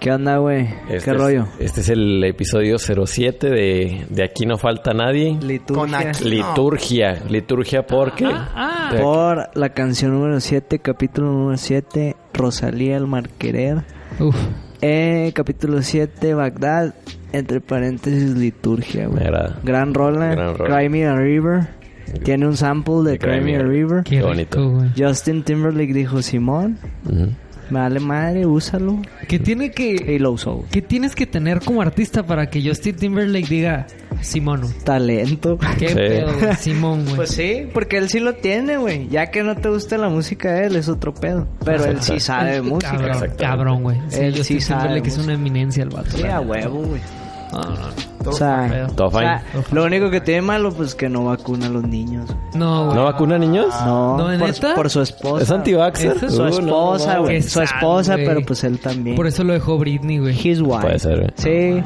¿Qué onda, güey? Este ¿Qué es- rollo? Este es el episodio 07 de, de Aquí no falta nadie. Liturgia. Con aquí. Liturgia. Liturgia porque... Ah, Te- Por la canción número 7, capítulo número 7, Rosalía el Marquerer. Uf. Eh, capítulo 7, Bagdad, entre paréntesis, liturgia, Me güey. agrada. Gran rola, Gran rola. Cry Me a River. Tiene un sample de De Cry Cry Me a Me a- River. Qué, Qué bonito. bonito. güey. Justin Timberlake dijo, Simón, Ujú. vale madre, úsalo. ¿Qué tiene que Y lo usó. qué tienes que tener como artista para que Justin Timberlake diga Simono? Talento. Qué Sí. pedo, güey, Simón, güey. Pues sí, porque él sí lo tiene, güey. Ya que no te gusta la música de él, es otro pedo. Pero él sí sabe de música. Cabrón, Exactamente. cabrón, güey. Sí, Él sí Justin sabe Timberlake es música. una eminencia el vato. Sí, a huevo, güey. No, no, no. O sea, Feo. Todo o sea, fine. lo único que tiene malo, pues que no vacuna a los niños. No, güey. ¿No vacuna niños? No, ¿No, por, neta? por su esposa. ¿Es antivaxer? Esa es Su Uh, no, esposa, no, güey. Qué su sad, esposa, güey. pero pues él también. Por eso lo dejó Britney, güey. His wife. Puede ser, güey. Sí.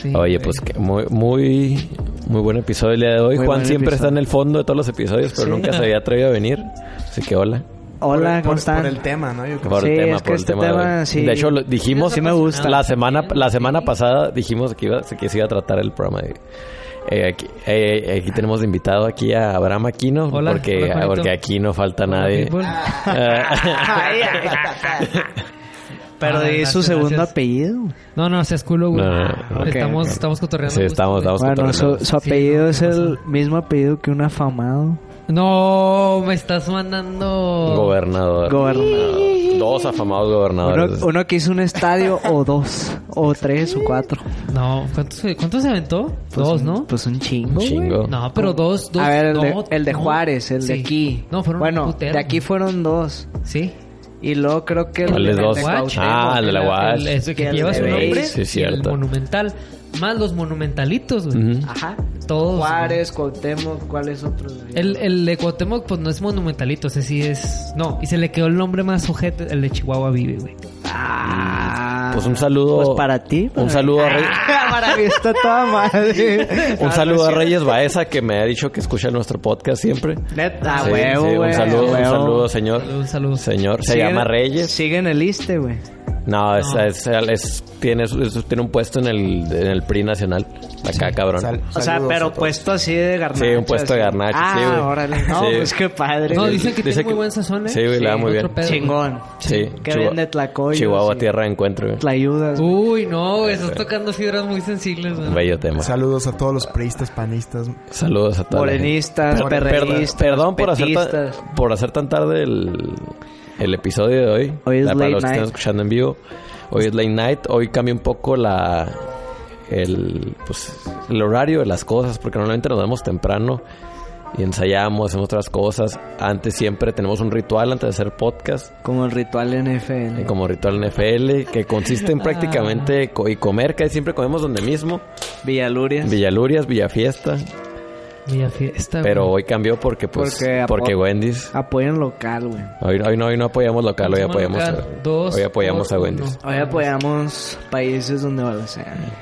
Sí, Oye, güey. pues que muy, muy, muy buen episodio el día de hoy. Muy Juan buen siempre episodio. está en el fondo de todos los episodios, pero Sí. nunca se había atrevido a venir. Así que hola. Hola, ¿cómo por, por- están? por el tema, ¿no? Yo creo. Por Sí, el tema, es que por el este tema. de hoy. tema, sí. De hecho, lo dijimos. Sí me gusta. La semana, la semana pasada dijimos que, iba, que se iba a tratar el programa. De, eh, aquí, eh, aquí tenemos de invitado aquí a Abraham Aquino. Hola, porque, hola, Juanito. porque aquí no falta nadie. Eh, people. Ay, ay, ay, ay. pero Ah, de su gracias, segundo gracias. apellido. No, no seas culo, güey. No, no, no. Ok, estamos, ok. estamos cotorreando. Sí, justo, estamos- güey. estamos Bueno, su, cotorreando. su Sí, apellido no, es ¿qué el mismo apellido que un afamado No, me estás mandando. Gobernador. gobernador. Dos afamados gobernadores. Uno, uno que hizo un estadio o dos, o tres o cuatro. No, ¿cuántos, cuántos se aventó? Pues Dos, un- ¿no? Pues un chingo. Un güey. chingo. No, pero dos, dos. A ver, el, no, de, el de no. Juárez, el de Sí. aquí. No, fueron bueno, un putero. de aquí fueron dos. Sí. Y luego creo que el, ¿Cuáles de- dos? de Cuauhtémoc. Ah, el de la Guas. El, eso Que que el lleva de su Base. nombre. Sí, es y el cierto. monumental. Más los monumentalitos, güey. Ujú. Ajá. Todos. Juárez, Cuauhtémoc, ¿cuáles otros? güey? El, el de Cuauhtémoc, pues no es monumentalito, ese sí es. No, y se le quedó el nombre más ojete, el de Chihuahua Vive, güey. Ah. Pues un saludo. Pues Ah, para ti. para Un mí. saludo a Rey- para mí está toda madre. Un saludo a Reyes Baeza que me ha dicho que escucha nuestro podcast siempre. Neta, Sí, huevo, sí, güey. un saludo, un huevo. saludo, señor. Un saludo. Señor, se Sigue- llama Reyes. Sigue en el liste, güey. No, es- No. es- es- tiene, es- tiene un puesto en el, en el PRI nacional. Acá, cabrón. Sal- O sea, saludos a pero todos. puesto así de garnacha. Sí, un puesto de así. garnacha, ah, sí, güey. órale. No, Sí. pues qué padre. No, güey. dicen que Dice tiene muy que- buen sazón, ¿eh? Sí, güey, le va muy otro bien. pedo. Chingón. Sí. Que Chihu- vende tlacoyos. Chihuahua, y tierra de encuentro. güey. Tlayudas. güey. Uy, no, güey, estás tocando fibras muy sensibles, güey. Bello tema. Saludos a todos los priistas, panistas. Saludos a todos. Morenistas, perreístas, perdón por hacer, tan- petistas. por hacer tan tarde el, el episodio de hoy. Hoy es La- late para los que están night. escuchando en vivo. Hoy es late night. Hoy cambia un poco la el, pues, el horario de las cosas. Porque normalmente nos damos temprano y ensayamos, hacemos otras cosas. Antes siempre tenemos un ritual antes de hacer podcast. Como el ritual NFL. eh, Como ritual NFL, que consiste Ah. en prácticamente co- y comer, que siempre comemos donde mismo. Villalurias. Villalurias, Villafiesta. Mira, fiesta, güey. Pero hoy cambió porque, pues, Porque porque, apo- Wendy's. Apoyen local, güey. Hoy, hoy no, hoy no apoyamos local, hoy Vamos a apoyamos, marcar a, dos hoy apoyamos por a uno. Wendy's. Hoy apoyamos países donde balacean.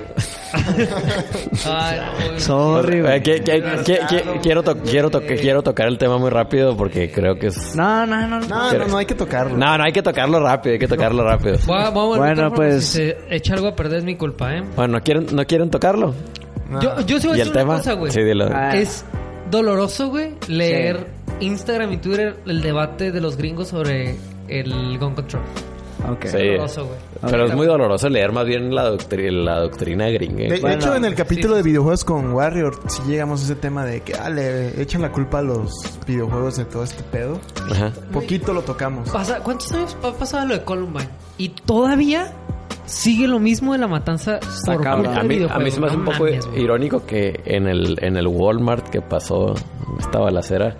Ay, no, güey. Sorry, Eh, güey. que- que- que- que- quiero, to- quiero, to- quiero tocar el tema muy rápido porque creo que es... No, no, no. no. No, no, no hay que tocarlo. No, no, hay que tocarlo rápido, hay que tocarlo rápido. Voy a- vamos al Bueno, micrófono, pues- Si se echa algo a perder es mi culpa, ¿eh? Bueno, ¿no quieren, no quieren tocarlo? No. Yo, yo sí voy ¿Y a el decir una tema? cosa, güey. Sí, dilo. Ah. Es doloroso, güey, leer Instagram y Twitter el debate de los gringos sobre el gun control. Ok. Sí. doloroso, güey. Pero es muy doloroso leer más bien la, doctri- la doctrina De, gringa. de Bueno, hecho, en el capítulo de videojuegos con Warrior, si llegamos a ese tema de que ah, le echan la culpa a los videojuegos de todo este pedo. Ajá. Poquito lo tocamos. Pasa- ¿Cuántos años ha pasado lo de Columbine? Y todavía sigue lo mismo de la matanza por A mí, a mí- parte de a mí videojuegos. se me hace un No poco mames, güey. irónico que en el, en el Walmart que pasó esta balacera...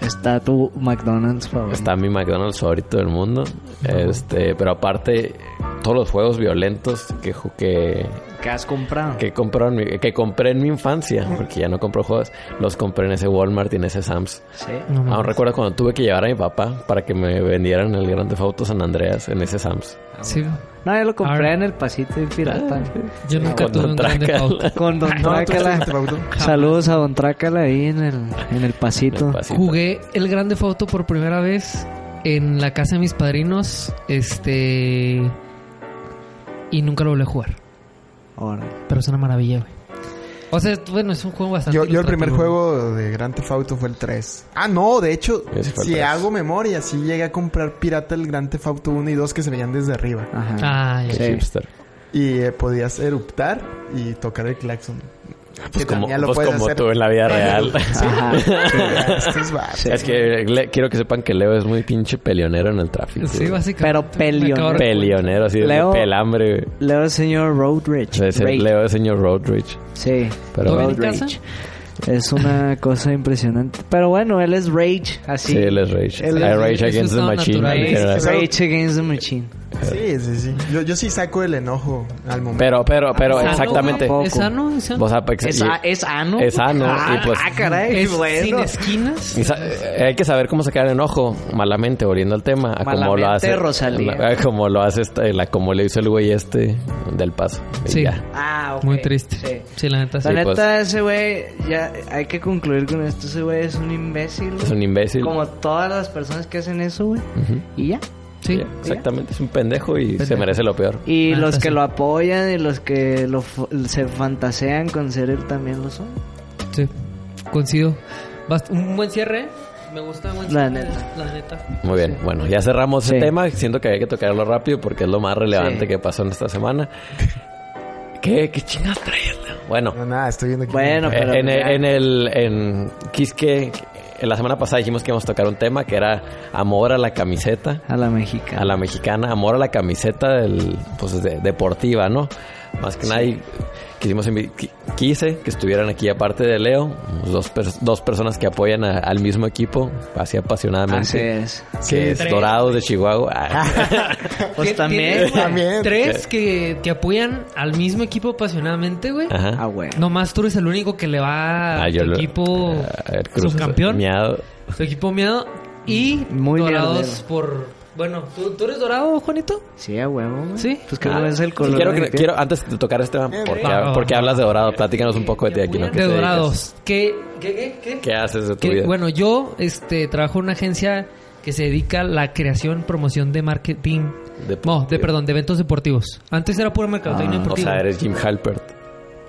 Está tu McDonald's favorito. Está mi McDonald's favorito del mundo. Este, pero aparte, todos los juegos violentos que, ju- que, ¿Qué has comprado? que, compró en mi- que compré en mi infancia, porque ya no compro juegos, los compré en ese Walmart y en ese Sam's. Sí. No mames. Aún Ah, recuerdo cuando tuve que llevar a mi papá para que me vendieran el Grande Auto San Andreas en ese Sam's. Sí. No, yo lo compré Ahora- en el pasito y pirata. Yo nunca Con tuve Don un grande Trácala. pauta. Con Don No, tú Trácala. estás en el Saludos a Don Trácala ahí en el, en el pasito. En el pasito. Jugué el Grande Foto por primera vez en la casa de mis padrinos. Este. y nunca lo volví a jugar. Órale. Pero es una maravilla, güey. O sea, bueno, es un juego bastante. Yo, yo el primer ilustrativo, juego de Grand Theft Auto fue el 3. Ah, no, de hecho, Ese fue el si 3. hago memoria, sí llegué a comprar pirata el Grand Theft Auto 1 y 2 que se veían desde arriba. Ajá. güey. Ah, ya. Qué Sí. hipster. Y eh, podías eruptar y tocar el claxon. Pues Que como, también lo pues puedes como hacer. tú en la vida real. Ajá. Estos vatos. Sí. Es que le- quiero que sepan que Leo es muy pinche pelionero en el tráfico. Sí, güey. básicamente. Pero pelionero. Me acabo de- Pelionero, así Leo- de pelambre. güey. Leo el señor Roadridge. O sea, es el- Rage. Leo es señor Roadridge. Sí. Pero- ¿Lo ven en Road casa? Rage. Es una cosa impresionante. Pero bueno, él es Rage, así. Sí, él es Rage. Él es- I rage eso es against the todo machine. natural. literal. Rage, Rage Against the Machine. Sí, sí, sí. Yo, yo sí saco el enojo al momento. Pero, pero, pero, ¿Es sano, exactamente. güey? ¿Es sano? ¿Es sano? O sea, pues, ¿Es, y- a- es ano? Es ano, Ah, y pues- ah, caray, ¿Es sin bueno. esquinas? y sa- eh, hay que saber cómo sacar el enojo, malamente, volviendo al tema, a cómo lo Malamente, hace. Rosalía. la- a como lo hace esta- la- como le hizo el güey este del paso. Y Sí. ya. Ah, ok. Muy triste. Sí. Sí. la neta sí. La neta, pues. ese güey, ya hay que concluir con esto. Ese güey es un imbécil. Es un imbécil. Como todas las personas que hacen eso, güey. Ujú. Y ya. Sí. Ya, Exactamente, es un pendejo y se merece lo peor. Y La los neta, que Ah, sí. lo apoyan y los que lo fu- se fantasean con ser él también lo son. Sí. Coincido. Bast- un buen cierre. ¿eh? Me gusta un buen La cierre. neta. La neta. Muy bien, bueno, ya cerramos Sí. el tema. Siento que había que tocarlo rápido porque es lo más relevante Sí. que pasó en esta semana. ¿Qué, qué chingas traes, Leo? Bueno, No, nada, estoy viendo aquí. Bueno, pero Eh, en, el- ya. en el. En Quisque, en la semana pasada dijimos que íbamos a tocar un tema que era amor a la camiseta, A la mexicana. a la mexicana, amor a la camiseta del, pues, de- deportiva, ¿no? Más que nada, y quisimos invi- qui- quise que estuvieran aquí, aparte de Leo, pues, dos, pers- dos personas que apoyan a- al mismo equipo, así apasionadamente. Así es. Que Sí, es tres. Dorados de Chihuahua. Ah. Pues ¿Qué también. tienes, güey? También. Tres que, que apoyan al mismo equipo apasionadamente, güey. Ah, Ajá. bueno. Nomás tú eres el único que le va Ah, a yo tu lo- este equipo Ah, el Cruz subcampeón. Miado. Su equipo miedo. Y Muy dorados mierdero. por... Bueno, ¿tú, tú eres dorado, Juanito? Sí, a huevo. güey. Sí. Pues que Ah, no es el sí, color. Quiero, de mi que- piel. quiero- antes de tocar este tema, porque, Va, va, va. porque hablas de Dorado, platícanos un poco de ti aquí. ¿no? ¿Qué de te dedicas? dorados. ¿Qué, qué, qué, ¿Qué haces de tu Que, vida? Bueno, yo este trabajo en una agencia que se dedica a la creación, promoción de marketing. De- no, de perdón, de eventos deportivos. Antes era pura mercadotecnia Ah, o deportiva. sea, eres Jim Halpert.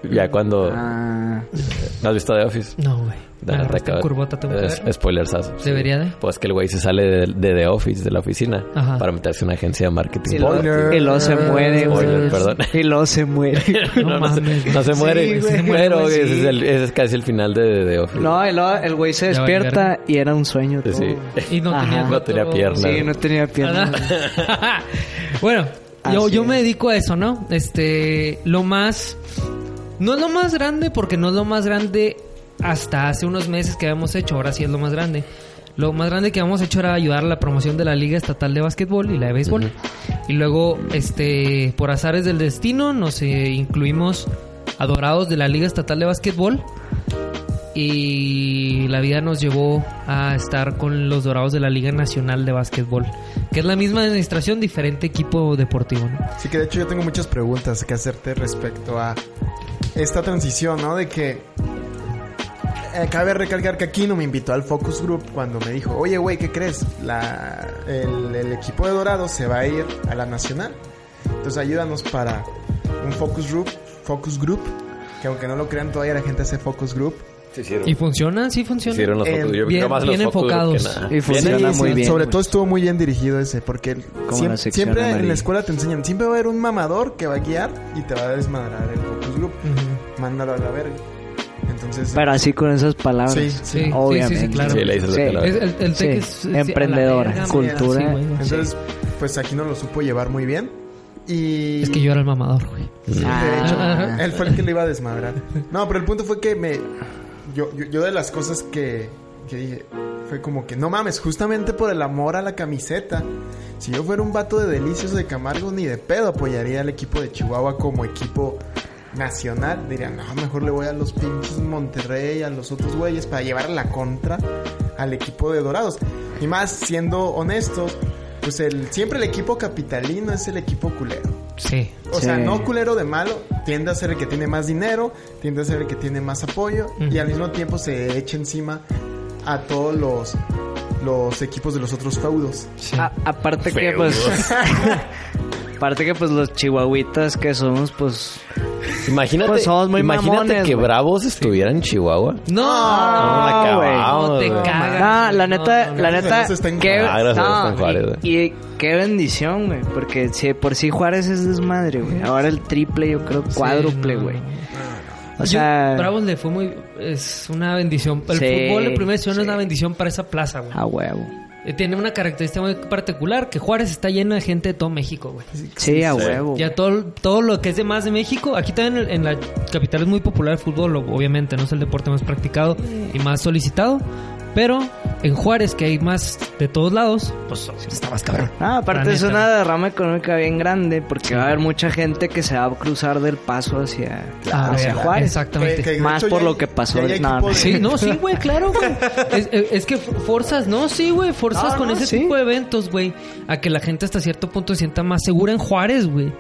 Ya cuando... Ah, ¿No has visto The Office? No, güey. Me Da- agarraste da- en curvota, tengo que es- verlo. spoilersazo, sí. Debería de. Pues que el güey se sale de, de The Office, de la oficina, Ajá. para meterse en una agencia de marketing. y luego- Spoiler. y luego se muere, Spoiler, güey. perdón. Y luego se muere. No, No, no se, mames. no se Sí, muere, güey, se muere, pero güey, sí. ese, es el- ese es casi el final de de The Office. No, y luego el güey se Ya valió despierta y era un sueño todo. Sí, sí. Y no tenía, Ajá. No tenía otro- pierna. Sí, no tenía piernas. ¿Verdad? bueno, yo, Así yo me es. dedico a eso, ¿no? Este, lo más... No es lo más grande porque no es lo más grande hasta hace unos meses que habíamos hecho, ahora sí es lo más grande. Lo más grande que habíamos hecho era ayudar a la promoción de la Liga Estatal de Básquetbol y la de Béisbol. Y luego, este, por azares del destino, nos eh, incluimos a Dorados de la Liga Estatal de Básquetbol. Y la vida nos llevó a estar con los Dorados de la Liga Nacional de Básquetbol, que es la misma administración, diferente equipo deportivo. ¿no? Sí que de hecho yo tengo muchas preguntas que hacerte respecto a esta transición, ¿no? De que eh, cabe recalcar que Aquino me invitó al Focus Group cuando me dijo, oye, güey, ¿qué crees? La, el, el equipo de Dorado se va a ir a la Nacional. Entonces ayúdanos para un Focus Group, Focus Group, que aunque no lo crean todavía la gente hace Focus Group. ¿Y funciona? Sí funciona. Hicieron los Eh, focus, yo bien- creo más los bien focus group enfocados. que nada. Y funciona Sí, muy sí, bien. Sobre güey. todo estuvo muy bien dirigido ese, porque el- la siem- sección siempre en amarilla. la escuela te enseñan, siempre va a haber un mamador que va a guiar y te va a desmadrar el Focus Group. Ujú. Mándalo a la verga. Entonces, Pero así con esas palabras. Sí, Sí, sí, sí. Obviamente. sí, sí, claro. Sí, le dices lo que la- Es- el, el Sí, tech es- es- emprendedora, a la verga, cultura. sí, güey, güey. Entonces, pues aquí no lo supo llevar muy bien. Y. Es que yo era el mamador, güey. Pues, De hecho, Ah. él fue el que le iba a desmadrar. No, pero el punto fue que me. Yo, yo, yo de las cosas que, que dije fue como que, no mames, justamente por el amor a la camiseta. Si yo fuera un vato de delicios de Camargo, ni de pedo apoyaría al equipo de Chihuahua como equipo nacional. Diría, no, mejor le voy a los pinches Monterrey, a los otros güeyes, para llevar a la contra al equipo de Dorados. Y más, siendo honestos, pues el, siempre el equipo capitalino es el equipo culero. Sí. O sea, Sí. no culero de malo, tiende a ser el que tiene más dinero, tiende a ser el que tiene más apoyo Ujú. y al mismo tiempo se echa encima a todos los, Ah. los equipos de los otros feudos. sí. A- aparte que pues Aparte que pues los chihuahuitas que somos, pues... Imagínate, Pues somos muy imagínate mamones, que güey. Bravos estuviera en Chihuahua. No, la acabamos, no te güey. cagas. Ah, la güey, neta, no, no, la no. neta, Eso está en qué, Juárez, eso está en y- Juárez, güey. y, qué bendición, güey, porque si de por sí Juárez es desmadre, güey. Ahora el triple, yo creo, cuádruple, no, güey. no, no. O Yo- sea, Bravos le fue muy. Es una bendición. El Sí, fútbol en primera división sí. Ah. es una bendición para esa plaza, güey. a huevo. Eh, Tiene una característica muy particular: que Juárez está llena de gente de todo México, güey. Sí, a huevo. Ya todo, todo lo que es de más de México, aquí también en en la capital es muy popular el fútbol, ob- obviamente, no es el deporte más practicado y más solicitado, pero en Juárez, que hay más de todos lados, pues está más cabrón. Ah, aparte La es neta. una derrama económica bien grande porque va a haber mucha gente que se va a cruzar del paso hacia, Ah, hacia Juárez. Exactamente. Que- que de Más hecho por ya lo hay- que pasó ya hay el- equipo no, no. de- Sí, no, sí, güey, claro, güey. Es, eh, es que for- forzas, no, sí, güey, forzas No, con no, ese sí. tipo de eventos, güey, a que la gente hasta cierto punto se sienta más segura en Juárez, güey.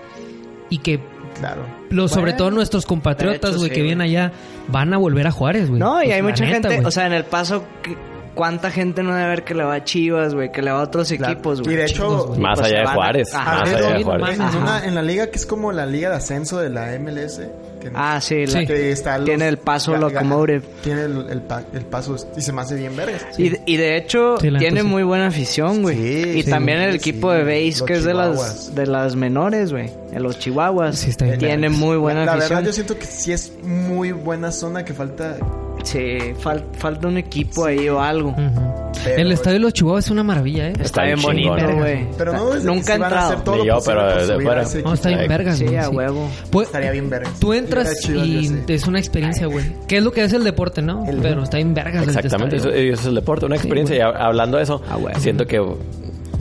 Y que, Claro. lo, sobre Bueno, todo nuestros de compatriotas, hecho, güey, sí, que güey. vienen allá, van a volver a Juárez, güey. No, y Pues, hay la mucha neta, gente, güey. o sea, en el paso, ¿qué- ¿cuánta gente no debe haber que le va a Chivas, güey? Que le va a otros Claro. equipos, Y güey. de hecho, Chingos, güey. Más allá se de van a- Juárez, Ajá. más Ah, allá de no, Juárez. En, Ajá. una- en la liga que es como la liga de ascenso de la MLS. que- Ah, sí, la- Sí. que está los- tiene el paso ga- ga- Locomotive. Tiene el, el pa- el paso y se me hace bien vergas. Y, de- y de hecho, Sí, la neta, tiene sí. muy buena afición, güey. Sí, y sí, también el sí, equipo sí. de base, Los que es de las, Chihuahuas. de las menores, güey. En los Chihuahuas. Sí, está bien tiene vergas. muy buena la, la afición. verdad yo siento que sí es muy buena zona que falta Sí, fal- falta un equipo ahí o algo. Ujú. Pero- el estadio de los Chihuahuas es una maravilla, ¿eh? Está, Está bien bien bonito, chingón, güey. pero no Está- desde que Nunca he sí van a hacer entrado. todo Ni yo, lo posible pero por desde subir fuera. a ese No, está bien Exacto. vergas, Sí, güey, a huevo. Pues, Estaría bien vergas. Tú entras Estaría chido, y ya sé. es una experiencia, güey. ¿Qué es lo que es el deporte, no? El- Pero está en vergas. el Exactamente, eso, estadio. eso es el deporte, una experiencia. y hab- hablando de eso, Ah, güey. siento que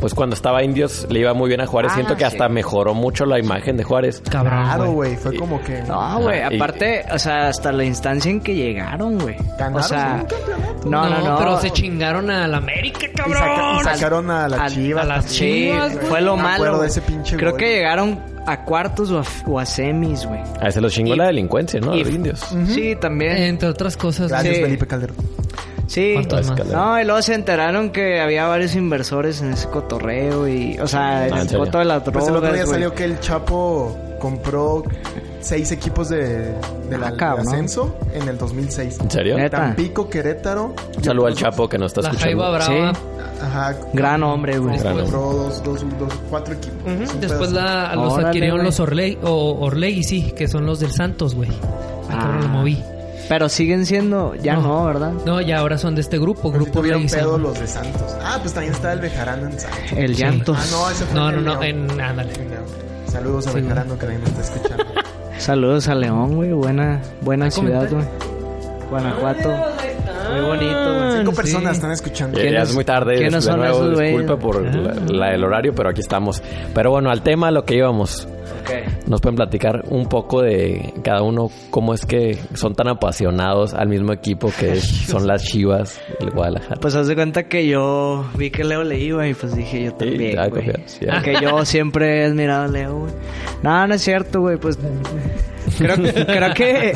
pues cuando estaba Indios le iba muy bien a Juárez. Ah, siento que sí. hasta mejoró mucho la imagen de Juárez. Cabrón, Claro, güey. güey. Fue como que... No, güey, Ajá, y- aparte, o sea, hasta la instancia en que llegaron, güey. O Ganaron sea, un campeonato. no, no, no. Pero se chingaron a la América, Y, saca- y cabrón. sacaron a la Al- Chivas. a las también. Sí, Chivas, güey. fue lo Me malo. acuerdo de güey. ese pinche Creo gol. que llegaron a cuartos o a, o a semis, güey. A ese los chingó Y- la delincuencia, ¿no? y- Los Indios. Sí, también. Entre otras cosas. Gracias, Sí. Felipe Calderón. Sí. ¿Cuántos más? No, y luego se enteraron que había varios inversores en ese cotorreo y, o sea, en Ah, ¿en el serio? coto de las drogas, Pues el otro día güey. salió que el Chapo compró seis equipos de, de la, Ah, cabrón. de ascenso en el 2006. ¿En serio? Neta. Tampico, Querétaro. Un saludo al Chapo que nos está La Jaiba escuchando. Brava. Sí. Ajá. Gran hombre, güey. Gran hombre. Compró dos, dos, dos, cuatro equipos. Ujú. Es un Mm, Después pedazo. la, los Órale, adquirieron güey. los Orley, o Orley, sí, que son los del Santos, güey. Ah, Ah. cabrón, lo moví. Pero siguen siendo, ya No. no, ¿verdad? No, ya ahora son de este grupo, Pero sí grupo tuvieron Orlegi, sí. pedo los de Santos. Ah, pues también está el Bejarano en Santos. El llanto. Ah, no, ese fue No, en no, el no, León. en- ándale. En León. Saludos a Sí, güey. Bejarano que también nos está escuchando. Saludos a León, güey. Buena, buena ciudad, güey. comentarios? Guanajuato. Muy bonito, güey. Cinco Sí. personas están escuchando. Ya- ¿Quién Ya es- es muy tarde, quiénes de son nuevo, esos güeyes? disculpa por la, la- el horario, pero aquí estamos. Pero bueno, al tema, a lo que íbamos, Ok. nos pueden platicar un poco de cada uno, cómo es que son tan apasionados al mismo equipo que es- son las Chivas del Guadalajara. Pues haz de cuenta que yo vi que Leo le iba y pues dije yo también, ya, güey. confías, ya. Que yo siempre he admirado a Leo, güey. No, no es cierto, güey, pues... Creo, creo que...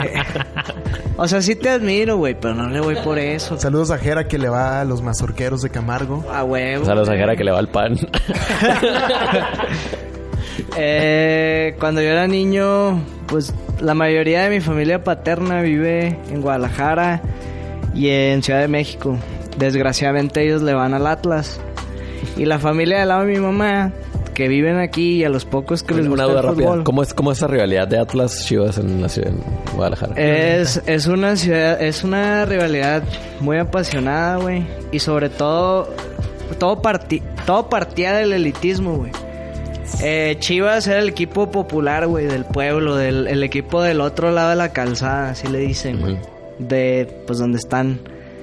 O sea, sí te admiro, güey, pero no le voy por eso. Saludos a Jera que le va a los mazorqueros de Camargo. A huevo. Saludos a Jara que le va el pan. Eh, cuando yo era niño, pues la mayoría de mi familia paterna vive en Guadalajara y en Ciudad de México. Desgraciadamente ellos le van al Atlas. Y la familia del lado de mi mamá, que viven aquí y a los pocos que les Una gusta duda el rápida. fútbol. ¿Cómo es, ¿Cómo es esa rivalidad de Atlas Chivas en la ciudad de Guadalajara? Eh, Es, es una ciudad, es una rivalidad muy apasionada, güey. Y sobre todo, todo, parti, todo partía del elitismo, güey. Eh, Chivas era el equipo popular, güey, del pueblo, del el equipo del otro lado de la calzada, así le dicen, güey. Ujú. De, pues, donde están.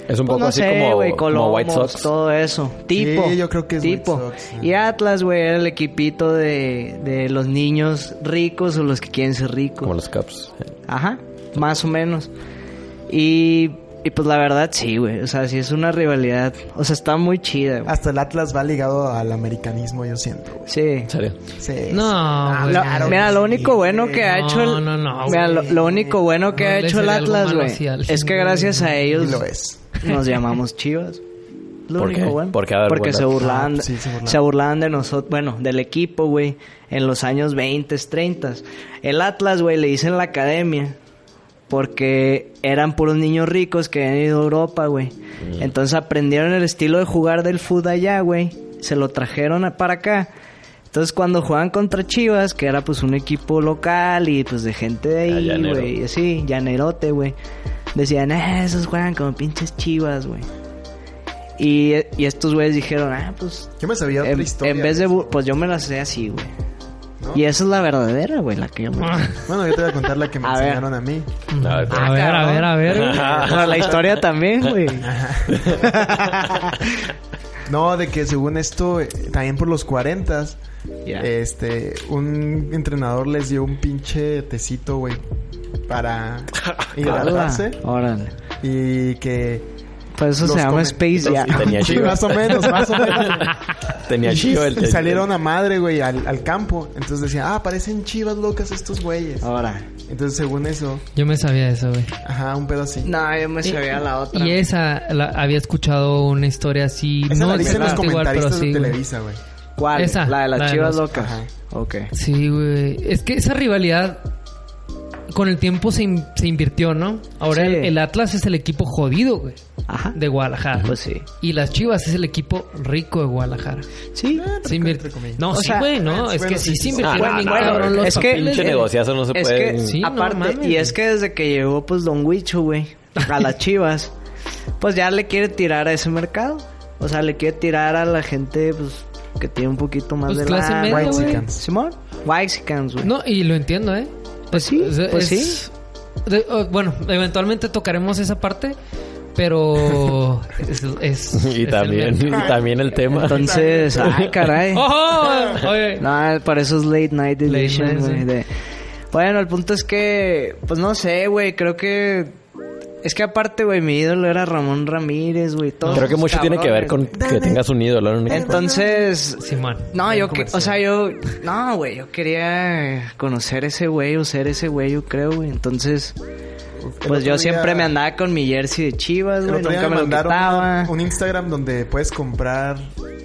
es un Pues, poco no así sé, como, güey, como Colomos, White Sox. todo eso. Tipo. yo creo que es tipo. White Sox, sí. Y Atlas, güey, era el equipito de, de los niños ricos o los que quieren ser ricos. Como los Caps. Ajá, más o menos. Y, y pues la verdad sí, güey. O sea, sí es una rivalidad. O sea, está muy chida, güey. Hasta el Atlas va ligado al americanismo, yo siento. güey. Sí. En serio. Sí, Ah, No, güey. Lo- Pues claro que mira, lo único bueno que ha No, hecho el, no, no, mira, lo, lo único bueno que No ha le hecho el seré algo Atlas, malo güey, así al- es que gracias a sí, ellos lo es. nos llamamos Chivas. Lo ¿Por único qué? bueno. ¿Por qué? A ver, Porque se cuéntame. burlaban, Ah, sí, se burlaban. se burlaban de nosotros, bueno, del equipo, güey, en los años 20, 30. El Atlas, güey, le dicen la academia porque eran puros niños ricos que habían ido a Europa, güey. Mm. Entonces aprendieron el estilo de jugar del fútbol allá, güey. Se lo trajeron a- para acá. Entonces cuando jugaban contra Chivas, que era pues un equipo local y pues de gente de Ah, ahí, llanero. güey, así, llanerote, güey. Decían, "Ah, esos juegan como pinches Chivas, güey. Y, y estos güeyes dijeron, ah, pues... Yo me sabía En, otra historia. en vez de... bu- Pues yo me la sé así, güey. ¿no? Y esa es la verdadera, güey, la que yo me... Bueno, yo te voy a contar la que me A ver. enseñaron a mí. A ver, A ver, a ver, a ver. Bueno, la historia también, güey. No, de que según esto, eh, también por los 40 Ya. este, un entrenador les dio un pinche tecito, güey, para hidratarse Órale, Órale. y que Pues eso los se llama comen- Space los- Jam. Tenía Sí, Shiva. más o menos, más o menos. Tenía chido el Y salieron a madre, güey, al, al campo. Entonces decía, ah, parecen chivas locas estos güeyes. Ahora. Entonces, según eso, Yo me sabía eso, güey. ajá, un pedo así. No, yo me sabía la otra. Y esa, la- había escuchado una historia así. Esa la dicen los exactamente igual, pero comentaristas sí, de güey. Televisa, güey. ¿Cuál? Esa, la de las la de chivas los- locas. Ajá. Ok. Sí, güey. Es que esa rivalidad con el tiempo se, in- se invirtió, ¿no? Ahora Sí. el, el Atlas es el equipo jodido, güey, Ajá. de Guadalajara. Pues sí. Y las Chivas es el equipo rico de Guadalajara. Sí. Se invirtió. entre comillas. No, O sí, sea, güey, no. bueno, es que sí sí, se sí. invirtió Ah, bien, no, cabrón, no, los es que- papeles. Pinche negociazo no se Es puede. que, Sí, no aparte, mames, y güey. es que desde que llegó, pues, Don Huicho, güey, a las chivas, pues ya le quiere tirar a ese mercado. O sea, le quiere tirar a la gente, pues, que tiene un poquito más Pues, de clase lana. media, güey. güey. ¿Simón? Whitexicans, güey. No, y lo entiendo, ¿eh? Pues sí, O sea, pues es- de- oh, bueno, eventualmente tocaremos esa parte, pero es, es- Y es también, el- y también el tema. Entonces, ay, caray. ¡Oh! Oye, No, para eso es late night Late edition, night, güey, sí. de- Bueno, el punto es que, pues no sé, güey, creo que... Es que aparte, güey, mi ídolo era Ramón Ramírez, güey. todos Creo que esos mucho tiene que ver con cabrones. que tengas un ídolo. ¿no? Entonces... Simón. No, yo que, o comercial. sea, yo, no, güey, yo quería conocer ese güey o ser ese güey, yo creo, güey. Entonces, El pues yo otro día- siempre me andaba con mi jersey de Chivas, El güey, otro día nunca me lo me mandaron quitaba. una- un Instagram donde puedes comprar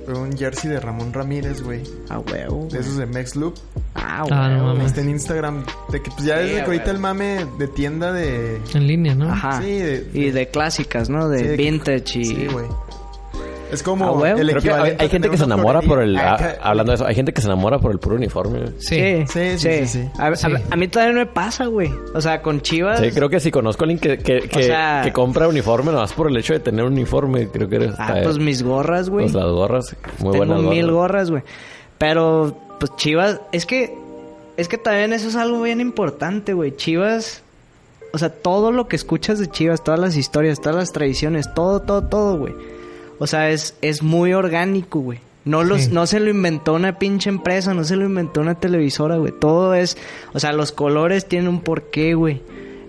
un jersey de Ramón Ramírez, güey. Ah, huevo. De güey. esos de Mex Loop. Ah, Ah, no huevo. mames. Está en Instagram. De que pues ya Sí, desde que ahorita güey. el mame de tienda de. En línea, ¿no? Ajá. Sí, de- y de clásicas, ¿no? De Sí, de- vintage y... Sí, güey. Es como Ah, huevo. Creo el que hay, equivalente hay a gente tener que se una enamora por el... florería. a- Ajá. hablando de eso, hay gente que se enamora por el puro uniforme. güey. Sí. Ah, Sí, sí, sí, sí. A, Sí. a- a mí todavía no me pasa, güey. O sea, con Chivas. Sí, creo que si conozco a alguien que, que, que, Pues sea- que compra uniforme, nomás por el hecho de tener uniforme, creo que eres... Ah, pues mis gorras, güey. pues las gorras. Muy Tengo buenas gorras. mil gorras, güey. Pero, pues Chivas, es que, es que también eso es algo bien importante, güey. Chivas, o sea, todo lo que escuchas de Chivas, todas las historias, todas las tradiciones, todo, todo, todo, güey. O sea, es, es muy orgánico, güey. No, los, Sí. no se lo inventó una pinche empresa, no se lo inventó una televisora, güey. Todo es, o sea, los colores tienen un porqué, güey.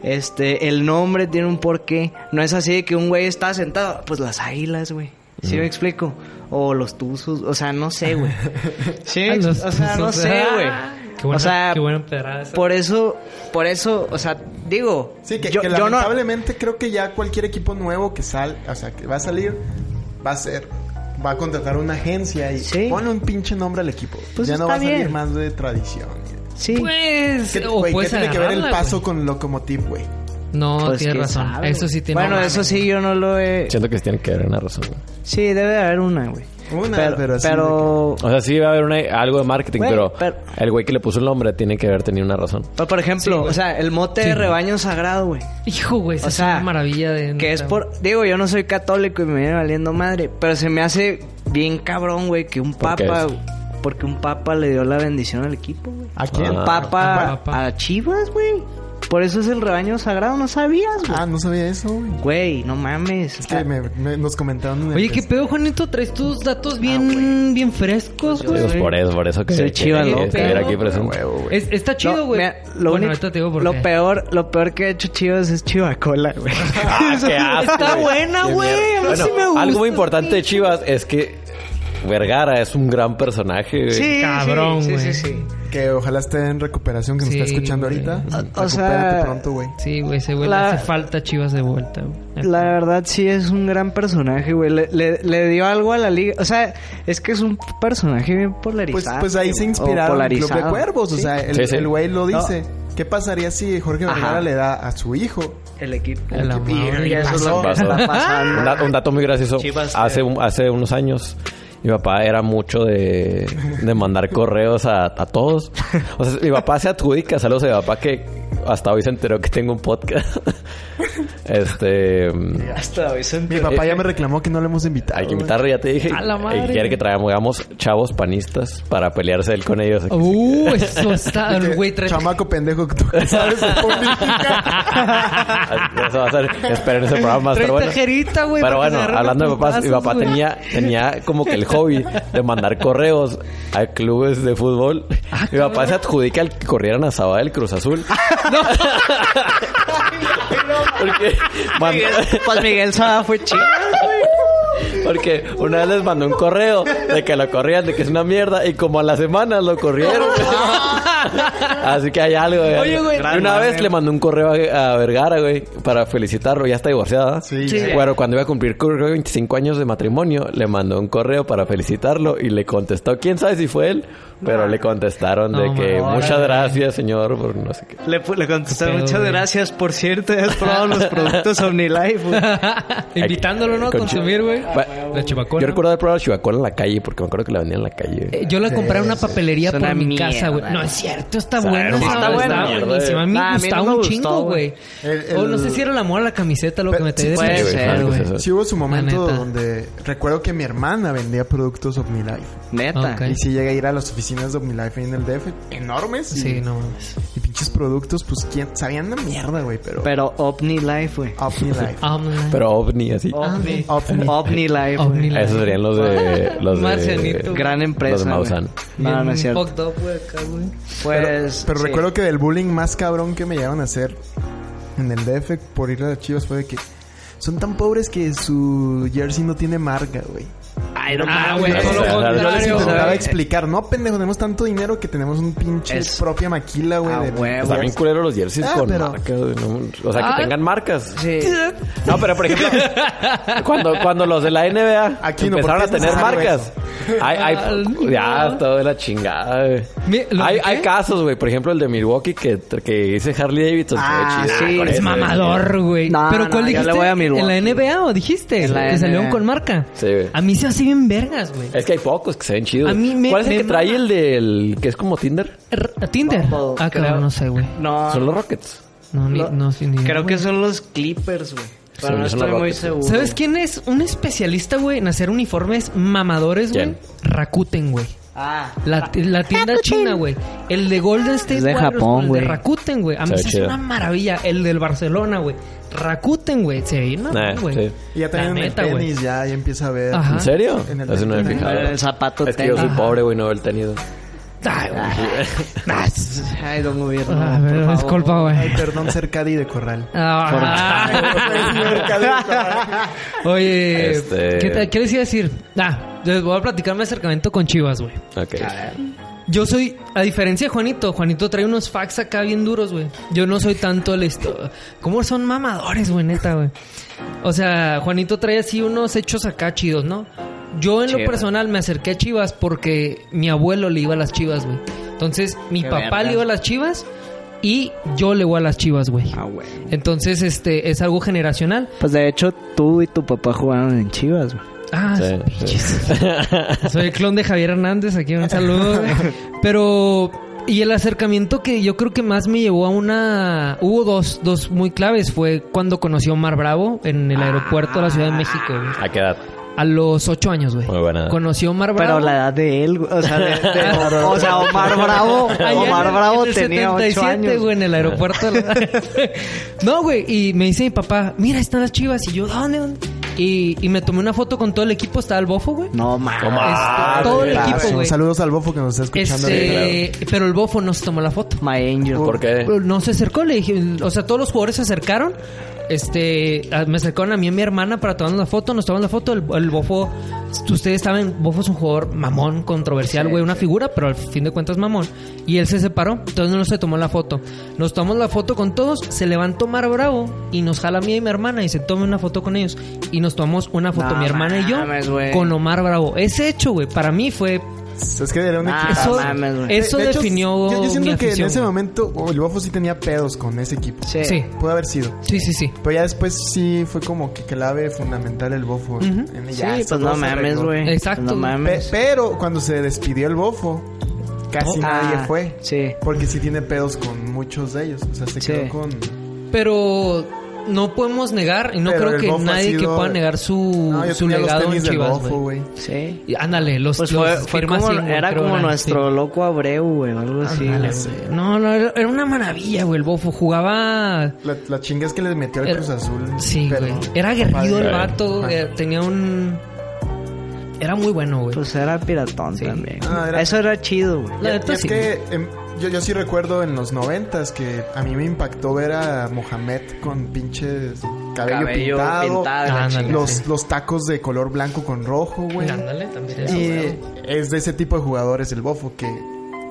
Este, el nombre tiene un porqué. No es así de que un güey está sentado, pues las águilas, güey. ¿Sí Mm. me explico? O los tuzos, o sea, no sé, güey. Sí, Ah, los- Ah, o sea, no sé, güey. Qué buena, o sea, qué buena pedrada esa. por eso, por eso, o sea, digo, Sí, que, yo, que yo no, lamentablemente creo que ya cualquier equipo nuevo que sal, o sea, que va a salir, va a ser, va a contratar una agencia y Sí. pone un pinche nombre al equipo. Pues ya no está va a salir bien. más de tradición. sí, Pues, ¿Qué, o güey, ¿qué puedes tiene que ver el agarrarla, paso güey. con Locomotive, güey? No, pues, tienes quién razón. sabe, eso güey. sí tiene Bueno, no eso mames. sí yo no lo he Siento que sí tiene que haber una razón. güey. Sí, debe de haber una, güey. Una, pero pero así pero, O sea, sí va a haber una- algo de marketing, Güey, pero, pero- el güey que le puso el nombre tiene que haber tenido una razón. pero, por ejemplo, o sea, el mote de rebaño sagrado, güey. Hijo, güey, esa O sea, es una maravilla de... Que es por... Digo, yo no soy católico y me viene valiendo madre. Pero se me hace bien cabrón, güey, que un ¿Por qué papa... eso? Porque un papa le dio la bendición al equipo, güey. ¿A quién? Un Ah. papa Un papa. a Chivas, güey. Por eso es el rebaño sagrado, ¿no sabías, güey? Ah, no sabía eso, güey. Güey, no mames. Es que me, me- nos comentaron en el Oye, ¿qué Facebook. pedo, Juanito? Traes tus datos bien, bien frescos, Yo güey. Digo, por eso, por eso que, Pues Soy que- chiva, que loco. estuviera aquí presente. Es- está No, chido, güey. mira, lo, bueno, único- ahorita te digo por lo qué. peor, lo peor que ha hecho Chivas es Chivacola, güey. Ah, qué asco, Está güey. buena, Qué güey. A mí mierda. sí me gusta. Algo muy importante de Chivas es que Vergara es un gran personaje, güey. Sí, Cabrón, sí, sí, sí, güey. sí. Que ojalá esté en recuperación, que nos Sí, está escuchando güey. ahorita. O- o sea- Recupérate pronto, güey. Sí, güey, ese güey La- le hace falta Chivas de vuelta, güey. La verdad sí es un gran personaje, güey. Le, le- le dio algo a la liga. O sea, es que es un personaje bien Pues, polarizado. pues ahí güey, se o inspiraron el Club de polarizado. Cuervos. O Sí, sea, el Sí, sí. el güey lo dice. ¿Qué pasaría si Jorge Vergara Ajá. le da a su hijo? el equipo. El amor. Y eso es lo que Pasó. está pasando. Un, da- un dato muy gracioso. Chivas, hace, eh. un- hace unos años, mi papá era mucho de, de mandar correos a, a todos. O sea, mi papá se adjudica. Saludos a mi papá que hasta hoy se enteró que tengo un podcast. Este. Hasta hoy se Mi enteró. papá ya me reclamó que no le hemos invitado. Eh, Hay que invitarlo, ya te dije. A la madre. Y quiere que traigamos chavos panistas para pelearse él con ellos. Uh, eso está, el güey trae... Chamaco pendejo, tú que sabes de política. Eso va a ser. Esperen ese programa. Trae Pero bueno, tajerita, güey, Pero para que bueno, se agarren hablando de los papás, mi putazos, papá güey. tenía, tenía como que el hobby de mandar correos a clubes de fútbol. Ah, mi papá se adjudica al que corrieran a Sabá del Cruz Azul. Porque, mandó- Pues Miguel Sada fue chido. porque una vez les mandó un correo de que lo corrían, de que es una mierda, y como a la semana lo corrieron. Así que hay algo, güey. Oye, güey. Y una vez le mandó un correo a, a Vergara, güey, para felicitarlo. Ya está divorciada. Sí. Sí. Bueno, cuando iba a cumplir creo que 25 años de matrimonio, le mandó un correo para felicitarlo y le contestó, quién sabe si fue él, pero le contestaron de No, que mames. muchas gracias, señor, por no sé qué. Le, pu- le contesté, Pero, muchas güey. gracias, por cierto, has probado los productos OmniLife, güey. Invitándolo, ¿no? A Con consumir, güey. Va- La chivacona. Yo recuerdo haber probado chivacola en la calle porque me acuerdo que la vendían en la calle. Eh, Yo la compré en una papelería Es por una mi mierda, casa, güey. güey. No, es cierto, está O sea, buena. era una Está mierda, buena, güey. buenísima. A mí Nah, a me mí no gustaba me un gustó, chingo, güey. El- O no sé el- si era el amor a la camiseta lo que Pero- me te puede Sí, güey, ser, una cosa güey. así. Sí hubo su momento neta. donde recuerdo que mi hermana vendía productos OmniLife. Neta. Ok. Y si llega a ir a las oficinas de OmniLife ahí en el DF, enormes. y- Sí, no mames. Y pinches productos, pues, ¿quién? Sabían una mierda, güey, pero... Pero OmniLife, güey. Ah, OmniLife. Omelette. Pero ovni, así. Omni. Ah, Omni. OmniLife, güey. Omni- Esos serían los de... Los de Marcianito. Gran empresa. Los de güey. Maussan. No, no es cierto. Fucked up, güey, acá, güey. Pues. Pero sí. recuerdo que del bullying más cabrón que me llegaron a hacer en el DF por ir a las chivas fue de que... Son tan pobres que su jersey no tiene marca, güey. Ay, no Ah, mames. güey, Claro, todo lo claro, claro. Yo les contrario. intentaba Ah, güey. explicar. No, pendejo, tenemos tanto dinero que tenemos un pinche Es- propia maquila, güey. Ah, de- huevo. Está bien culero los jerseys Ah, con pero- marcas. güey, no- o sea, que Ah. tengan marcas. Sí. No, pero por ejemplo, cuando, cuando los de la NBA Aquí no, empezaron ¿por a qué es tener necesario marcas. Hay, hay, Al- ya, todo de la chingada, güey. Mi- ¿lo Hay, de qué? hay casos, güey. Por ejemplo, el de Milwaukee que, que dice Harley Davidson. Ah, Qué chido, sí, con es ese, Es mamador, güey. No, Pero ¿cuál no, yo dijiste? le voy a Milwaukee. ¿En la NBA o dijiste? En la que salieron NBA. con marca. Sí, güey. A mí se hacen bien vergas, güey. Eh, Es que hay pocos que se ven chidos. A mí me- ¿Cuál es el me que trae mama. el del que es como Tinder? R- Tinder. Bumble, Ah, creo. claro, no sé, güey. No. Son los Rockets. No, ni, lo- no, sí, ni idea, Creo güey. que son los Clippers, güey. Pero Sí, no son estoy los muy Rockets, sí. seguro. ¿Sabes quién es un especialista, güey, en hacer uniformes mamadores, güey? ¿Quién? Rakuten, güey. Ah. La, la tienda china, güey. El de Golden State Es de Warriors Japón, con el de güey. Rakuten, güey. Se A mí ve se hace chido. una maravilla. El del Barcelona, güey. Rakuten, güey. Se ve una Nah, güey. sí. Y ya La también en el neta, güey. tenis, ya, ya empieza a ver. Ajá. ¿En serio? En el- Eso no me he en el- fijado. el zapato Es que yo soy tenis. pobre, güey, no veo el tenido. Ay, güey. Ah, es- Ay, don gobierno. ah, por pero favor. disculpa, güey. Ay, perdón, Cercadi de Corral. Ah. Oye, Este- ¿qué, te- qué les iba a decir? Ah, les voy a platicar mi acercamiento con Chivas, güey. Ok. Yo soy, a diferencia de Juanito, Juanito trae unos facts acá bien duros, güey. Yo no soy tanto listo. ¿Cómo son mamadores, güey, neta, güey? O sea, Juanito trae así unos hechos acá chidos, ¿no? Yo en lo Chido. personal me acerqué a Chivas porque mi abuelo le iba a las Chivas, güey. Entonces, mi Qué papá verga. le iba a las Chivas y yo le voy a las Chivas, güey. Ah, güey. Entonces, este, es algo generacional. Pues de hecho, tú y tu papá jugaron en Chivas, güey. Ah, Sí, pinches. Soy el clon de Javier Hernández, aquí un saludo. güey. Pero, y el acercamiento que yo creo que más me llevó a una... Hubo dos, dos muy claves. Fue cuando conoció a Omar Bravo en el aeropuerto de la Ciudad de México. güey. ¿A qué edad? A los ocho años, güey. Muy buena edad. Conoció a Omar Bravo. Pero la edad de él, güey. O sea, de- de- o sea Omar Bravo. Allá en Omar el- Bravo en el tenía 8 años. güey, en el aeropuerto. no, güey. Y me dice mi papá, mira, están las chivas. Y yo, ¿dónde? dónde? Y, y me tomé una foto con todo el equipo. Estaba el bofo, güey. No mames. No mames. Este, todo el Ah, equipo, güey. Saludos al bofo que nos está escuchando. ahorita. Este, pero el bofo no se tomó la foto. My Angel. ¿Por qué? No se acercó, le dije, o sea, todos los jugadores se acercaron este, a- me acercaron a mí y a mi hermana para tomarnos la foto, nos tomamos la foto, el, el Bofo, ustedes saben, Bofo es un jugador mamón, controversial, güey, una figura, pero al fin de cuentas mamón, y él se separó, entonces no se tomó la foto. Nos tomamos la foto con todos, se levantó Mar Bravo y nos jala a mí y mi hermana y se toma una foto con ellos, y nos tomamos una foto, No mi hermana y yo, mames, güey. con Omar Bravo. Ese hecho, güey, para mí fue... Es que era un Ah, equipazo. eso mames, güey. eso De hecho, definió... Yo, yo siento mi que en afición, ese güey. momento oh, el Bofo sí tenía pedos con ese equipo. Sí. Sí. Puede haber sido. Sí, sí, sí. Pero ya después sí fue como que clave fundamental el Bofo. Ujú. En- Sí, ya, esto pues no todo se mames, arregló. güey. Exacto. No Pe- mames. pero cuando se despidió el Bofo, casi Oh. nadie Ah, fue. sí. Porque sí tiene pedos con muchos de ellos. O sea, se Sí. quedó con... Pero no podemos negar, y no Pero el creo Bofo que ha nadie que sido- pueda negar su, No, yo su tenía legado en del Chivas, Bofo, güey. güey. Sí. Y Ándale, los, Pues los fue, fue firma como, así, güey, era creo, como eran, nuestro loco Abreu, güey, o algo sí. así. Ándale, güey. Ah, güey. No, no, era era una maravilla, güey, el Bofo. Jugaba... La, la chinga es que les metió el Era- Cruz Azul. Sí, pero- güey. Era aguerrido el Padre. vato, Ajá. eh, tenía un... Era muy bueno, güey. Pues era piratón Sí. también. Ah, era- Eso era chido, güey. La Y- neta y es sí. que em, yo, yo sí recuerdo en los noventas que a mí me impactó ver a Mohamed con pinches cabello, Cabello pintado, Ah, pintado, la Ándale, los, sí. los tacos de color blanco con rojo, güey. Ándale, también eso, Y güey. es de ese tipo de jugadores el bofo que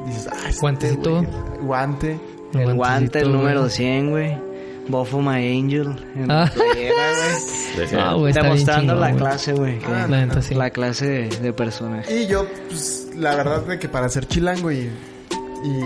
dices, ah, este Guantecito. güey, Guante. El guante, el guantecito, número güey. 100, güey. Bofo My Angel. En Ah. la playera, güey. Ah, güey, está bien Demostrando chingón, la güey. clase, güey. que- La neta, sí. La clase de, de personaje. Y yo, pues, la verdad de que para ser chilango y. Y.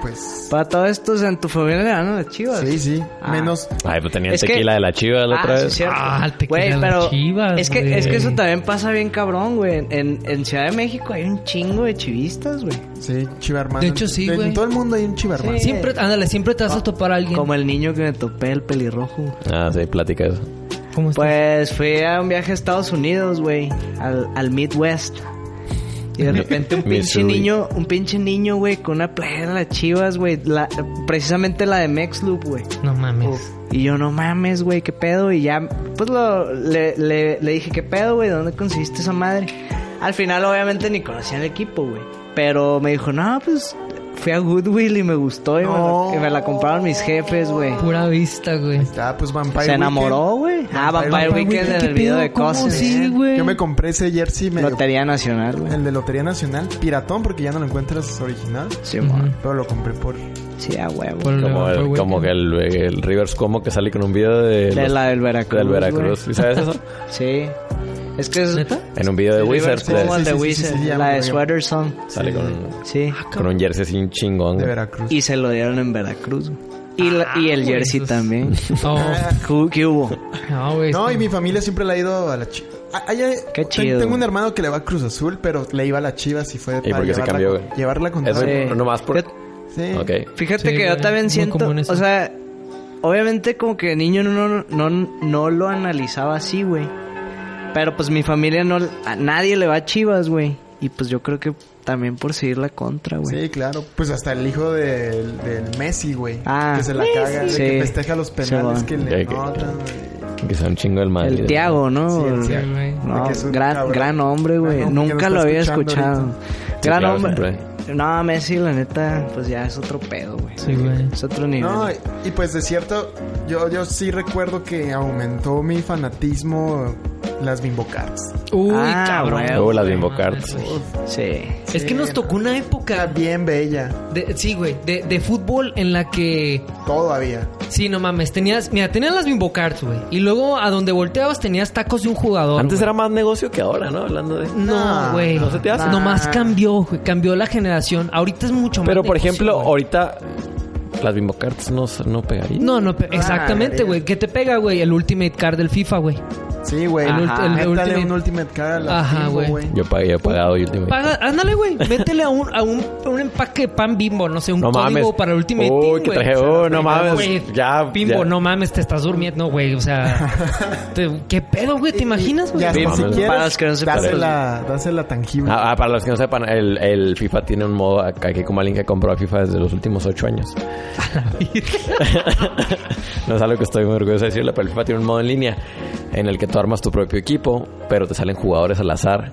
Pues. Para todo esto, en tu familia le dan a las chivas. Sí, sí. Ah. Menos. Ay, pues tenían Es que- tequila de la chiva la otra Ah, sí, vez. cierto. Ah, el tequila Güey, de las pero Chivas, es que, güey. es que eso también pasa bien cabrón, güey. En- En, en Ciudad de México hay un chingo de chivistas, güey. Sí, chivarmán. De hecho, sí, En- güey. En todo el mundo hay un chivarmán. Sí. Siempre, ándale, siempre Ah, te vas a topar a alguien. Como el niño que me topé, el pelirrojo. Ah, sí, platica eso. ¿Cómo estás? Pues fui a un viaje a Estados Unidos, güey, al, al Midwest. Y de repente un pinche Missouri. niño, un pinche niño, güey, con una playera de las chivas, güey, la- precisamente la de Mex Loop, güey. No mames. Y yo, no mames, güey, qué pedo. Y ya, pues lo, le, le, le dije, qué pedo, güey, ¿dónde conseguiste esa madre? Al final, obviamente, ni conocía el equipo, güey. Pero me dijo, no, pues fui a Goodwill y me gustó y, me, No. la, y me la compraron mis jefes, güey. Pura vista, güey. Ah, pues Vampire. Se enamoró, güey. Weekend. Ah, Vampire Vampire Weekend, Weekend en ¿Qué el video pedo? de ¿Cómo cosas. sí, güey? Yo me compré ese jersey medio- Lotería Nacional, güey. El de Lotería Nacional. Piratón, porque ya no lo encuentras original. Sí, mon. Pero lo compré por. Sí, a huevo. Por el- Como, por el, el como que weekend. el, el Rivers Como que sale con un video de... De los- la del Veracruz. del Veracruz. güey. ¿Y sabes eso? Sí. Es que es. ¿Neta? En un video de Sí, Wizards. Rivers de- Como el Sí, de sí, sí, Wizard, sí, sí, la ya me de acuerdo. Ah, Sweater Song. Sale con un, Sí. con un jersey así un chingón. De güey. Veracruz. Y se lo dieron en Veracruz. güey. Y, la- y el Ah, güey, jersey esos- también. No, Ju- ¿Qué hubo? Oh, no, güey. No, está- y mi familia siempre le ha ido a la chiva. Qué chido. Tengo un hermano que le va a Cruz Azul, pero le iba a la chiva si fue ¿Y por qué se llevarla, cambió, con- güey? llevarla con Eso Sí. no más por... Yo- Sí. Ok. Fíjate Sí, que yo güey, también muy siento, común eso. o sea, obviamente como que de niño no, no, no lo analizaba así, güey. Pero pues mi familia no, a nadie le va a Chivas, güey. Y pues yo creo que también por seguir la contra, güey. Sí, claro. Pues hasta el hijo del, del Messi, güey. Ah. que se la caga, de Sí. que festeja los penales Sí, que bueno. le Ok, ok. notan. güey. Que sea un chingo del Madrid. El Tiago, ¿no? Sí, el El- Thiago. güey. No, Porque es un gran, cabrón. gran hombre, güey. Gran hombre que Nunca nos lo está había escuchando escuchado. Sí, gran claro, hombre. No, Messi, la neta, pues ya es otro pedo, güey. Sí, güey. Es otro nivel. No, y, y pues de cierto, yo, yo sí recuerdo que aumentó mi fanatismo las Bimbo Cards. Uy, Ah, cabrón. güey. Luego las No Bimbo mames, Cards. güey. sí. Es que nos tocó una Era época. bien bella, De, sí, güey. De, de fútbol en la que. todavía. Sí, no mames. Tenías. Mira, tenías las Bimbo Cards, güey. Y luego a donde volteabas tenías tacos de un jugador. Antes güey. era más negocio que ahora, ¿no? Hablando de... No, No, güey. no se te hace. Nomás cambió, güey. Cambió la generación. Ahorita es mucho más. Pero, por negocio, ejemplo, güey. ahorita... Las Bimbo Cards no, no pegarían. No, no, pe- exactamente, ya. güey. ¿Qué te pega, güey? El Ultimate Card del FIFA, güey. Sí, güey. El Ajá. ulti- el Métale ultimate- un Ultimate Card a las Ajá, Bimbo, güey. güey. Yo pagué, yo he pagado y último. Paga, ándale, güey. Métele a un, a, un, a un empaque de pan bimbo, no sé, un No código mames. para Ultimate Uy, Team, que güey. traje- oh, no mames. Güey, Ya, Bimbo, ya. no mames, te estás durmiendo, güey. O sea, te- ¿qué pedo, güey? ¿Te imaginas, güey? Ya, Sí, si mames. Para los que no quieres, sepan. dásela, dásela tangible. Ah, ah, para los que no sepan, el, el FIFA tiene un modo acá que como alguien que compró a FIFA desde los últimos ocho años. no es algo que estoy muy orgulloso de decirle, pero el FIFA tiene un modo en línea en el que tú armas tu propio equipo, pero te salen jugadores al azar.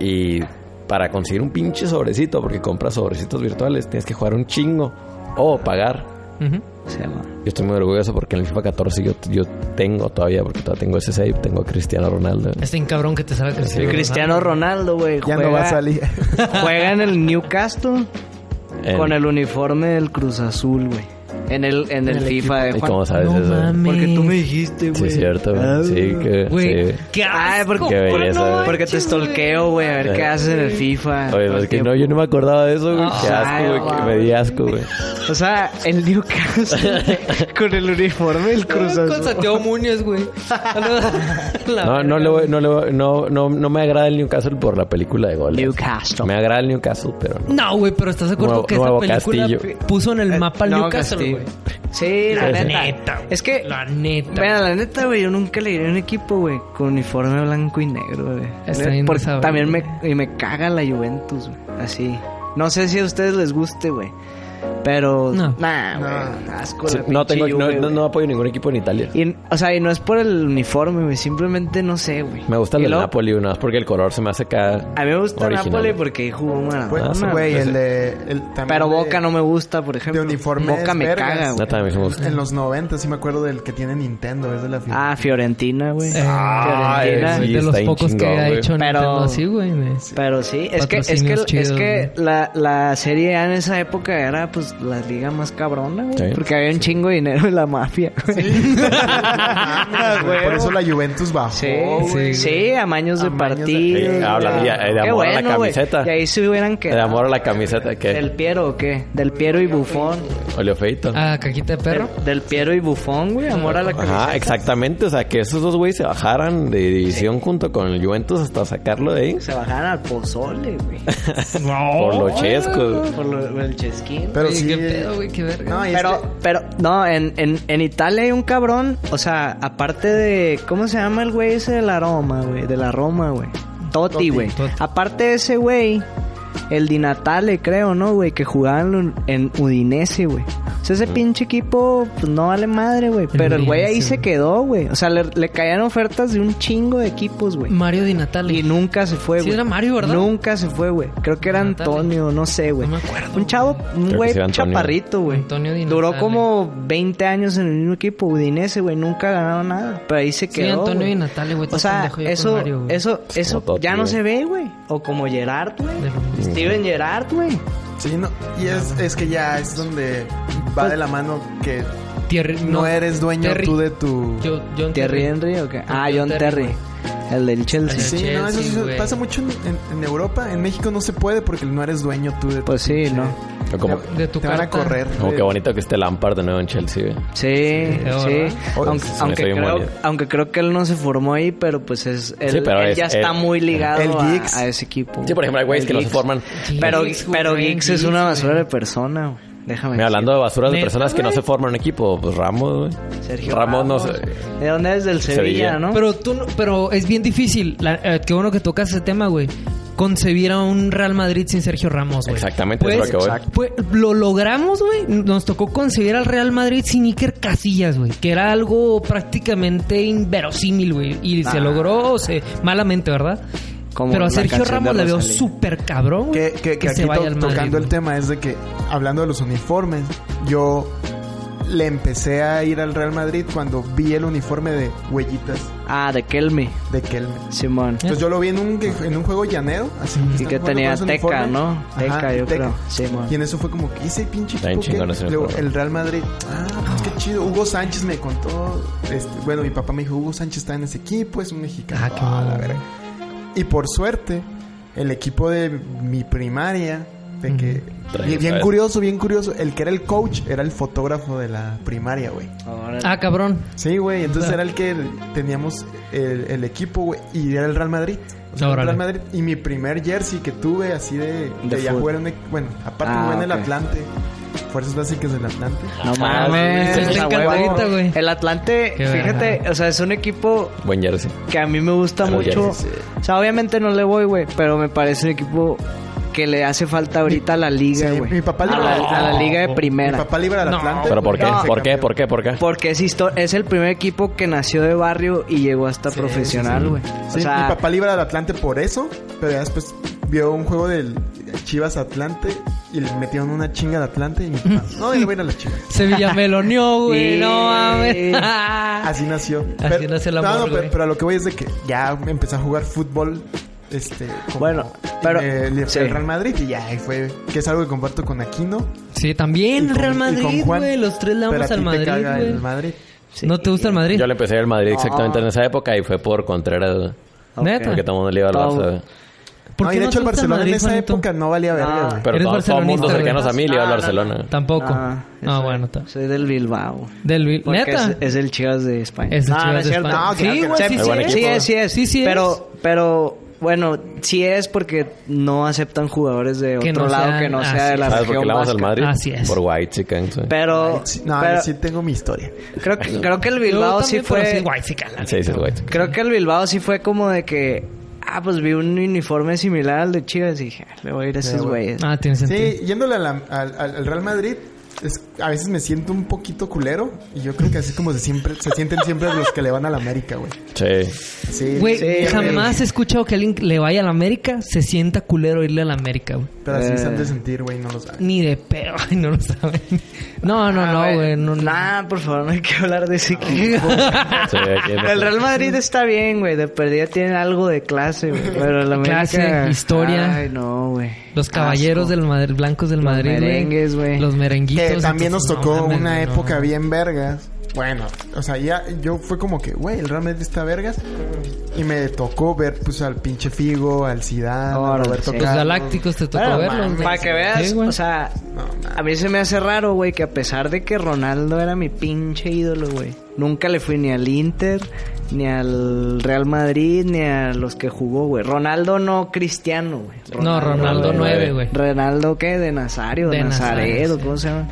Y para conseguir un pinche sobrecito, porque compras sobrecitos virtuales, tienes que jugar un chingo o pagar. Ujú. Se llama. Yo estoy muy orgulloso porque en el FIFA 14 yo, yo tengo todavía, porque todavía tengo ese save, tengo a Cristiano Ronaldo. Está bien Este cabrón que te salga Cristiano. El Cristiano Ronaldo, güey. Ya juega- no va a salir. Juega en el Newcastle En- con el uniforme del Cruz Azul, güey. En el, en el, FIFA de ¿Y Juan. cómo sabes No eso? mames. Porque tú me dijiste, güey. Sí, es cierto. güey. Ah, Sí, que... Güey, sí. qué Ay, asco. porque- Qué belleza, no güey. Porque te manches, estolqueo, güey, a ver Eh. qué haces en el FIFA. Oye, todo es el que no, tiempo. yo no me acordaba de eso, güey. Qué Ay, asco, güey. wow. que Me di asco, güey. O sea, el Newcastle con el uniforme del güey. Cruz Ah, Con Azul. Santiago Muñoz, güey. La No, no, verga. le voy, no, le voy- no, no, no me agrada el Newcastle por la película de goles. Newcastle. Me agrada el Newcastle, pero no. No, güey, pero estás de acuerdo Nuevo- que esa Nuevo película Castillo. p- puso en el mapa al No, Newcastle, Eh, Castillo. güey. Sí, la La neta. neta, Es que, La neta. mira, la neta, güey, yo nunca le diré a un equipo, güey, con uniforme blanco y negro, güey. Está bien Porque sabroso. también me, y me caga la Juventus, güey. Así. No sé si a ustedes les guste, güey. Pero, No. nah, güey. No. Asco Sí, la No, pinche tengo, no, Juve, no, güey. no apoyo ningún equipo en Italia. Y, o sea, y no es por el uniforme, güey. Simplemente no sé, güey. Me gusta Y el del luego, Napoli, una vez porque el color se me hace acá. A mí me gusta el original. Napoli porque ahí jugó Güey, Maradona. Ah, sí, güey, pues, el de... el también Pero de- Boca no me gusta, por ejemplo. De uniforme Boca me caga, güey. Ah, también me gusta. En los 90 sí me acuerdo del que tiene Nintendo, es de la Ah, Fiorentina, güey. Eh, Ah, Fiorentina. sí, de los está bien pocos que chingón, ha güey. hecho Pero- Nintendo así, güey. güey. Pero sí, es que, es que, Patrocinios chidos, es que güey. la, la Serie A en esa época era, pues, la liga más cabrona, güey. Sí. Porque había un chingo de dinero en la mafia, güey. Ah, güey, Por eso la Juventus bajó. Sí, güey. sí, amaños de Amaños de- partido. Sí, habla- y- y eh, Qué de amor a la bueno, güey. camiseta. Y ahí se hubieran El quedado. amor a la camiseta ¿Del que Piero o qué? Del Piero y Bufón. olió feito. Ah, caquita de perro. Del, del Piero y Bufón, güey. Amor a la camiseta. Ajá, exactamente. O sea, que esos dos güeyes se bajaran de división junto con el Juventus hasta sacarlo de ahí. Se bajaron al pozole, güey. Por Oh. los chescos. Por lo, lo del chesquín. Pero Oye, sí... Qué pedo, güey, qué verga. No, y Pero, es que- pero, no, en, en, en Italia hay un cabrón, o sea, aparte de, ¿cómo se llama el güey ese del aroma, güey? De la Roma, güey. Totti, Totti, güey. Totti. Aparte de ese güey, el Di Natale, creo, ¿no, güey? Que jugaban en Udinese, güey. O sea, ese pinche equipo, pues no vale madre, güey. Pero el güey ahí Mm. Udinese, se güey. quedó, güey. O sea, le, le caían ofertas de un chingo de equipos, güey. Mario Di Natale. Y nunca se fue, Sí, güey. era Mario, ¿verdad? Nunca se fue, güey. Creo que era Di Natale. Antonio, no sé, güey. No me acuerdo, Un chavo, un que güey sí era Antonio. chaparrito, güey. Antonio Di Duró Natale. como 20 años en el mismo equipo, Udinese, güey. Nunca ganaron nada. Pero ahí se Sí, quedó. Antonio güey. Di Natale, güey, O todo sea, pendejo yo con eso, Mario, güey. eso, eso Como Totti, ya no güey. se ve, güey. O como Gerard, De güey. Roma. Steven Gerard, güey. Sí, no, y es, es que ya es donde va de la mano que Thierry- no, eres dueño Terry. tú de tu... Yo- Terry John Terry. Henry o qué? Ah, John John Terry, Terry. El del Chelsea. Sí, Chelsea, no, eso sí güey. pasa mucho en, en- en Europa. En México no se puede porque no eres dueño tú de tu... Pues sí, ¿no? Como, te- De tu te van a carta. correr. como güey. que bonito que esté Lampard de nuevo en Chelsea, güey. Sí, feo, sí. ¿verdad? Aunque, Se me aunque hizo bien creo, válido. aunque creo que él no se formó ahí, pero pues es, él, Sí, pero él es- ya está él- muy ligado El a- Giggs. a, ese equipo. Sí, por ejemplo, hay güeyes El que no se Giggs. forman. Sí, Pero, Giggs, güey, pero Ryan Giggs es una Giggs, basura güey. de persona, güey. Déjame Mira, hablando de basura de Neta, personas que no güey. se forman un equipo, pues Ramos, güey. decir. Sergio Ramos, no sé. ¿De dónde es? Del Sevilla, Sevilla. ¿no? Pero tú, no- pero es bien difícil. La- eh, qué bueno que tocas ese tema, güey. Concebir a un Real Madrid sin Sergio Ramos, güey. Exactamente, es lo que voy. Pues lo logramos, güey. Nos tocó concebir al Real Madrid sin Iker Casillas, güey. Que era algo prácticamente inverosímil, güey. Y se Ah. logró o se- malamente, ¿verdad? Como Pero a la Sergio canción de Ramos le veo Rosalía. súper cabrón, güey. Que, que- que aquí to- al Madrid, tocando el güey. tema es de que, hablando de los uniformes, yo le empecé a ir al Real Madrid cuando vi el uniforme de huellitas Ah, de Kelme, de Kelme. Simón. Entonces yo lo vi en un, que- en un juego llanero, así. Y están que jugando tenía con ese Teca, uniforme. ¿no? Ajá, Teca, y yo creo. Simón. Y en eso fue como que ese pinche Está bien equipo que- chingón ese luego, uniforme. el Real Madrid. Ah, pues qué chido. Hugo Sánchez me contó. este, bueno, mi papá me dijo, Hugo Sánchez está en ese equipo, es un mexicano. Ah, qué Ah, la mamada. verga. Y por suerte, el equipo de mi primaria, de que. Trae Bien, bien otra vez. curioso, bien curioso. El que era el coach era el fotógrafo de la primaria, güey. Ahora- Ah, cabrón. Sí, güey. Entonces Claro. era el que teníamos el, el equipo, güey. Y era el Real Madrid. O sea, el Órale. Real Madrid. Y mi primer jersey que tuve así de... De de ya fútbol. jugar en... Bueno, aparte Ah, jugué en el ok. Atlante. Fuerzas Básicas del Atlante. No mames. Se ah, está a huevo. encantadita, güey. El Atlante, Qué fíjate, verga. o sea, es un equipo Buen jersey. que a mí me gusta Pero ya mucho. dices, O sea, obviamente no le voy, güey, pero me parece un equipo que le hace falta ahorita a la liga, Sí, güey. mi papá a, le la, a la liga de Mi primera. papá libra al No, Atlante. ¿Pero por qué? No, se ¿Por qué? cambió. ¿Por qué? ¿Por qué? Porque es, histo- es el primer equipo que nació de barrio y llegó hasta Sí, profesional, sí, güey. Sí, o sea, mi papá libra al Atlante por eso. Pero ya después vio un juego del... Chivas Atlante y le metieron una chinga de Atlante y mi papá, no, yo voy a ir a las Chivas. Se villameloneó, güey. Sí. No mames. Así nació. nace el no, amor, no, pero, güey. pero a lo que voy es de que ya empecé a jugar fútbol. Este, como- Bueno, pero- eh, le fui al sí. Real Madrid y ya ahí fue. Que es algo que comparto con Aquino. Sí, también y el Real con- y con Madrid, Juan. güey. Los tres le Pero vamos a al ti te Madrid, caga el güey. Madrid. ¿No te gusta el Madrid? Yo le empecé al Madrid exactamente en esa época y fue por Contreras. güey. Ok. Neta. Porque todo el mundo le iba al Todo. Barça. güey. ¿Por no, qué y de no hecho te gusta el Barcelona en Madrid, esa Juanito? época no valía verga, No. güey. Pero Eres todo, todo el mundo barcelonista, cercanos a mí le iba al Barcelona. Tampoco. Ah, no, eso- bueno. ta- Soy del Bilbao. Del Vil- Porque ¿Neta? Es, es el Chivas de España. Es el Chivas de España. No, claro sí, que güey, O sí, sea, Hay buen sí, sí equipo. es, sí es. Sí, sí es. Pero, pero, bueno, sí es porque no aceptan jugadores de Que otro no lado sean- que no así sea de es. la ¿Sabes por región qué le vamos al vasca. Madrid? Así es. Por White Chicken. sí. Pero, Sí, No, pero yo sí tengo mi historia. creo, que- creo que el Yo Bilbao sí también, pero fue... es guayfica, la Ah, Sí, neta, dices güey. White. Creo que el Bilbao sí fue como de que... Ah, pues vi un uniforme similar al de Chivas y dije, "Ah, le voy a ir a esos güey. güeyes. Ah, tiene sentido. Sí, yéndole a la- al, al- al Real Madrid, es, a veces me siento un poquito culero. Y yo creo que así es como se, siempre, se sienten siempre los que le van a la América, güey. Sí. Sí, Güey, sí, jamás he escuchado que alguien le vaya a la América se sienta culero irle a la América, güey. Pero así se han de Eh. sentir, güey, no lo saben. Ni de pedo, ay, no lo saben. No, no, Ah, no, güey. No, Ah, no. Nah, por favor, no hay que hablar de ese equipo. sí aquí en- El Real Madrid está bien, güey. De perdida tiene algo de clase, güey. Pero la Clase, América- historia. Ay, no, güey. Los caballeros Asco. del Madrid, blancos del Los Madrid. güey. merengues, güey. Los merenguitos. Que también nos entonces, tocó no mames, una güey, no. época bien vergas. Bueno, o sea, ya yo fue como que, güey, el Real Madrid está vergas. Y me tocó ver, pues, al pinche Figo, al Zidane, a Órale, Roberto sí. Los Carlos. galácticos te tocó Bueno, verlos. güey. Para que veas, Sí, güey. o sea, No, mames. a mí se me hace raro, güey, que a pesar de que Ronaldo era mi pinche ídolo, güey, nunca le fui ni al Inter, ni al Real Madrid, ni a los que jugó, güey. Ronaldo no cristiano, güey. no, Ronaldo Ronaldo 9, nueve. güey. Ronaldo, ¿qué? De Nazario, De de Nazaredo, Nazario, ¿cómo se llama?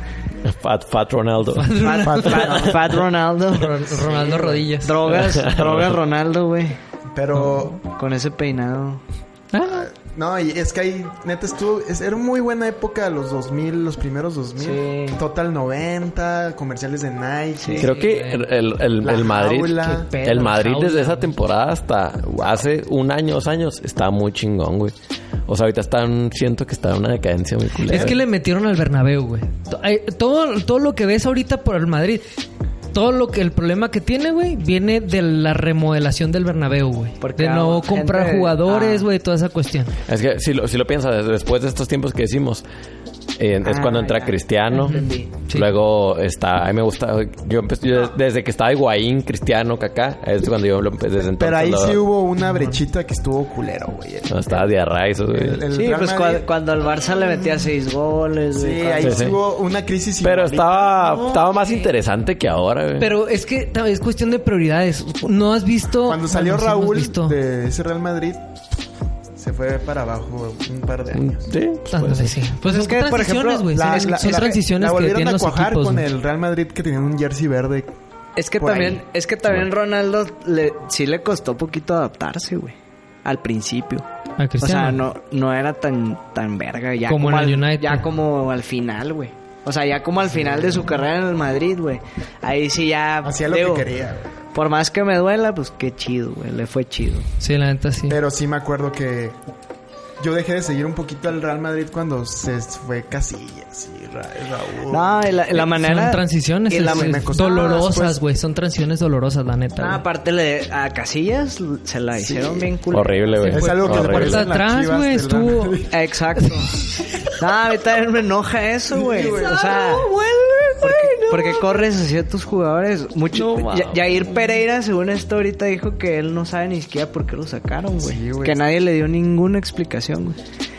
Fat, Fat Ronaldo. Fat, fat- fat Ronaldo. Ro- Ronaldo Rodillas. Drogas, drogas Ronaldo, güey. Pero, Con ese peinado. Ah, no, y es que ahí, neta, estuvo... es- era muy buena época, los 2000, los primeros 2000. Sí. Total 90, comerciales de Nike. Creo que güey. el, el- el- La el Madrid, jaula. Qué pedo, el Madrid jaula, desde esa güey. temporada hasta hace un año, dos años, está muy chingón, güey. O sea, ahorita están, siento que está en una decadencia muy culera. Es que le metieron al Bernabéu, güey. To- ay, Todo, todo lo que ves ahorita por el Madrid, todo lo que el problema que tiene, güey, viene de la remodelación del Bernabéu, güey. Porque De no ahora comprar gente- jugadores, ah. güey, toda esa cuestión. Es que si lo, si lo piensas, después de estos tiempos que decimos, eh, es Ah, cuando entra ya. Cristiano. Entendí. Sí. Luego está, a mí me gusta, yo empecé, yo desde que estaba Higuaín, Cristiano, Kaká, es cuando yo lo empecé desde entonces. Pero ahí lo- sí hubo una brechita que estuvo culero, güey. no, estaba Diarra y esos, güey. El- el- sí, Real pues Madrid- cua- cuando el Barça le metía seis goles, eh, Sí, güey. cuando- ahí Sí, sí, sí. hubo una crisis. Pero igualita. estaba, No. estaba más interesante que ahora, güey. Pero es que ta- es cuestión de prioridades. No has visto. Cuando salió Bueno, sí hemos Raúl visto. de ese Real Madrid, se fue para abajo un par de Mm, años. Sí, Ándale, pues, sí. Pues Es son que, por transiciones, ejemplo, güey. La- Son, la- son la- transiciones la que volvieron tienen a los cuajar equipos. con güey. el Real Madrid que tenía un jersey verde. Es que Por también, ahí. es que también Ronaldo le, sí le costó poquito adaptarse, güey. Al principio. A O sea, Cristiano. no, no era tan, tan verga. Ya Como como, en el al, United. Ya como al final, güey. O sea, ya como al final de su carrera en el Madrid, güey. Ahí sí ya... Hacía lo digo, que quería. güey. Por más que me duela, pues qué chido, güey. Le fue chido. Sí, la neta sí. Pero sí me acuerdo que yo dejé de seguir un poquito al Real Madrid cuando se fue Casillas y Ra- Raúl. No, y la, y la manera... son transiciones y la- es- me costó- Ah, dolorosas, después- güey. Son transiciones dolorosas, la neta. Ah, güey. aparte le- a Casillas se la hicieron bien cool. horrible, güey. es algo que te Horrible. parece en las Atrás, chivas güey, del Real estuvo- Madrid. Exacto. no, a mí también me enoja eso, güey. O sea, porque, porque corres hacia tus jugadores. Mucho, No, Ya- mames. Yair Pereira, según esto, ahorita dijo que él no sabe ni siquiera por qué lo sacaron, güey. Sí, güey. que nadie le dio ninguna explicación, güey.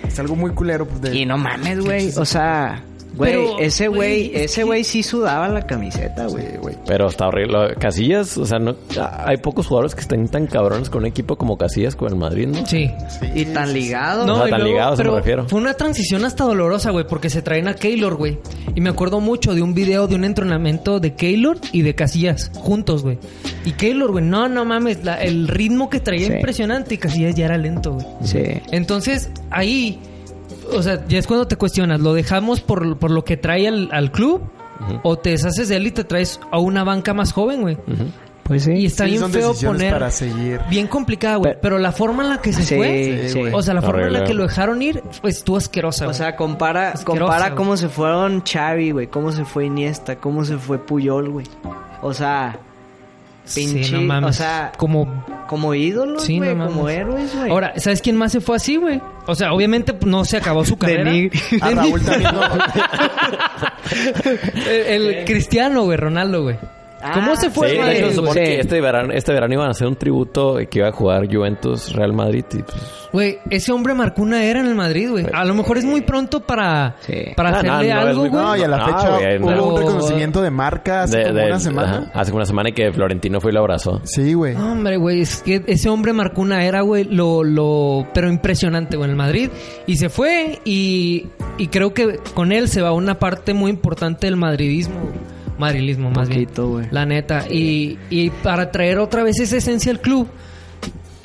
Es algo muy culero. pues, de- Y no mames, güey. O sea, güey, Pero, ese güey, güey, es ese que- güey sí sudaba la camiseta, güey. Sí, güey. Pero está horrible. Lo- Casillas, o sea, no, hay pocos jugadores que estén tan cabrones con un equipo como Casillas con el Madrid, ¿no? Sí. Y tan ligado. No, y tan ligados, me refiero. Fue una transición hasta dolorosa, güey, porque se traen a Keylor, güey. Y me acuerdo mucho de un video de un entrenamiento de Keylor y de Casillas, juntos, güey. Y Keylor, güey, no, no mames, la- el ritmo que traía Sí. impresionante y Casillas ya era lento, güey. Sí. Entonces, ahí, o sea, ya es cuando te cuestionas, ¿lo dejamos por, por lo que trae al, al club? ¿O te deshaces de él y te traes a una banca más joven, güey? Pues sí. Y está Sí, bien son feo decisiones poner. para seguir. Bien complicada, güey. Pero- Pero la forma en la que se Sí, fue. sí. O sea, la forma en la Horrible. que lo dejaron ir pues, estuvo asquerosa, O güey. sea, compara, Asquerosa, compara güey. cómo se fueron Xavi, güey, cómo se fue Iniesta, cómo se fue Puyol, güey. O sea, pinche- o sea- como como ídolos, Sí, güey, no mames. como héroes, güey. Ahora, ¿sabes quién más se fue así, güey? O sea, obviamente pues, no se acabó su carrera. Ah, Nigri. A Raúl también no. El, el Cristiano, güey, Ronaldo, güey. Ah, ¿Cómo se fue, sí, de Pues, güey? hecho, se supone Sí. que este verano, este verano iban a hacer un tributo que iba a jugar Juventus Real Madrid y pues. Güey, ese hombre marcó una era en el Madrid, güey. A lo mejor es muy pronto para, Sí. para No, no, hacerle no, es algo, muy güey. No, y a Ah, la No, fecha güey, hubo no. un reconocimiento de marca hace de- como de- una semana. ajá, hace como una semana y que Florentino fue y lo abrazó. Sí, güey. No, Hombre, güey, es que ese hombre marcó una era, güey, lo, lo, pero impresionante, güey, en el Madrid. Y se fue y, y creo que con él se va una parte muy importante del madridismo, güey. madrilismo más Poquito, bien. güey. La neta. Y, y para traer otra vez esa esencia al club,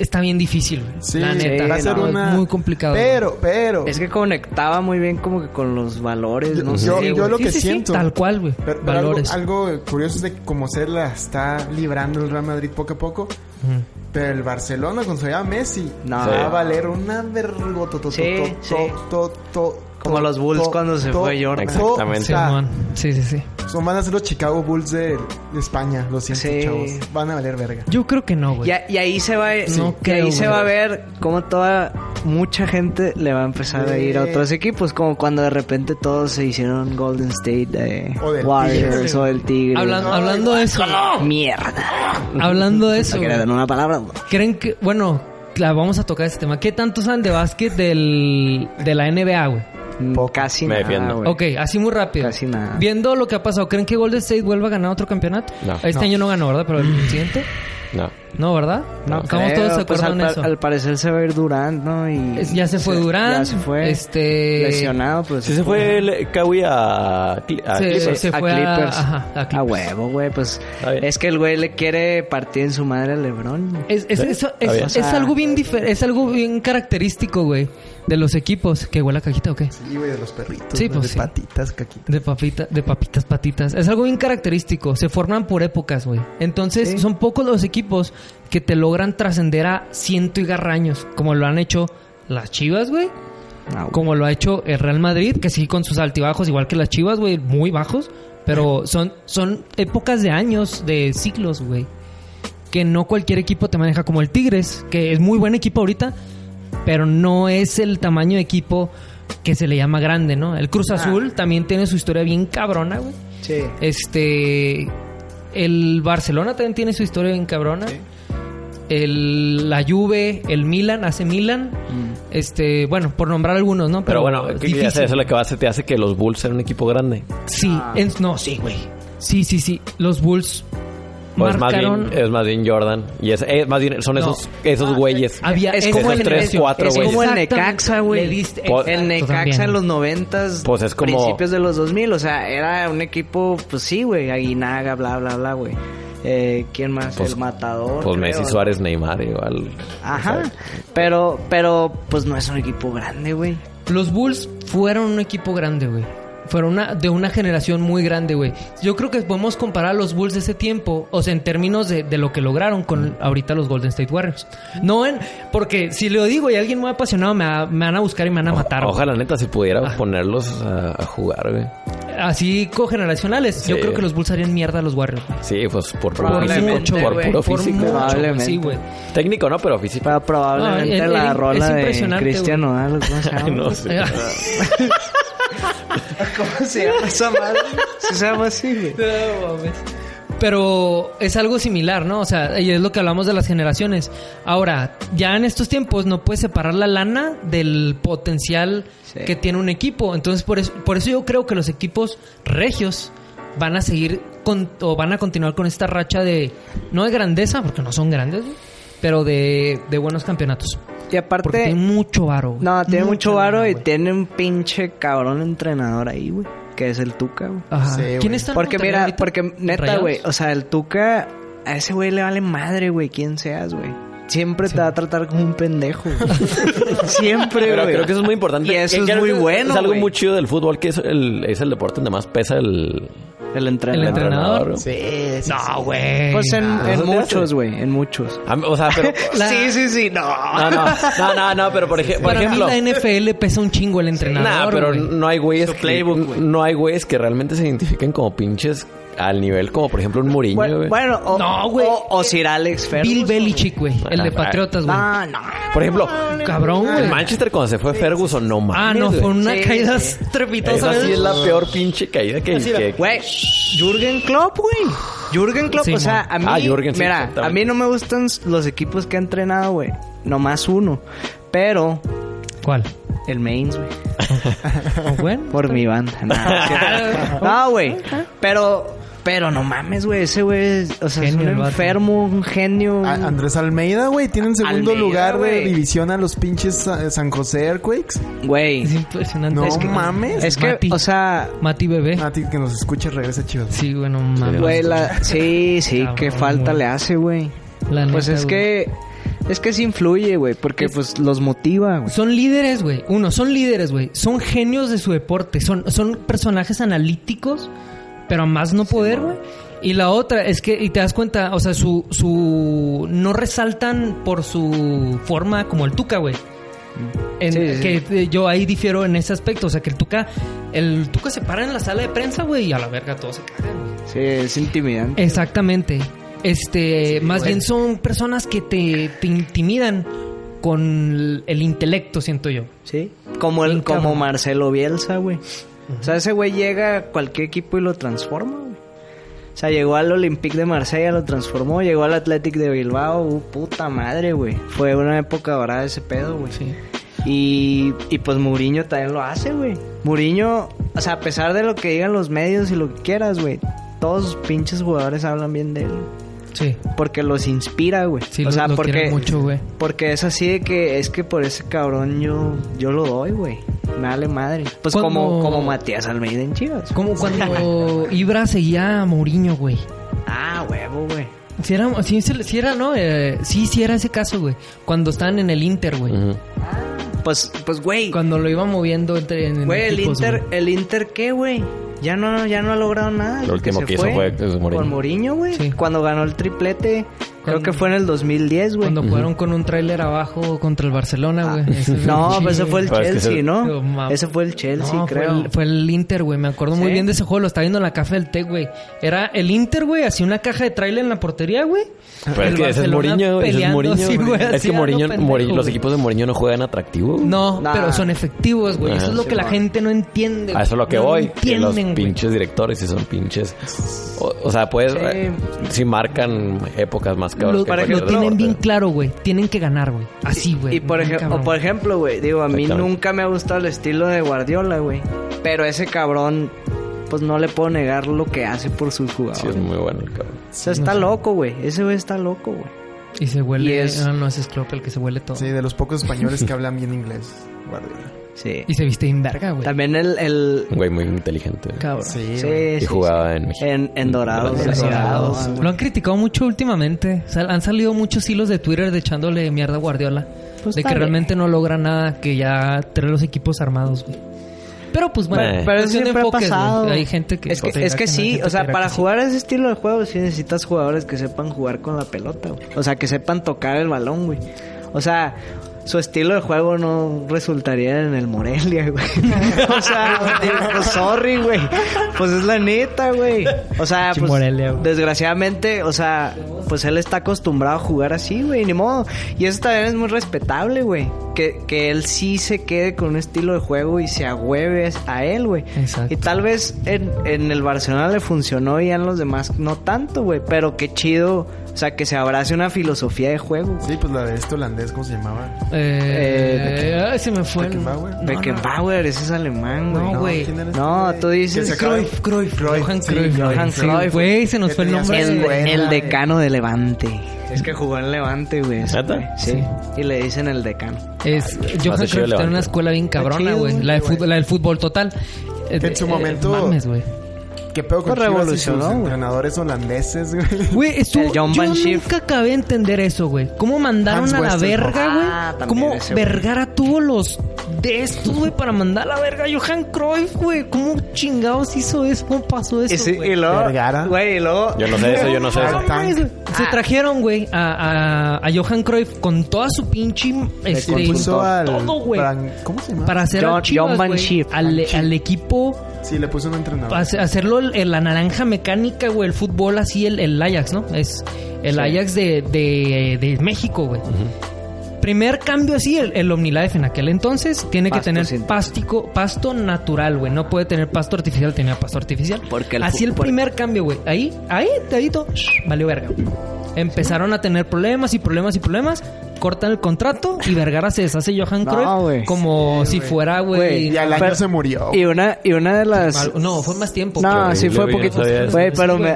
está bien difícil, güey. Sí, la neta. va a ser no, es una... Muy complicado. güey. Pero, pero... Es que conectaba muy bien como que con los valores, no Yo- sé. yo güey. lo que sí, sí, siento. tal cual, güey. Pero, pero algo, Valores. algo curioso es de cómo se la está librando el Real Madrid poco a poco. Ujú. Pero el Barcelona con su llegada Messi No. va a valer una vergota. Sí, sí. Como los Bulls cuando se fue Jordan. Exactamente. Sí, Juan. sí, sí, sí. son, van a ser los Chicago Bulls de, de España, lo siento, Sí. chavos. Van a valer verga. Yo creo que no, güey. Y, a- y ahí se va, Sí. y creo, ahí se güey. va a ver cómo toda mucha gente le va a empezar a ir a Sí. otros equipos, como cuando de repente todos se hicieron Golden State eh, O del Warriors Tigre. o del Tigre. Hablan- hablando de eso, Mierda. hablando de eso, No quería güey. dar una palabra. ¿Creen que, bueno, la vamos a tocar este tema? ¿Qué tanto saben de básquet del, de la NBA, güey? Casi Me nada, defiendo. güey. Mm. Ok, así muy rápido. Pues, Casi nada. Viendo lo que ha pasado, ¿creen que Golden State vuelva a ganar otro campeonato? No. Este año no ganó, ¿verdad? Pero el siguiente, No. no, ¿verdad? Mm. No Estamos creo, todos de pues, acuerdo al, en pa- eso. al parecer se va a ir Durant, ¿no? Y Es- ya se fue Durant, Ya se fue. este- Lesionado, pues. Sí se fue el Kawi a, Cli- a Se- Clippers. se- fue a- Clippers. ajá, a Clippers. A huevo, güey. Pues Está bien. es que el güey le quiere partir en su madre a LeBron. Es, es, Sí, eso- está es- bien. es O sea- algo bien difer- es algo bien característico, güey, de los equipos. ¿Que huele a cajita o qué? Sí, güey, de los perritos. Sí, güey, pues de sí. patitas, caquita. De, papita, de papitas, patitas. Es algo bien característico. Se forman por épocas, güey. Entonces, Sí. son pocos los equipos que te logran trascender a ciento y garraños, como lo han hecho las Chivas, güey. Ah, güey. Como lo ha hecho el Real Madrid, que sí con sus altibajos, igual que las Chivas, güey, muy bajos. Pero son, son épocas de años, de ciclos, güey. Que no cualquier equipo te maneja como el Tigres, que es muy buen equipo ahorita, pero no es el tamaño de equipo que se le llama grande, ¿no? El Cruz Azul también tiene su historia bien cabrona, güey. Sí. Este. El Barcelona también tiene su historia bien cabrona. El, la Juve, el Milan, hace Milan. Este, bueno, por nombrar algunos, ¿no? Mm. Pero bueno, ¿qué- ¿qué difícil. hace? eso es lo que va a hacer, te hace que los Bulls sean un equipo grande. Sí, Ah. en- no, sí, güey. Sí, sí, sí. Los Bulls O es Pues más marcaron. bien, eh, es más bien Jordan. Y es, eh, más bien son No. ah, esos, esos güeyes. había, Es como el- tres, generación. cuatro, es güey. Pues, como el Exactamente. Necaxa, Le güey. diste- Por- exacto, El también. Necaxa en los noventas, Pues es como- principios de los 2000, o sea, era un equipo, pues sí, güey, Aguinaga, bla, bla, bla, güey. Eh, ¿Quién más? Pues- el Matador. Pues ah, creo, Messi, ¿no? Suárez, Neymar, igual. Ajá. O sea, Pero, pero, pues no es un equipo grande, güey. Los Bulls fueron un equipo grande, güey. Fueron una, de una generación muy grande, güey. Yo creo que podemos comparar a los Bulls de ese tiempo, o sea, en términos de, de lo que lograron con ahorita los Golden State Warriors. No en... Porque si lo digo y alguien muy apasionado me, va- me van a buscar y me van a matar. güey. Ojalá, neta, si pudiera Ah. ponerlos a, a jugar, güey. Así cogeneracionales. Yo Sí. creo que los Bulls harían mierda a los Warriors. güey. Sí, pues por puro Probablemente, físico. Por güey. puro Por físico. mucho, güey, probablemente. sí, güey. Técnico, ¿no? Pero físico. Pero probablemente No, era- la era- es rola de impresionante, Cristian Nodal, ¿cómo se llama? Ay, no sé. ¿Cómo se llama esa madre? Sí se llama así, güey. No, mames. Pero es algo similar, ¿no? O sea, y es lo que hablamos de las generaciones. Ahora, ya en estos tiempos no puedes separar la lana del potencial Sí. que tiene un equipo. Entonces, por eso, por eso yo creo que los equipos regios van a seguir con, o van a continuar con esta racha de, no de grandeza, porque no son grandes, güey, pero de, de buenos campeonatos. Y Porque aparte, tiene mucho varo. güey. no, tiene mucho lana, varo y güey. tiene un pinche cabrón entrenador ahí, güey. Que es el Tuca, güey. Ajá. Sí, güey. ¿Quién está en Porque Monterrey mira, ahorita? porque neta, ¿Rayados? güey, o sea, el Tuca, a ese güey le vale madre, güey, quién seas, güey. Siempre te va a tratar como un pendejo. güey. Siempre, Pero güey. creo que eso es muy importante. Y eso Que- es creo muy que bueno, Es algo güey. muy chido del fútbol, que es el, es el deporte donde más pesa el, El entrenador. ¿El entrenador? Sí, sí. No, güey. Pues en, Ah, en ¿no te muchos, hace? güey, en muchos. A mí- Ah, O sea, pero... La- Sí, sí, sí, no. No, no, no, no, no, pero por, ej- por Para mí ejemplo... la NFL pesa un chingo el entrenador. Nah, pero güey. no hay güeyes Su que- playbook, güey. no hay güeyes que realmente se identifiquen como pinches al nivel como por ejemplo un Mourinho, Bueno, güey. bueno, o, No, güey. o, o Sir Alex Bill Ferguson. Belichick, güey. El de Ah, Patriotas, güey. No, no. por ejemplo, Cabrón, en güey. Manchester cuando se fue Ferguson no mames. Ah, no, fue güey. una Sí, caída sí. estrepitosa. Esa sí güey. es la peor pinche caída que, que- Güey, Jürgen Klopp, güey. Jürgen Klopp, Sí, o sea, a man. mí, Ah, Jürgen, sí, mira, a exactamente. mí no me gustan los equipos que ha entrenado, güey. Nomás uno. Pero ¿Cuál? el Mainz, güey. Oh, bueno. Por mi banda. Ah. Nah, No, güey. Pero, pero no mames, güey. Ese güey, es- o sea, Genio es el un vato. enfermo, un genio. Ah, A- Andrés Almeida, güey, tiene en segundo Almeida, lugar de güey. división a los pinches Sa- San José Earthquakes. Güey. Es impresionante. No Es que- mames. Es que, Mati. o sea, Mati Eh. Bebé. A Ah, ti que nos escucha regresa chido. Sí, güey, no mames. güey, la- sí, sí, Cabrón, qué falta güey. le hace, güey. La Pues neta, es güey. que, es que sí influye, güey, porque pues los motiva, güey. Son líderes, güey. Uno, son líderes, güey. Son genios de su deporte. Son, son personajes analíticos, pero a más no poder, güey. Y la otra es que, y te das cuenta, o sea, su, su, no resaltan por su forma como el Tuca, güey. En- Sí, sí, que eh, yo ahí difiero en ese aspecto, o sea, que el Tuca, el Tuca se para en la sala de prensa, güey, y a la verga todo se cagan, güey. Sí, es intimidante. Exactamente. Este, más güey. bien son personas que te, te intimidan con el- el intelecto, siento yo. Sí. Como Bien el, como cabrón. Marcelo Bielsa, güey. O sea, ese güey llega a cualquier equipo y lo transforma, güey. O sea, llegó al Olympique de Marsella, lo transformó, llegó al Athletic de Bilbao, uh, puta madre, güey. Fue una época dorada ese pedo, güey. Sí. Y, y pues Mourinho también lo hace, güey. Mourinho, o sea, a pesar de lo que digan los medios y lo que quieras, güey, todos sus pinches jugadores hablan bien de él. Sí. Porque los inspira, güey. Sí, o lo- sea, lo porque, quieren mucho, güey. porque es así de que es que por ese cabrón yo, yo lo doy, güey. Me vale madre. Pues Cuando- como, como Matías Almeida en Chivas. Como cuando Ibra seguía a Mourinho, güey. Ah, huevo, güey. Si era, si, se- si era ¿no? Eh, sí, sí era ese caso, güey. Cuando estaban en el Inter, güey. Ujú. Pues, pues, güey. Cuando lo iba moviendo entre en Güey, el equipos, Inter, eh, güey. el Inter, ¿qué, güey? Ya no, ya no ha logrado nada. desde último se que hizo fue con Mourinho. Con Mourinho, güey. Sí. Cuando ganó el triplete. Creo que Cuando- fue en el 2010, güey. Ah. Cuando jugaron con un tráiler abajo contra el Barcelona, güey. Ese fue- No, pues ese fue el Pero es que Chelsea, ese- ¿no? Pero, mam- Ese fue el Chelsea, No, creo. Fue el, fue el Inter, güey. Me acuerdo muy ¿Sí? bien de ese juego. Lo estaba viendo en la caja del Tec, güey. Era el Inter, güey. Hacía una caja de tráiler en la portería, güey. Pero es El que ese es Barcelona Mourinho, güey, ese es peleando, Mourinho. sí, güey, es así que a lo Mourinho, pendejo, Mourinho- los güey. equipos de Mourinho no juegan atractivo. güey. No, Nah. Ah, pero son efectivos, güey. Ajá. Eso es lo que la Sí, gente no entiende. A güey. eso es lo que No voy. que Entienden, los güey. pinches directores y son pinches. O, o sea, pues Sí. eh, sí marcan épocas más cabras Lo, que lo cualquier tienen deporte. bien claro, güey. Tienen que ganar, güey. Así, Ah, güey. Y por, Bien ej- cabrón. o por ejemplo, güey, digo, a mí Exactamente. nunca me ha gustado el estilo de Guardiola, güey. Pero ese cabrón, pues no le puedo negar lo que hace por sus Sí, jugadores. es muy bueno el cabrón. o sea, está loco, güey. Ese güey está loco, güey. Y se huele. Y es- ah, no, ese es Klopp el que se huele todo. Sí, de los pocos españoles que hablan bien inglés. Guardiola. Sí. Y se viste en verga, güey. También el... el... Un güey muy inteligente. Cabrón. Sí, Sí, güey. Y sí, jugaba en sí. México. En, en Dorados. En en Dorados. Dorados, Lo güey. han criticado mucho últimamente. O sea, han salido muchos hilos de Twitter de echándole mierda a Guardiola. Pues de que está bien. realmente no logra nada, que ya trae los equipos armados, güey. Pero pues bueno, Meh. Pero eso cuestión de siempre ha enfoques, güey. pasado. Hay gente que... Es que, te dirá es que no, hay sí, gente o que sea, dirá para que sí. jugar ese estilo de juego sí necesitas jugadores que sepan jugar con la pelota, güey. O sea, que sepan tocar el balón, güey. O sea, su estilo de juego no resultaría en el Morelia, güey. o sea, digo, pues, sorry, güey. Pues es la neta, güey. O sea, Pinche pues, Morelia, güey. desgraciadamente, o sea, pues él está acostumbrado a jugar así, güey, ni modo. Y eso también es muy respetable, güey. Que, que él sí se quede con un estilo de juego y se agüeve a él, güey. Exacto. Y tal vez en, en el Barcelona le funcionó y en los demás no tanto, güey. Pero qué chido, o sea, que se abrace una filosofía de juego. Sí, pues la de este holandés, ¿cómo se llamaba? Eh, ay, se me fue. el- Beckenbauer. No, no, Beckenbauer, ese es alemán, güey. No, güey. ¿quién era este No, güey? tú dices Que se acaba de- Cruyff, Cruyff, Johan sí, Cruyff. Johan Sí, Cruyff. güey, se nos Que fue el tenía nombre. El, Bueno, el eh. decano de Levante. Es que jugó en Levante, güey. ese ¿Neta? güey. Sí. Y le dicen el decano. Es Más Johan de chido Cruyff está en Levante. una escuela bien cabrona, chido, güey. güey, La, de fútbol- la del fútbol total. Eh, Que en su eh, momento- mames, güey. ¿Qué pedo con Pues Chivas y sus revolucionó, güey. entrenadores holandeses, güey? Güey, El estuvo, John yo Van Schiff. nunca acabé de entender eso, güey. ¿Cómo mandaron Hans a la Westerhoff. verga, güey? Ah, también ¿Cómo ese, güey. Vergara tuvo los de estos, güey, para mandar a la verga a Johan Cruyff, güey. ¿Cómo chingados hizo eso? ¿Cómo pasó eso, Y, sí, güey? y luego, Vergara. güey, y luego... Yo no sé eso, yo no sé No eso. mames, güey. Se Ah. trajeron, güey, a, a, a Johan Cruyff con toda su pinche... Este, Puso al... todo, güey. Bran- ¿Cómo se llama? Para hacer a John- Chivas, John Van güey, Schip. al, al equipo, Sí, le puso un entrenador. hace- hacerlo el- la naranja mecánica, güey, el fútbol así, el, el Ajax, ¿no? Es el Ajax de, de, de México, güey. Primer cambio así, el, el OmniLife en aquel entonces tiene que Pasto tener sin- pástico, pasto natural, güey. No puede tener pasto artificial, tenía pasto artificial. Porque el así el fútbol- primer cambio, güey. Ahí, ahí, tadito, shh, valió verga. Empezaron a tener problemas y problemas y problemas. Cortan el contrato y Vergara se deshace Johan No, Cruyff güey. como si fuera, güey. Güey, Y al año Pero- se murió. Y una, y una de las... Mal- No, fue más tiempo. No, horrible, güey. sí fue güey, yo no poquito. sabía eso. Güey, pero Sí, me,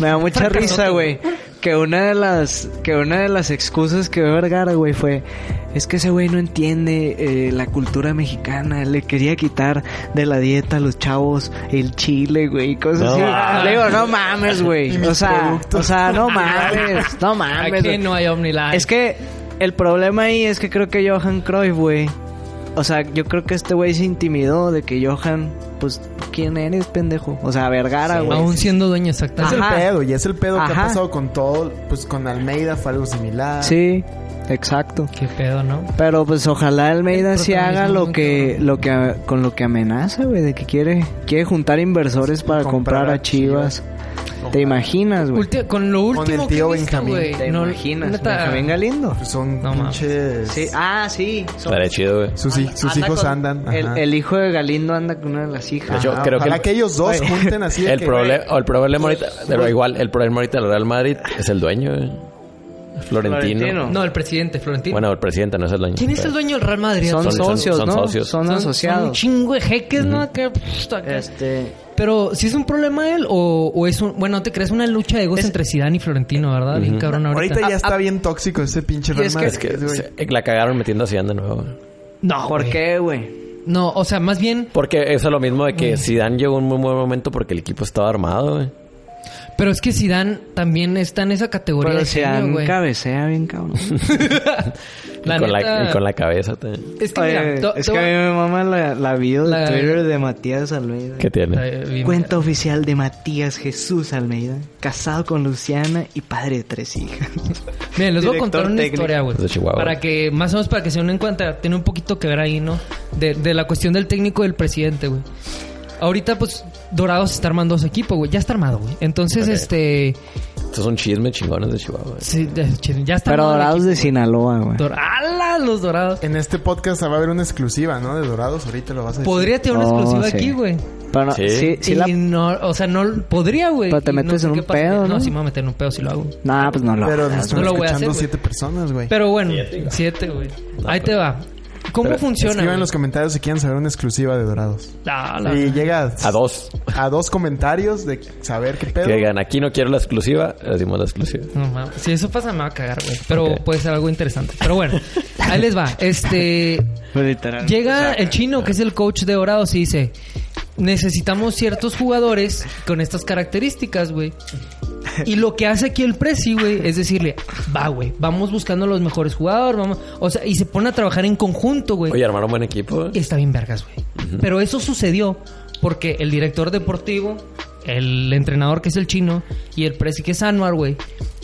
me da mucha Fracasote, risa, güey. Que una de las que una de las excusas que dio Vergara, güey, fue es que ese güey no entiende eh, la cultura mexicana, le quería quitar de la dieta a los chavos el chile, güey, y cosas No así. mames. Le digo, no mames, Y güey. mis O sea, productos. o sea, no mames, no mames. Aquí güey. no hay OmniLife. Es que el problema ahí es que creo que Johan Cruyff, güey. O sea, yo creo que este güey se intimidó de que Johan, pues, ¿quién eres, pendejo? O sea, Vergara, güey. Aún siendo dueño, exacto. Es el Ajá. pedo, y es el pedo que ha Ajá. pasado con todo. Pues con Almeida fue algo similar. Sí, exacto. Qué pedo, ¿no? Pero pues ojalá Almeida El sí haga protagonismo lo que, nunca- lo que con lo que amenaza, güey, de que quiere, quiere juntar inversores para comprar a Chivas. ¿Te imaginas, güey? Ulti- con lo último el tío que viste, Benjamín. güey, ¿Te no- imaginas? neta, Benjamín Galindo. Pues son No mames. pinches. Sí, ah, sí. son- Estaría chido, güey. Sus, hi- sus anda hijos con- andan. ajá. El, el hijo de Galindo anda con una de las De hijas. hecho, Ajá, creo que ojalá el- que, ellos dos junten así. de El que- problema, el problema ahorita, pero igual, el problema ahorita del Real Madrid es el dueño, güey. Florentino. Florentino. No, el presidente, Florentino. Bueno, el presidente no es el dueño. ¿Quién es el dueño del Real Madrid? Son, Son- son- socios, son ¿no? socios. Son Son- son un asociados. chingo de jeques, ¿no? Acá, pff, acá. este, Pero, ¿si es un problema él o, o es un... Bueno, ¿no te crees una lucha de egos entre Zidane y Florentino, ¿verdad? Bien cabrón ahorita. Ahorita ya está bien tóxico ese pinche Y Real es que- Madrid, Es que güey. se- la cagaron metiendo a Zidane de nuevo. güey. No, ¿Por güey. qué, güey? No, o sea, más bien... Porque eso es lo mismo de que Zidane llegó en un muy buen momento porque el equipo estaba armado, güey. Pero es que Zidane también está en esa categoría Pero de se genio, dan güey. cabecea bien, cabrón. Y La con, neta- la, y con la cabeza te- Es que, Oye, mira, to- es to- que a mí me mama la, la video La- de Twitter de Matías Almeida. que tiene. Eh, bien- Cuenta oficial de Matías Jesús Almeida, casado con Luciana y padre de tres hijas. Miren, les voy a Director contar una técnico. historia, güey. De Chihuahua. Para que, más o menos, para que se den cuenta, tiene un poquito que ver ahí, ¿no? De, de la cuestión del técnico y del presidente, güey. Ahorita, pues, Dorados está armando su equipo, güey. Ya está armado, güey. Entonces, Ok. este. Estos son chismes chingones de Chihuahua. güey. sí, de- chin, ya está Pero armado. dorados de Sinaloa, güey. Dorados. ¡Hala! Los Dorados. En este podcast va a haber una exclusiva, ¿no? De Dorados, ahorita lo vas a decir. Podría tener una No, exclusiva Oh, sí. aquí, güey. Pero no, Sí. sí, sí y la... no, o sea, no podría, güey. Pero te Y no metes sé en qué un pasaría. pedo, No, ¿no? sí me voy a meter en un pedo si lo hago. Nah, pues no lo Pero nos están No lo voy a escuchando hacer, güey. siete personas, güey. Pero bueno, Siete. siete, güey. Ahí te va. ¿Cómo Pero- funciona? Escriban güey? en los comentarios si quieren saber una exclusiva de Dorados. Ah, la- Y llega A dos. a dos comentarios de saber qué pedo. Que digan, aquí no quiero la exclusiva, le decimos la exclusiva. No mames. Si eso pasa, me va a cagar, güey. Pero Ok. puede ser algo interesante. Pero bueno, ahí les va. Este. Llega el chino, que es el coach de Dorados, y dice: Necesitamos ciertos jugadores con estas características, güey. Y lo que hace aquí el Prezi, güey, es decirle: Va, güey, vamos buscando los mejores jugadores. Vamos. O sea, y se pone a trabajar en conjunto, güey. Oye, armaron buen equipo. güey. Y está bien vergas, güey. Pero eso sucedió porque el director deportivo, el entrenador que es el chino y el presi que es Anwar, güey,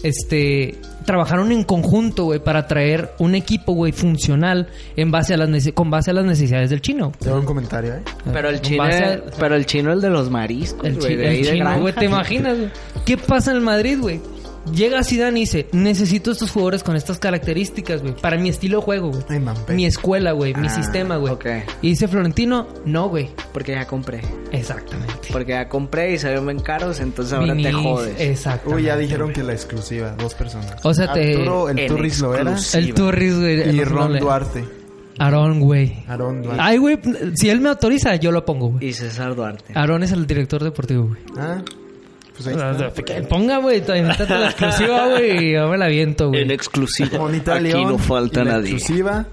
este, trabajaron en conjunto, güey, para traer un equipo, güey, funcional en base a las nece- con base a las necesidades del chino. Llega un comentario, ¿eh? Pero el Con chino, base a- pero el chino el de los mariscos, el, güey, chi- de el ahí de chino, granja. güey, te imaginas, güey? ¿Qué pasa en el Madrid, güey? Llega Zidane y dice, necesito estos jugadores con estas características, güey, para mi estilo de juego, güey. Ay, Mbappé. Mi escuela, güey, mi Ah, sistema, güey. ok. Y dice Florentino, no, güey. Porque ya compré. Exactamente. Porque ya compré y salieron bien caros, entonces ahora te Vinicius, jodes. Exactamente. Uy, ya dijeron que la exclusiva, dos personas. O sea, te- Arturo, el en Turris Loera exclusiva. El Turris, güey. y no, no Ron le- Duarte. Aarón, güey. Aarón Duarte. Ah. Ay, güey, si él me autoriza, yo lo pongo, güey. Y César Duarte. Aarón es el director deportivo, güey. Ah, pues ahí está. Que él ponga, güey, t- invéntate la exclusiva, güey. y Yo me la viento, En güey. exclusiva. Bonita Aquí León. no falta y la nadie. Exclusiva.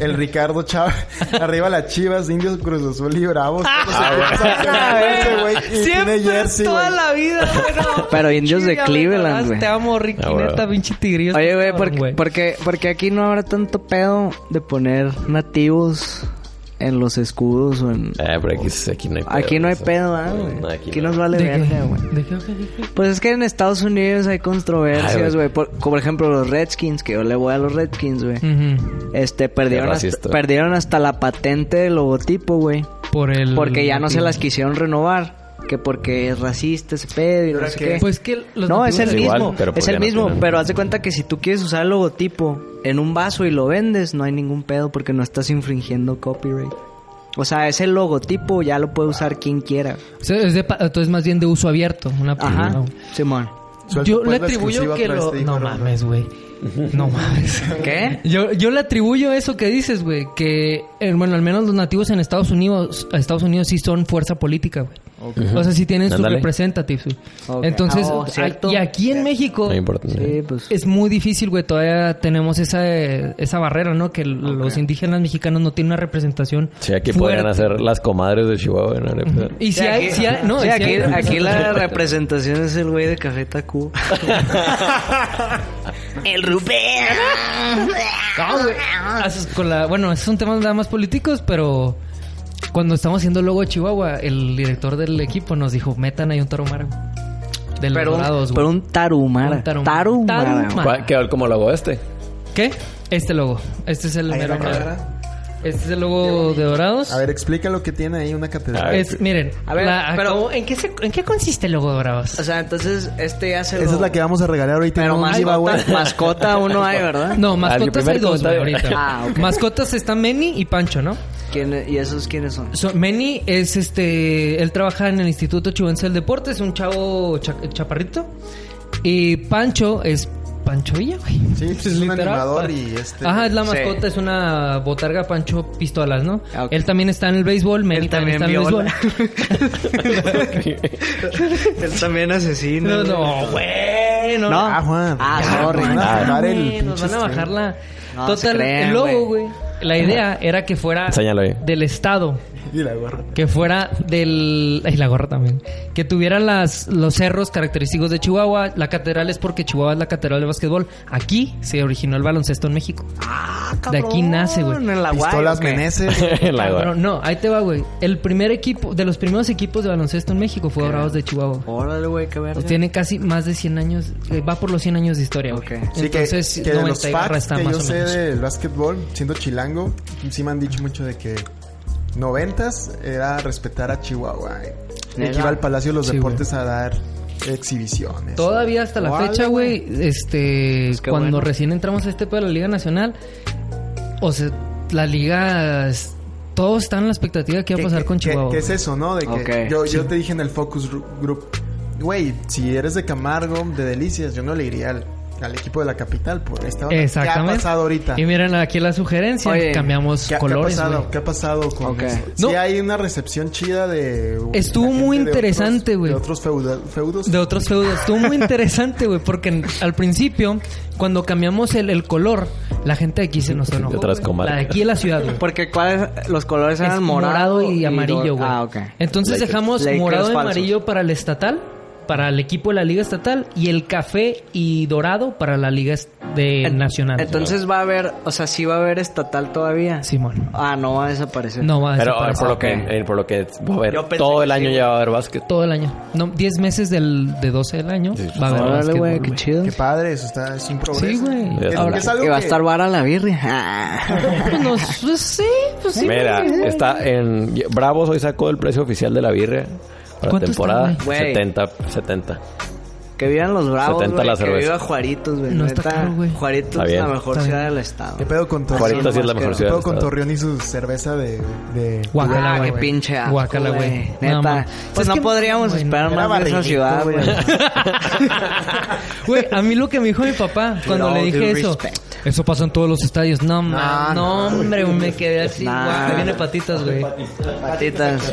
El Ricardo Chávez. Arriba las chivas, Indios, Cruz Azul y Bravos. Ah, Pues Ese güey y tiene Siempre, jersey, toda güey. la vida, güey. no. Pero indios de Chinga, Cleveland, güey. Te amo, Ah, güey. Riquineta, pinche tigrillo. Oye, este güey, cabrón, porque, porque, porque aquí no habrá tanto pedo de poner nativos en los escudos o en... Eh, pero aquí, aquí no hay pedo. Aquí no hay o sea, pedo, ¿ah, no, güey? no, aquí aquí no. nos vale ¿De qué? verga, güey. ¿De qué? ¿De qué? ¿De qué? Pues es que en Estados Unidos hay Ay, controversias, güey. güey. Por, como por ejemplo los Redskins, que yo le voy a los Redskins, güey. Ujú. Este, perdieron Qué hasta, racista. perdieron hasta la patente del logotipo, güey. Por el... Porque ya no se las quisieron renovar. Que porque es racista ese pedo y no ¿Ahora sé qué? qué. Pues que los no, es el motivos- mismo. Igual, pero pues es ya el no mismo. tienen. pero haz de cuenta que si tú quieres usar el logotipo en un vaso y lo vendes, no hay ningún pedo porque no estás infringiendo copyright. O sea, ese logotipo ya lo puede usar quien quiera. O sea, es de pa- entonces más bien de uso abierto. Una Ajá, no. Simón. Suelta, Yo pues, le la atribuyo exclusiva que otra vez, lo... te dijo No el hombre. mames, güey. No mames. ¿Qué? Yo, yo le atribuyo eso que dices, güey, que eh, bueno, al menos los nativos en Estados Unidos, Estados Unidos sí son fuerza política, güey. O sea, sí tienen sus Ándale. representatives. güey. Ok. Entonces, Ah, oh, a- cierto. y aquí en México No importa. Sí, pues. es muy difícil, güey, todavía tenemos esa eh, esa barrera, ¿no? Que l- los indígenas mexicanos no tienen una representación. Sí, aquí fuerte. podrían hacer las comadres de Chihuahua. ¿no? Y si hay, si hay- no, sí, y si aquí, hay- aquí la representación es el güey de Café Cuba. el Rubén. No, güey. Haces con la- bueno, esos son temas nada más políticos, pero cuando estamos haciendo el logo de Chihuahua, el director del equipo nos dijo, metan ahí un tarumara. güey, De los Pero, dorados, un- güey. pero un tarumara. Un tarumara. Tarumara. Tarumara. güey. ¿Cuál- quedó como logo este. ¿Qué? Este logo. Este es el Ahí en mero la mero. catedral. Este es el logo de dorados. A ver, explica lo que tiene ahí una catedral. A ver. Es- miren, A ver, la- pero- ¿cómo- ¿en, qué se- ¿en qué consiste el logo de dorados? O sea, entonces este ya se Esa lo- es la que vamos a regalar ahorita. Pero no, más giveaway. mascota, mascota uno hay, ¿verdad? No, Al mascotas primer hay dos, güey, comentario. ahorita. Ah, ok. Mascotas están Meni y Pancho, ¿no? ¿Quién- e- ¿Y esos quiénes son? So- Meni es este. Él trabaja en el Instituto Chihuense del Deporte, es un chavo cha- chaparrito. Y Pancho es Pancho Villa, güey. Sí, pues, es un Literal, animador pa- y este. Ajá, es la Sí. mascota, es una botarga Pancho Pistolas, ¿no? Ah, ok. Él también está en el béisbol, Meni Él también, también está en el viola. béisbol. Él también asesino. No, no, güey. No, No. Ah, Juan. Ah, Ya, sorry. Juan, Ah, bajar el Güey, Nos pinche van a stream. bajar la. No se Total, crean, el logo, güey. güey. La idea era que fuera Enséñalo ahí. del Estado. Y la gorra. Que fuera del... Y la gorra también. Que tuviera las, los cerros característicos de Chihuahua. La catedral es porque Chihuahua es la catedral de básquetbol. Aquí se originó el baloncesto en México. De aquí nace, güey. Ah, En la guay, Pistolas ¿o qué? Meneses. La Cabrón, gorra. no, ahí te va, güey. El primer equipo... De los primeros equipos de baloncesto en México fue Dorados de Chihuahua. Órale, güey, qué verga. Pues Tiene casi más de 100 años... eh, Va por los 100 años de historia, güey. Ok. Sí, que- Entonces, que, de los 90 y barra facts está que más yo o sé menos. del básquetbol, siendo chilango, sí me han dicho mucho de que noventas era respetar a Chihuahua. eh. Neta. Y que iba al Palacio de los Sí, Deportes a dar exhibiciones. Todavía hasta la Órale, fecha, güey, este, Pues qué cuando bueno. recién entramos a este pedo de la Liga Nacional, o sea, la liga, es- todos están en la expectativa de qué va a pasar con Chihuahua. ¿Qué es eso, no? De que Ok. yo, yo te dije en el Focus Gru- Group, güey, si eres de Camargo, de Delicias, yo no le iría al, al equipo de la capital por esta onda. Exactamente. ¿Qué ha pasado ahorita? Y miren aquí la sugerencia, Oye, cambiamos ¿Qué, ha- qué colores, ha pasado? güey. ¿Qué ha pasado con Ok. eso? No. Sí hay una recepción chida de... güey, Estuvo la gente muy de otros- interesante, güey. De otros feuda- feudos. De otros feudos. Estuvo muy interesante, güey, porque en- al principio, cuando cambiamos el, el color, la gente de aquí se nos enojó. De otras güey. comarcas. La de aquí de la ciudad, güey. Porque cuáles los colores Es eran morado, y do- amarillo, güey. Ah, ok. Entonces Lakers. dejamos Lakers morado y falsos. amarillo para el estatal, para el equipo de la liga estatal y el café y dorado para la liga est- de En- nacional. Entonces va a haber, o sea, sí va a haber estatal todavía. Simón. Ah, no va a desaparecer. No va a Pero desaparecer por lo que, Ok. eh, por lo que va a haber Yo pensé todo que el año sí. ya va a haber básquet. todo el año. No, 10 meses del de 12 del año Sí. va a haber Órale, básquetbol, güey, qué güey. chido. Qué padre, eso está, es un progreso. Sí, güey. Que- que Ahora, es algo Que va a que- estar vara la birria. Ah. Pues no, pues sí, pues sí. Mira, güey. está en Bravos hoy sacó el precio oficial de la birria para ¿Cuánto temporada está, güey? Güey. 70 70. Que vivan los bravos, 70 güey, la Que cerveza. viva Juaritos, güey. No está Neta, caro, güey. Juaritos Está es la bien. mejor Está ciudad bien. del estado. ¿Qué pedo con Torreón? Juanito sí es la mejor ¿Qué ciudad pedo del con estado. Torreón y su cerveza de... de Guácala, Ah, güey. qué pinche asco, Guácala, güey. Nada Neta. más. Pues Es no que- podríamos Bueno, esperar era más de esa barrilito, ciudad, güey. güey. Güey, a mí lo que me dijo mi papá cuando With le all dije due eso. respect. Eso pasa en todos los estadios. No, ma, no, no, hombre, güey, me quedé así. Nah. guau, me viene patitas, güey. Patitas.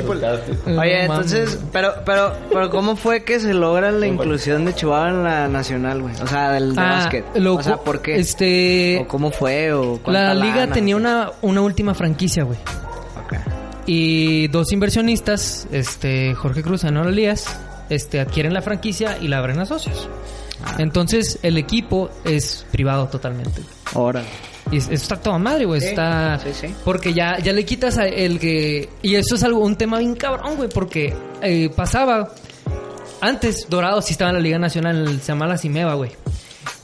No Oye, mames. entonces, pero, pero, pero, ¿cómo fue que se logra la inclusión de Chihuahua en la nacional, güey? O sea, del de Ah, básquet. lo- o sea, ¿por qué? Este, ¿O cómo fue? ¿O la cuánta liga lana? tenía una, una última franquicia, güey. Ok. Y dos inversionistas, este, Jorge Cruz y Ana Elías, este, adquieren la franquicia y la abren Ah. a socios. Entonces, el equipo es privado totalmente. Ahora. Y es- eso está toda madre, güey. Sí, Está... sí, sí. Porque ya, ya le quitas a el que... Y eso es algo, un tema bien cabrón, güey. Porque eh, pasaba... Antes Dorados sí estaba en la Liga Nacional, se llama la Cimeva, güey.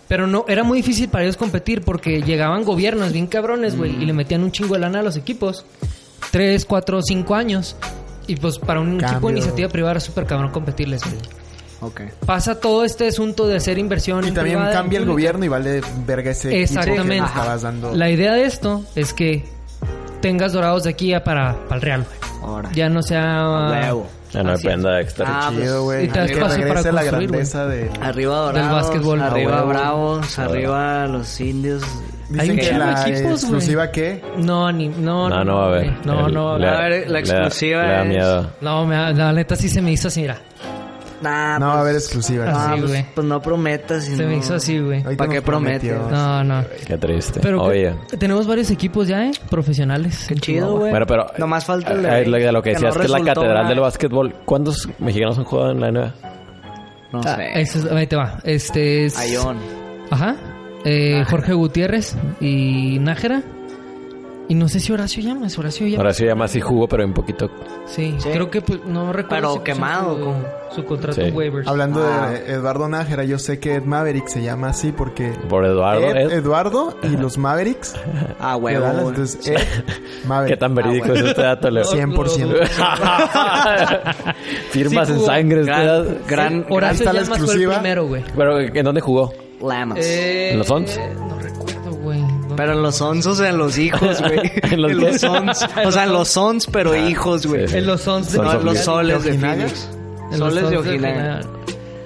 Pero no, era muy difícil para ellos competir porque llegaban gobiernos bien cabrones, güey, Mm. y le metían un chingo de lana a los equipos. Tres, cuatro, cinco años. Y pues para un equipo Cambio. de iniciativa privada era súper cabrón competirles, güey. Ok. Pasa todo este asunto de hacer inversión. Y también privada en cambia el pública. gobierno y vale verga ese equipo que Exactamente. le estabas dando. La idea de esto es que tengas dorados de aquí a para, para el Real, güey. Ahora. Ya no sea. Huevo. Ya no Así es. dependa de extra. Ah, Chido, güey. y te das pues, Que paso para regrese la construir, güey. grandeza de... Arriba Dorados. Del básquetbol. Arriba Ah, huevo. Bravos. Arriba los indios. Hay Dicen un que chingo de la equipos, güey. exclusiva que... No, ni. No, No, no va a haber. güey. No, El- no va a le- haber. A ver, la le da- exclusiva Le da es- miedo. No, me, da- la neta sí se me hizo así, mira. Nah, No va a haber Ah, exclusiva. Ah, Sí, pues, güey. pues no prometas. y Se me no- hizo así, güey. Ahorita ¿Para nos qué promete? prometió. No, no. Qué triste. Pero que- Oye. tenemos varios equipos ya, ¿eh? Profesionales. Qué chido, güey. Bueno, pero... Nomás falta el de- Ah, lo- lo que decías no que es la resultó, catedral ¿verdad? del básquetbol. ¿Cuántos mexicanos han jugado en la NBA? No Ah, sé. pues, eso es- ahí te va. Este es. Ayón. Ajá. Eh, Nájera. Jorge Gutiérrez y Nájera. Y no sé si Horacio Llamas. Horacio Llamas. Ahora sí, ya más sí jugó, pero un poquito. Sí, Sí. creo que pues, no recuerdo. Pero si puso quemado, su- como- Su contrato Sí. en waivers. Hablando Ah. de Eduardo Nájera, yo sé que Ed Maverick se llama así porque... Por Eduardo, Ed, Ed. Eh, Eduardo y los Mavericks. Ah, de Dallas, huevo. entonces eh, Ed Maverick. ¿Qué tan verídico bueno. es este dato, Leo? 100%. Firmas Sí, en jugó. sangre. este dato. Gran, gran, gran Ah. Horacio está la Llamas fue el exclusiva. primero, güey. Pero, ¿en dónde jugó? lamas. Eh, ¿En los Suns? No recuerdo, güey. Pero en los onzos, en los hijos, güey. ¿En en los los, qué? ons. O sea, en los ons, pero hijos, güey. sí, sí. En los Suns. de- No, Sons of los Ojinaga. soles de ¿De Phoenix. en los Soles de Suns Ojinaga.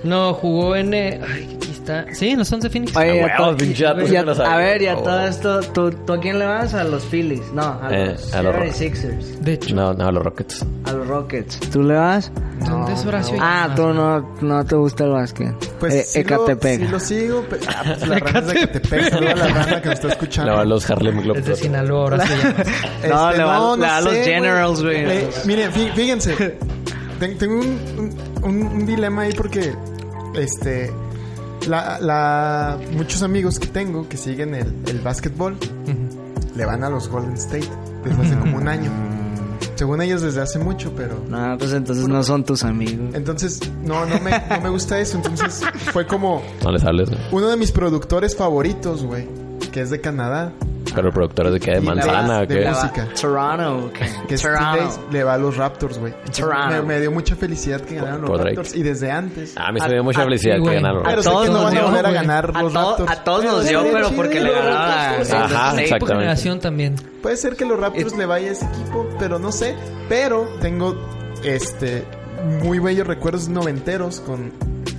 No, jugó en... eh, ay, aquí está. Sí, en los Suns de Phoenix. Oye, Ah, ya huevos, to- pinche dato, ya- sí me lo sabía. a ver, ya Oh. todo esto. ¿tú, tú a quién le vas? A los Phillies. No, a Eh, los a los 76ers. De hecho, No, no, los Rockets. A los Rockets. ¿Tú le vas? ¿dónde es Horacio Ah, Llamas? tú no, no te gusta el básquet. Pues Eh, sí Ecatepec. Lo, sí lo sigo. Pero, ah, pues la raza es de Ecatepec. Saluda a la raza que me está escuchando. No, los Harlem Es de Globetrotters. Sinaloa, Horacio Llamas. No, Este, le va- le va a los Generals, güey. Eh, miren, fí- fíjense. Ten- tengo un, un- un dilema ahí porque. Este. La, la- muchos amigos que tengo que siguen el, el básquetbol le van a los Golden State desde hace como un año. Según ellos, desde hace mucho, pero. Mm. No, pues entonces no son tus amigos. Entonces, no, no me, no me gusta eso. Entonces, fue como No les hables, güey. uno de mis productores favoritos, güey, que es de Canadá, Pero el productor es de qué? ¿De Y la- manzana o de qué? la- Le va- música. Toronto, ok. que Ah, es Steve Toronto. Dace, le va a los Raptors, güey. Entonces, Toronto. Me, me dio mucha felicidad que ganaron los por Drake. Raptors y desde antes. Ah, me se me dio mucha a- felicidad sí, que güey. ganaron los A Pero Rockets. sé todos que no nos van a dio, volver a güey. ganar A, los to- Raptors. a todos nos Pero dio, sí, pero sí, porque sí, le los ganaron a... Raptors, Ajá, Golden State. exacto. Por generación también. Puede ser que los Raptors le vaya a ese equipo, pero no sé. Pero tengo este muy bellos recuerdos noventeros con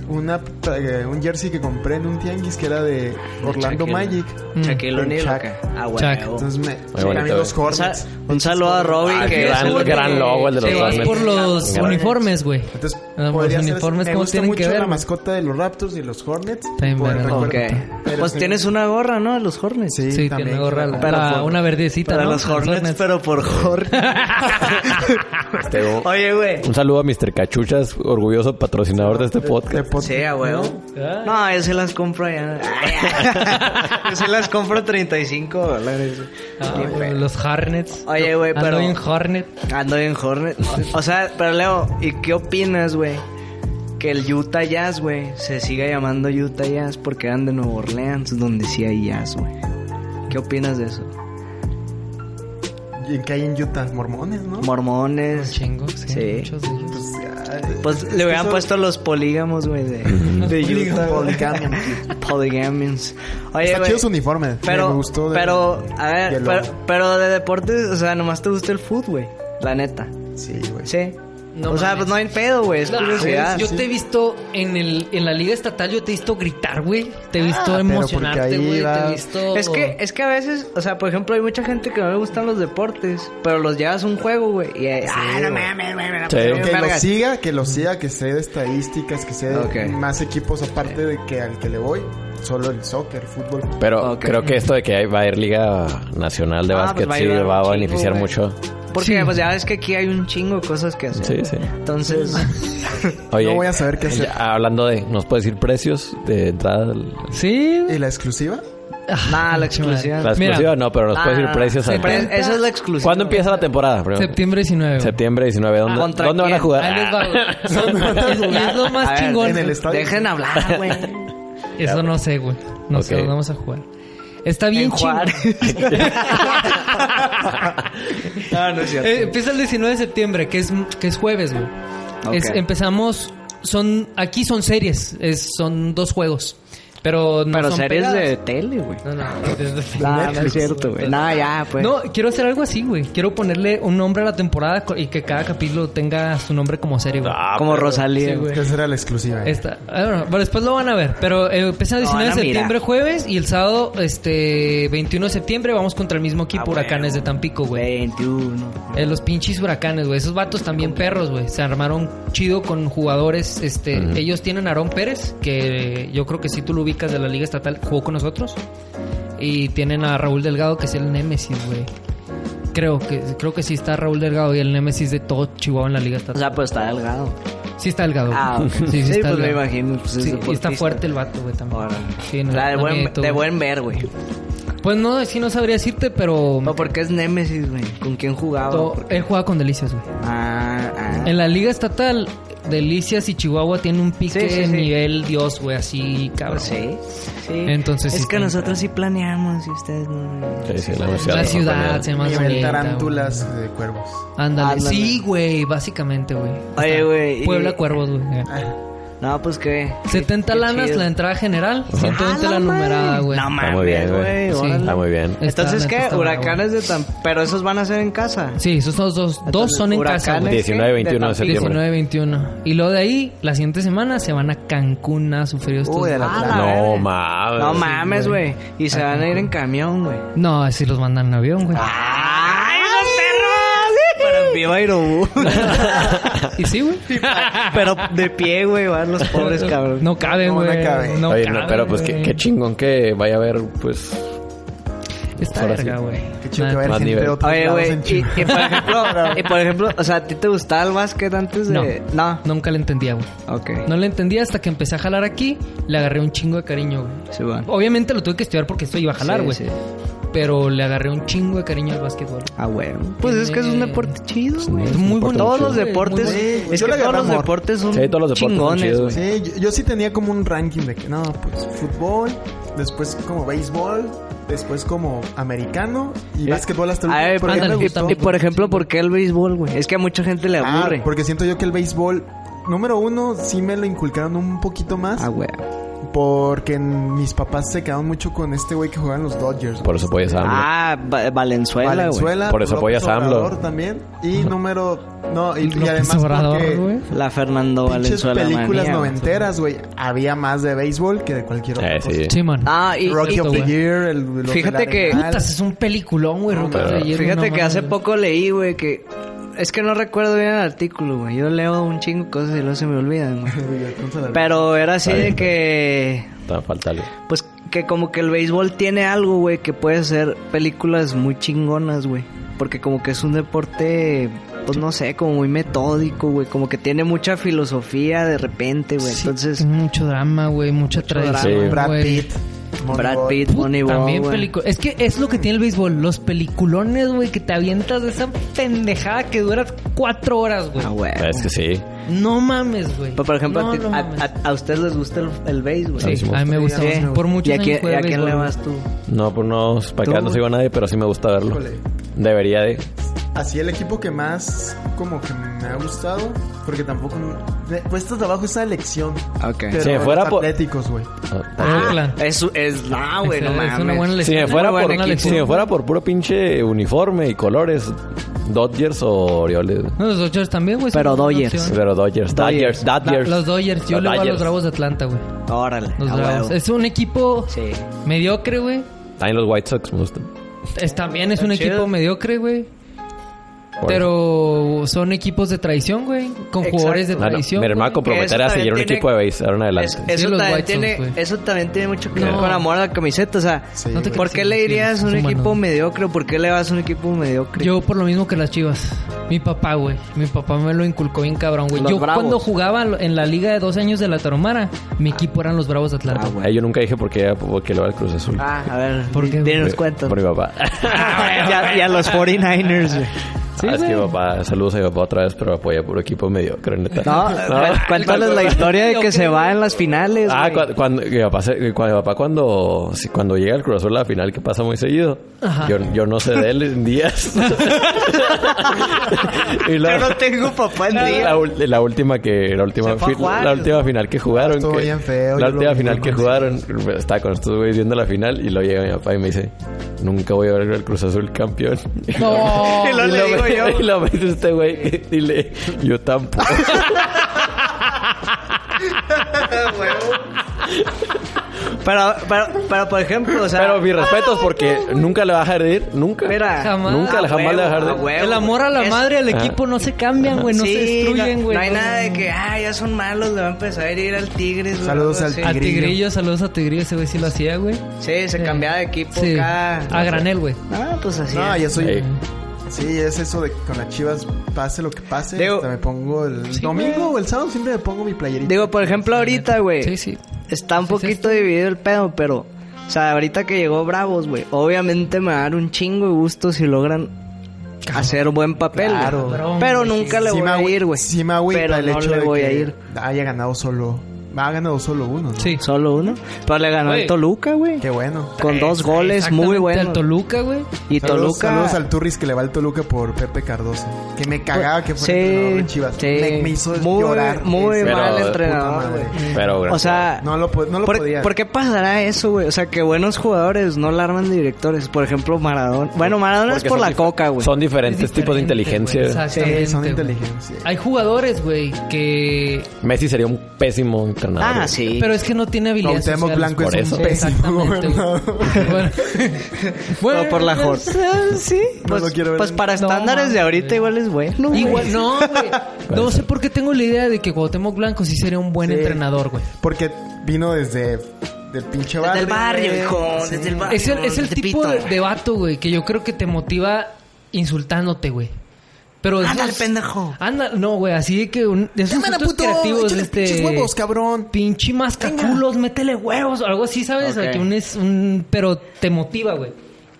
una eh, un jersey que compré en un tianguis que era de Orlando Shaquille. Magic. Mm. Shaquille O'Neal. Chuck. ok. Ah, Chuck. huevo. pues, Entonces me bonito, también los Un sa- Hornets. Un saludo a Robin Ah, que gran- es un- gran logo el de los Te vas Hornets. por los Gran- uniformes, güey. Entonces, Ah, podría los ser- uniformes, me ¿cómo gusta tienen mucho que ver? la mascota de los Raptors y los Hornets. También por el verga. recuerdo. Ok. Pero Pues sí. tienes una gorra, ¿no? De los Hornets. Sí, Sí, también. tiene gorra. la- Pero la- por- una verdecita, Para ¿no? los Hornets, pero por Hornets. Te digo, Oye, güey. Un saludo a Mr. Cachuchas, orgulloso patrocinador de este De podcast. pot- Sí, a huevo. Ah. No, yo se las compro allá. yo se las compro 35 dólares. Ah, Bien bueno, pedo. los Hornets. Oye, güey, Ando pero- en Hornet. Ando en Hornet. O sea, pero Leo, ¿y qué opinas, güey? Que el Utah Jazz, güey, se siga llamando Utah Jazz porque eran de Nueva Orleans, donde sí hay jazz, güey. ¿Qué opinas de eso? ¿Y en qué hay en Utah? Mormones, ¿no? Un Mormones. chingo, sí. Sí. Muchos de ellos. Pues le hubieran puesto los polígamos, güey, de, de Utah. Poligamios. Polygamians. Oye, Está güey, chido su uniforme. Pero, me gustó. de- pero, a y ver, el pero, logo. pero de deportes, o sea, nomás te gusta el fútbol, güey. La neta. Sí, güey. Sí. No o sea, mames. pues no hay pedo, güey. Es No, curiosidad. Ah, güey, yo te he visto en el en la liga estatal, yo te he visto gritar, güey. Te he visto Ah, pero porque emocionarte, ahí güey. Te va- he visto. Es que, es que a veces, o sea, por ejemplo, hay mucha gente que no le gustan los deportes, pero los llevas a un juego, güey, y eh, ah, no mames, güey, me la Sí. pasé bien Que lo vergas. siga, que lo siga, que sé de estadísticas, que sé de Ok. más equipos aparte de que al que le voy. Solo el soccer, el fútbol. Pero Ok. creo que esto de que hay- va a haber Liga Nacional de Ah, Básquet pues va a sí ayudar va un a chingo, beneficiar güey. mucho. Porque Sí. pues ya ves que aquí hay un chingo de cosas que hacer. Sí, sí. Entonces, Oye, No voy a saber qué hacer. ya, hablando de, ¿nos puedes decir precios de entrada? al- Sí, güey. ¿Y la exclusiva? Nah, la exclusiva. La Mira. exclusiva no, pero nos Ah, puedes decir precios. sí, al- pero Esa es la exclusiva. ¿Cuándo empieza la temporada? Primero? Septiembre 19. Septiembre 19. ¿Dónde, ¿Contra ¿dónde van a quién? jugar? Ahí les va, güey. Y es lo A más ver, chingón. en el estadio. Dejen hablar, güey. Eso no sé, güey. No sé, Ok. dónde vamos a jugar. Está bien En chingón. Juárez. no, no es cierto. Eh, empieza el 19 de septiembre, que es, que es jueves, güey. Ok. Es- empezamos. Son, aquí son series, es, son dos juegos. Pero no pero son series pegadas. de tele, güey. No, no, desde- No, no es cierto, güey. No, ya, pues. No, quiero hacer algo así, güey. Quiero ponerle un nombre a la temporada co- y que cada capítulo tenga su nombre como serie, güey. Ah, como Rosalía. Sí, güey. Esa era la exclusiva. eh. Esta, I don't know, pero después lo van a ver. Pero eh, empieza el Lo van a 19 de mirar. septiembre, jueves, y el sábado, este, 21 de septiembre, vamos contra el mismo equipo, Ah, Huracanes huevo. de Tampico, güey. 21. Eh, los pinches huracanes, güey. Esos vatos también perros, güey. Se armaron chido con jugadores. Este, ellos tienen a Aarón Pérez, que eh, yo creo que si tú lo ubicas de la Liga Estatal, jugó con nosotros. Y tienen a Raúl Delgado, que es el némesis, güey. Creo que, creo que sí está Raúl Delgado y el némesis de todo Chihuahua en la Liga O Estatal. sea, pues está delgado. Sí está Delgado. güey. Ah, ok. Sí, sí, Sí, está pues me delgado. imagino. Pues, es Sí, y deportista. está fuerte el vato, güey, también. Órale. Sí, no, O sea, de no buen, miento, de güey. buen ver, güey. Pues no, sí no sabría decirte, pero... No, porque es Nemesis, güey. ¿Con quién jugaba? to- ¿Por qué? él juega con delicias, güey. Ah, ah. En la liga estatal, Delicias y Chihuahua tienen un Sí, pique sí, sí. nivel Dios, güey, así cabrón. Sí, sí. Entonces es sí que está- nosotros sí planeamos y ustedes no. Sí, Pues sí, la La ciudad se sí. ve más Nivel bonita. tarántulas de cuervos. güey. Ándale. Ándale. Sí, güey, básicamente, güey. Oye, Está güey, y- Puebla Cuervos, güey. No, pues qué. 70 Qué lanas chido. la entrada general, Ah, 120 Ah, la no numerada, mames. güey. No Está muy bien, mames, güey. güey. Sí. órale. Está muy bien. Está, Entonces, neta, ¿qué? está Huracanes de tan... Pero esos van a ser en casa. Sí, esos son los dos. dos Entonces, son en casa, güey. Huracanes, 19, ¿qué? 21 de Tampico. septiembre. 19-21. Y luego de ahí, la siguiente semana se van a Cancún a sufrir estos. Uy, a la vatos. playa. No mames. No mames, güey. güey. Y se van a ir en camión, güey. No, si los mandan en avión, Ah. güey. ¡Ay, los perros! Pero en viva Aerobús. Y sí, güey. Pero de pie, güey, van los pobres, cabrón. No caben, No, no güey. caben. No Oye, no, caben, pero pues qué, güey. qué chingón que vaya a haber, pues. Pues Está Ahora verga, sí. güey. Qué chido que va a haber Más gente nivel. de otros Oye, lados güey. en Y, Chihuahua. y por ejemplo, y por ejemplo, o sea, ¿a ti te gustaba el básquet antes No. de.? No. Nunca le entendía, güey. Ok. No le entendía hasta que empecé a jalar aquí. Le agarré un chingo de cariño, güey. Sí, van. Obviamente lo tuve que estudiar porque esto iba a jalar, Sí, güey. sí. Pero le agarré un chingo de cariño al básquetbol. Ah, güey. Pues es que es un Tiene- deporte chido, güey. es un Muy deporte bonito. Todos muy los chido, deportes. güey, muy es bonito. que Yo le agarré todos los amor. deportes son Sí, todos los deportes son chingones, chidos, güey. Sí, yo, yo sí tenía como un ranking de que no, pues fútbol, después como béisbol, después como americano y básquetbol hasta el A ver, último. ándale, me y, gustó. justamente. y por ejemplo, ¿por qué el béisbol, güey? Es que a mucha gente le Ah, aburre. porque siento yo que el béisbol, número uno, sí me lo inculcaron un poquito más. Ah, güey. Porque en- mis papás se quedaron mucho con este güey que jugaba en los Dodgers. Por eso apoyas a AMLO. Ah, Va- Valenzuela, güey. Valenzuela, Por eso López apoyas a AMLO. Obrador también. Y número... No, y, y López además Obrador, porque güey. La Fernando pinches Valenzuela. películas manía, güey. noventeras, güey. Había más de béisbol que de cualquier otra Eh, cosa. sí. Sí, man. Ah, y, Rocky y- of the güey. Year, el... el Fíjate Hotel que- Arenal. Putas, es un peliculón, güey. Rocky pero- Balboa, Fíjate no que hace mames. poco leí, güey, que... Es que no recuerdo bien el artículo, güey. Yo leo un chingo de cosas y luego se me olvidan, güey. Pero era así Está de bien, que... Está fatal. Pues que como que el béisbol tiene algo, güey, que puede ser películas muy chingonas, güey. Porque como que es un deporte, pues no sé, como muy metódico, güey. Como que tiene mucha filosofía de repente, güey. Sí, Entonces, tiene mucho drama, güey. Mucha drama. tradición, Sí. Brad güey. Pitt. Brad Pitt, Puta, Moneyball, también güey. pelicu- Es que es lo que tiene el béisbol, los peliculones, güey, que te avientas de esa pendejada que dura cuatro horas, güey. Ah, güey. Es que sí. No mames, güey. Pero, por ejemplo, No, a, ti- no a- mames. a- a ustedes les gusta el, el béis, güey. Sí, a mí me gusta. Sí. mucho. Por mucho ¿Y a quién, y a quién le vas tú? No, pues no, para acá Tú- no sigo a nadie, pero sí me gusta verlo. Híjole. Debería de. Así el equipo que más como que me ha gustado, porque tampoco me cuesta trabajo esa elección. Ok. Pero Si me fuera los por- atléticos, güey. Oakland. Ah, Es, es, no, güey, no Es- mames. Ah, es una buena Si me, elección. fuera Muy buen por, equipo. si me fuera por puro pinche uniforme y colores, Dodgers o Orioles. No, los Dodgers también, güey. son Pero una Dodgers. opción. Pero Dodgers, Dodgers, Dodgers. La- Dodgers. los Dodgers. Yo Los le voy a los Dodgers. Bravos de Atlanta, güey. Órale. Los a Bravos. Ah, huevo. Es un equipo Sí. mediocre, güey. También los White Sox me gustan. Es, también es Está un chido. equipo mediocre, güey. Por eso. Pero son equipos de traición, güey. Con Exacto. jugadores de No, no, traición. mi hermano güey. comprometer Eso a seguir también un tiene- equipo de base. Ahora en Es- adelante. eso, los también White Sox, tiene, güey. eso también tiene mucho que ver No. con amor a la camiseta. O sea, Sí, No te güey. ¿por creas, qué sí, le sí, irías a un son equipo buenos. mediocre? ¿Por qué le vas a un equipo mediocre? Yo por lo mismo que las chivas. Mi papá, güey. Mi papá me lo inculcó bien cabrón, güey. Los Yo Bravos. cuando jugaba en la liga de dos años de la Taromara, mi equipo eran los Bravos de Atlanta. Ah, Ah, yo nunca dije por qué, por qué le va al Cruz Azul. Ah, a ver, ¿Por di- qué? Por- dinos Ah, cuentos. Por mi papá. ya, ya los 49ers, güey. Sí, Ah, es que mi güey. papá, saludos a mi papá otra vez, pero apoya por equipo mediocre, neta. No, cu- cuéntales la historia de que se va en las finales. Ah, güey. cua- cuando, mi papá, se- cu- mi papá cuando, si- cuando llega el Cruz Azul a la final, que pasa muy seguido, Ajá. yo, yo no sé de él en días. y la, Yo no tengo papá en día. la ul- la última que la última Se fue a fi- Juárez, la última final que jugaron Estuvo que- bien feo, la yo última lo- final lo que jugaron estaba con estos güeyes viendo la final y lo llega mi papá y me dice nunca voy a ver el Cruz Azul campeón No. Y lo le digo yo. y lo mete este güey y le yo tampoco Pero, pero, pero, por ejemplo, o sea... pero mis respetos porque nunca le va a dejar de ir nunca Mira, Jamás. nunca A jamás le va a dejar de huevo, a huevo. El amor a la Es- madre, al Ah. equipo no se cambian, güey. No Sí, se destruyen, no- güey. No hay nada de que, ah, ya son malos, le va a empezar a ir al Tigres. güey, Saludos algo al así. A Tigrillo. Tigrillo, saludos a Tigrillo, ese güey sí lo hacía, güey. Sí, se cambiaba de equipo Sí. acá. A granel, güey. Ah, pues así No, es. yo soy. Ey. Sí, es eso de que con las chivas, pase lo que pase. Digo- hasta me pongo el Sí, domingo güey. o el sábado, siempre me pongo mi playerita. Digo, por ejemplo, ahorita, güey. Sí, sí. Está un Sí, sí, poquito dividido el pedo, pero... O sea, ahorita que llegó Bravos, güey. Obviamente me va a dar un chingo de gusto si logran... Hacer buen papel, güey. Claro. Cabrón, pero güey, nunca sí. le Sí voy me a agü- ir, güey. Sí, me agüita pero el no hecho le de voy que a ir. Haya ganado solo. Ha ganado solo uno, ¿no? Sí. Solo uno. Pero le ganó Güey. el Toluca, güey. Qué bueno. Con dos goles Exactamente, muy Al buenos. Toluca, güey. Y Saludos, Toluca. saludos al Turris que le va al Toluca por Pepe Cardoso. Que me cagaba que fuera entrenador de Chivas. sí. Me, me hizo muy, llorar. Muy ese Pero- mal puta entrenador, madre. güey. pero O sea, No lo, po- no lo ¿por, podía. por qué pasará eso, güey? O sea, que buenos jugadores no la arman de directores. Por ejemplo, Maradona. Bueno, Maradona Porque es por son la dif- coca, güey. son diferentes Es tipos de diferente, inteligencia güey. Sí, Exactamente. son güey. inteligentes. Hay jugadores, güey, que. Messi sería un pésimo entrenador Ah, güey. sí. Pero es que no tiene habilidades. Cuauhtémoc sociales. Blanco es Por un eso. pésimo Exactamente, güey. gobernador. Bueno, Pero por la jor- eh, Sí. No Pues, lo quiero ver pues en- para No, estándares de mames, ahorita güey. igual es bueno. güey. Igual, no, güey. No sé por qué tengo la idea de que Cuauhtémoc Blanco sí sería un buen Sí. entrenador, güey. Porque vino desde del pinche Desde barrio. el barrio, güey. hijo. Sí. Desde el barrio. Es el, es el desde tipo Pito, de, güey. de vato, güey, que yo creo que te motiva insultándote, güey. Pero es Ándale, más- pendejo. Anda, no, güey, así de que un, de esos Cámara, insultos puto, creativos échale este pinches huevos, cabrón. Pinche mascaculos, métele huevos, o algo así, ¿sabes? Ok. Aquí un es un pero te motiva, güey.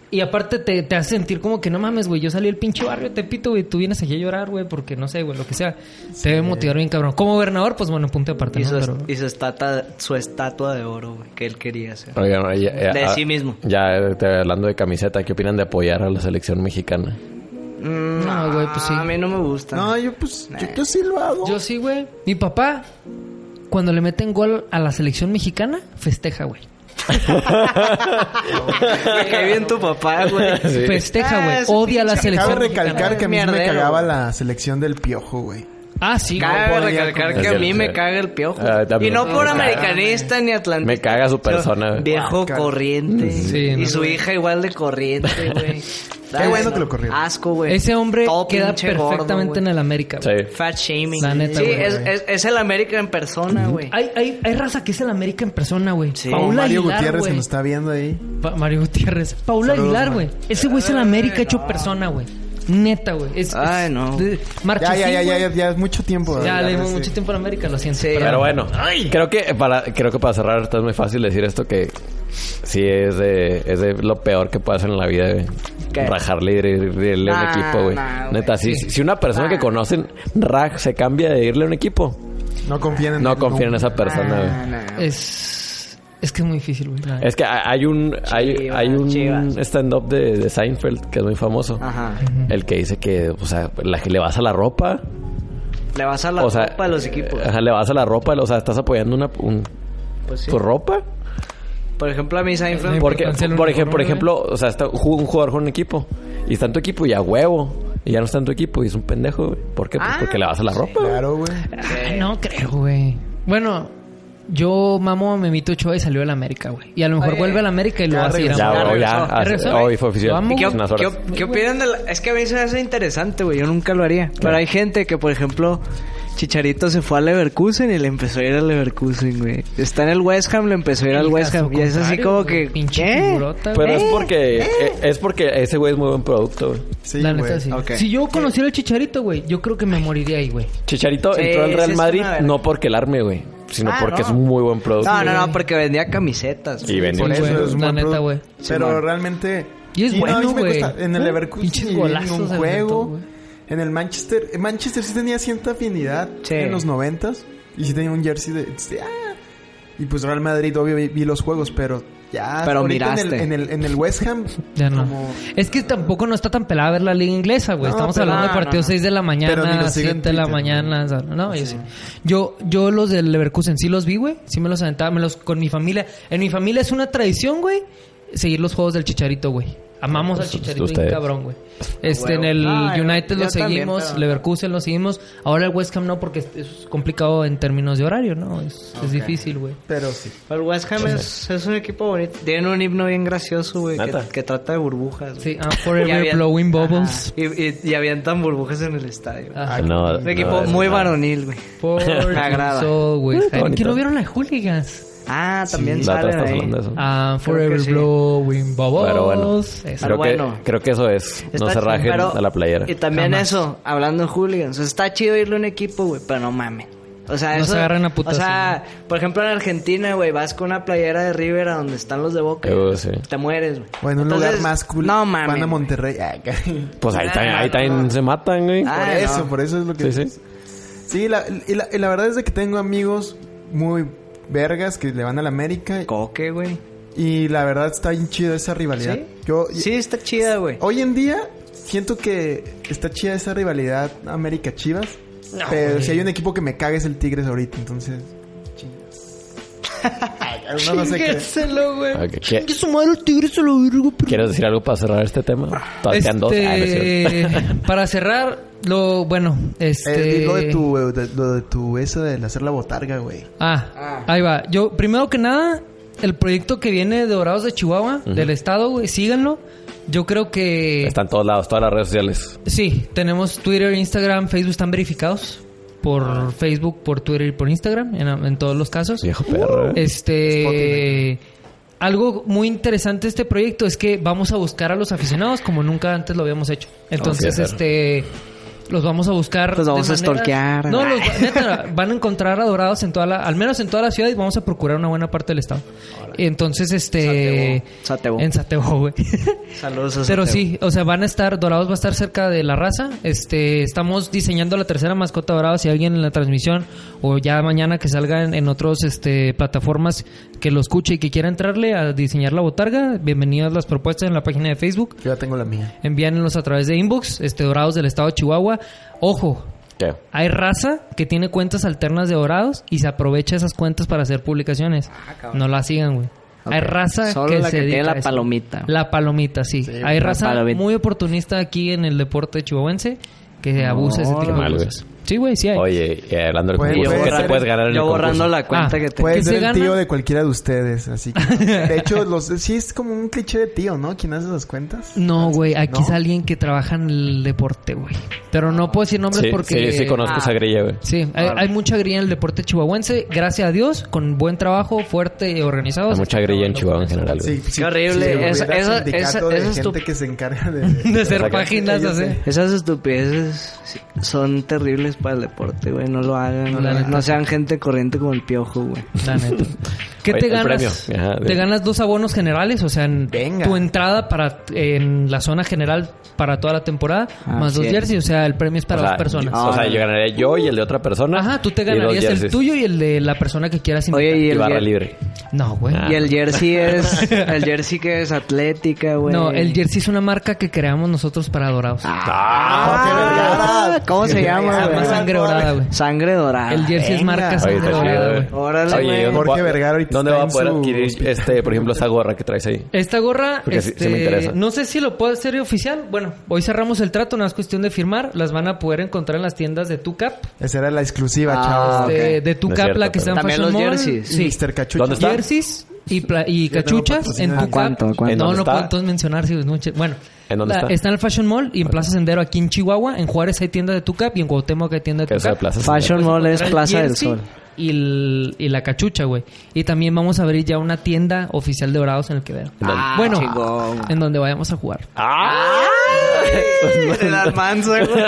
Y aparte te, te hace sentir como que no mames, güey, yo salí del pinche barrio, te pito, güey, tú vienes aquí a llorar, güey, porque no sé, güey, lo que sea. Te debe motivar bien, cabrón. Como gobernador, pues bueno, punto aparte, Y ¿no? su, Pero- y su estata- su estatua de oro, güey, que él quería hacer. Oigan, oye, ya- De ya- sí mismo. Ya eh, te- hablando de camiseta, ¿qué opinan de apoyar a la selección mexicana? Mm, No, güey, pues sí. A mí no me gusta. No, yo pues. Yo, yo sí lo hago. Yo sí, güey. Mi papá, cuando le meten gol a la selección mexicana, festeja, güey. Me cae bien tu papá, güey. Sí. Festeja, güey. Ah, es un Odia a la pinche- selección Cabe Selección recalcar mexicana. que a mí me Mierdero. cagaba la selección del piojo, güey. Ah, sí, güey. Cabe podía recalcar con- que a Es mí cierto, me sí. caga el piojo. Ah, y también. no Me por caga, americanista ni atlantista. Me caga su persona, güey. Viejo Guau, corriente. Sí, y no, su güey. hija igual de corriente, güey. Qué bueno que lo corrieron. Asco, güey. Ese hombre Todo queda pinche gordo, perfectamente en güey. el América, güey. Sí. Fat shaming. La neta, sí, güey. es, es, es el América en persona, güey. Hay, hay, hay raza que es el América en persona, güey. Sí. Paula Como Mario Aguilar, Gutiérrez güey. que nos está viendo ahí. Pa- Mario Gutiérrez. Paula Saludos, Aguilar, güey. Mario. Ese güey es el América hecho persona, güey. Neta, güey. Es, Ay, es- no. de- Ya, Marchesín, ya, ya, ya, güey. ya, ya es mucho tiempo. Ya, ¿verdad? le dimos Sí. mucho tiempo a la América, lo siento. Sí. perdón. Pero bueno, creo que para creo que para cerrar está muy fácil decir esto que sí es de, es de lo peor que puede hacer en la vida, güey. ¿Qué? Rajarle y ir- ir- irle a un Nah, equipo, güey. nah, güey. Neta, si, Sí. si una persona que conocen raj se cambia de irle a un equipo, No confían en no él, confían en esa persona, güey. Ah, nah. Es, es que es muy difícil, güey. la neta. Es que ha- hay un hay, Chivas, hay chivas. un stand-up de, de Seinfeld que es muy famoso. Ajá. El que dice que, o sea, la que le vas a la ropa. Le vas a la o sea, copa a los equipos. Ajá, le vas a la ropa, o sea, estás apoyando una, un- Pues sí. tu ropa. Por ejemplo, a mí Seinfeld. Sí, Porque, porque cancela un por ejemplo, por uniforme, ejemplo, o sea, está ju- un jugador con un equipo y está en tu equipo y a huevo y ya no está en tu equipo y es un pendejo, güey. ¿Por qué? Pues Ah, porque le vas a la ropa. güey. Claro, güey. Eh, Ah, no creo, güey. Bueno, yo mamo a Memito Ochoa y salió del América, güey. Y a lo mejor Oye, vuelve al América y lo ya va a seguir. regresó, Ya, amando. ya güey, ya, regresó. ah, regresó, hoy eh. fue oficial. Lo amo, ¿Y ¿Qué, güey. Unas horas. qué- qué opinan de la- Es que a mí se me hace interesante, güey. Yo nunca lo haría. Pero hay gente que, por ejemplo, Chicharito se fue al Leverkusen y le empezó a ir al Leverkusen, güey. Está en el West Ham, le empezó a ir al West Ham. Y es así como que. ¿eh? Pinche ¿Qué? figurota, Pero güey. es porque eh, es porque ese güey es muy buen producto. güey. Sí, La neta, güey. sí. Ok. Si yo conociera el chicharito, güey, yo creo que me moriría ahí, güey. Chicharito Sí, entró al sí Real es Madrid una verga. no porque el arme, güey, sino Ah, porque no. es un muy buen producto. No, no, no, porque vendía camisetas. Y vendió Por un eso güey, es un la buen neta, producto. güey. Pero Simón. realmente. Y es sí, no, a mí bueno, me güey. cuesta. En el Uh, Leverkusen pinches y en golazos un aventó, juego. güey. En el Manchester. En Manchester sí tenía cierta afinidad Sí. en los noventas. Y sí tenía un jersey de. de- ah. Y pues Real Madrid, obvio, vi, vi los juegos, pero ya. Pero ahorita miraste. En el, en el, en el West Ham. Ya no. como- Es que tampoco no está tan pelada ver la liga inglesa, güey. No, Estamos pero- hablando no, de partidos no, no. 6 de la Pero ni mañana, lo siguen 7 de la Twitter, mañana. o sea, no, yo sí. Yo, yo los del Leverkusen sí los vi, güey. Sí me los aventaba, me los con mi familia. En mi familia es una tradición, güey, seguir los juegos del Chicharito, güey. Amamos al Ustedes. Chicharito bien cabrón, güey. Este, pues, Huevo. en el Ah, yo- United yo lo también, seguimos, pero- Leverkusen lo seguimos. Ahora el West Ham no, porque es- es complicado en términos de horario, ¿no? Es, es difícil, güey. Pero sí. El West Ham es, es un equipo bonito. Tienen un himno bien gracioso, güey, que, ¿Neta? que trata de burbujas. güey. Sí, ah, Y Forever avien- Blowing Ajá. Ah, Bubbles. Y, y- y avientan burbujas en el estadio. Ajá. No, un no, equipo es muy una- varonil, güey. Por Me agrada. Sol, güey. Está bonito. Que no vieron la Hooligans. Ah, también La otra salen estás ahí. hablando de eso. Ah, Creo Forever que sí. Blowing Bubbles. Pero bueno, Ah, Eso. creo, bueno. Que, creo que eso es. Está no se chido, rajen pero- a la playera. Y también Jamás. eso, hablando de hooligans. Está chido irle a un equipo, güey, pero no mamen. O sea, No eso, se agarren a O putazos, sea, por ejemplo, en Argentina, güey, vas con una playera de River a donde están los de Boca. Eh, güey, sí. Te mueres, güey. Bueno, un Entonces, lugar más cool. No mames. Van a güey. Monterrey. Ah, ca- Pues ahí también, ahí también se matan, güey. Ah, Por Ay, eso, no. por eso es lo que... Sí, sí. Sí, la, y, la, y la verdad es de que tengo amigos muy vergas que le van a la América. Coque, güey. Y la verdad está bien chida esa rivalidad. ¿Sí? Yo, Sí, está chida, güey. Hoy en día siento que está chida esa rivalidad América-Chivas. pero si hay un equipo que me caga es el Tigres ahorita, entonces... Chingas. no, no sé qué. Chinguéselo, güey. Ok, ¿qué? Chingue su madre el tigre, se lo virgo, pero- ¿Quieres decir algo para cerrar este tema? Todavía quedan dos. Ah, no es cierto. Este, para cerrar, lo bueno, este. Eh, lo de tu, eh, de- lo de tu, eso de hacer la botarga, güey. Ah, ahí va. Yo, primero que nada, el proyecto que viene de Dorados de Chihuahua, del estado, güey, síganlo. Yo creo que. Está en todos lados, todas las redes sociales. Sí, tenemos Twitter, Instagram, Facebook están verificados por Facebook, por Twitter y por Instagram en, en todos los casos. Viejo Uh, perro. eh. Este algo muy interesante de este proyecto es que vamos a buscar a los aficionados como nunca antes lo habíamos hecho. Entonces, Ok. este los vamos a buscar. Los vamos de a stalkear. No, los va- neta, van a encontrar adorados en toda la, al menos en toda la ciudad y vamos a procurar una buena parte del estado. Entonces, este Satebo. Satebo. en Satebo, güey. Saludos a Pero Satebo. sí, o sea, van a estar, Dorados va a estar cerca de la raza. Este, estamos diseñando la tercera mascota Dorados. Si alguien en la transmisión o ya mañana que salga en, en otros este, plataformas que lo escuche y que quiera entrarle a diseñar la botarga, bienvenidas las propuestas en la página de Facebook. Yo ya tengo la mía. Envíanlos a través de inbox, este, Dorados del estado de Chihuahua. Ojo, ¿Qué? hay raza que tiene cuentas alternas de dorados y se aprovecha esas cuentas para hacer publicaciones. cabrón. no la sigan, güey. Hay raza Solo que la se que tiene dedica a la eso. palomita. La palomita, sí. Hay la raza palomita. muy oportunista aquí en el deporte chihuahuense que abusa ese tipo mal, de güey. cosas. Sí, güey, sí hay. Oye, y hablando del Pues, Y concurso, yo puede ¿qué te ser- borrando- puedes ganar en el yo borrando concurso? la cuenta Ah, que te pues- Puede ¿Que ser se el gana? tío de cualquiera de ustedes, así que... De hecho, los, sí es como un cliché de tío, ¿no? ¿Quién hace esas cuentas? Mm. No, güey, aquí ¿No? es alguien que trabaja en el deporte, güey. Pero no puedo decir nombres Sí, porque... sí, sí, conozco Ah. esa grilla, güey. Sí, hay, hay mucha grilla en el deporte chihuahuense, gracias a Dios, con buen trabajo, fuerte y organizado. Hay mucha grilla en Chihuahua en general, güey. Sí, sí, horrible. sí, Esa- hubiera esa- sindicato esa- de esa es tu- gente que se encarga de... De hacer O sea, que- páginas Yo así. sé. Esas estupideces sí, son terribles para el deporte, güey. No lo hagan. La güey. neta. no sean gente corriente como el piojo, güey. La neta. ¿Qué Oye, te el ganas? premio. Ajá, te de- ganas dos abonos generales, o sea, en Venga. tu entrada para en la zona general para toda la temporada, Ah, más dos sí. jerseys, o sea, el premio es para o sea, dos personas. O sea, yo ganaría yo y el de otra persona. Ajá, tú te y dos ganarías el jerseys. tuyo y el de la persona que quieras invitar. Oye, y Y el, barra jer- libre. No, güey. Ah. y el jersey es. El jersey que es atlética, güey. No, el jersey es una marca que creamos nosotros para Dorados. Ah, Ah, Vergara. ¿Cómo se Jorge llama, Se Vergara. llama güey? Sangre Dorada, güey. Sangre dorada. El jersey es Venga. marca Ah, Oye, Sangre está chido, Dorada, güey. güey. Órale, Oye, güey. ¿dónde Jorge va- Vergara ahorita ¿Dónde está va a en poder su adquirir, hospital? este, por ejemplo, esa gorra que traes ahí? Esta gorra, Porque sí- sí este, me interesa. no sé si lo puedo hacer oficial. Bueno, hoy cerramos el trato, no es cuestión de firmar. Las van a poder encontrar en las tiendas de Tucap. Esa era la exclusiva, Ah, chavos. ok. de, de tu No es capla cierto, que está en pero- Fashion También los Mall. jerseys. Sí. Mr. Cachucha. ¿Dónde está? Jerseys y, pla- y tengo cachuchas en patrocinado. tu ¿A cuánto? ¿A cuánto? ¿En No, dónde no está? puedo entonces mencionar si es mucho. Bueno, ¿En dónde la- está? en el Fashion Mall y en Plaza Sendero aquí en Chihuahua. En Juárez hay tienda de Tucap y en Cuauhtémoc hay tienda Que de eso de Tucap. plazas. Fashion Mall es Trae Plaza del jersey Sol. Y, el- y la cachucha, güey. Y también vamos a abrir ya una tienda oficial de Dorados en el Quevedo. dónde? bueno, chingón. en donde vayamos a jugar. ¡Ah! El Almanza, güey. Pues,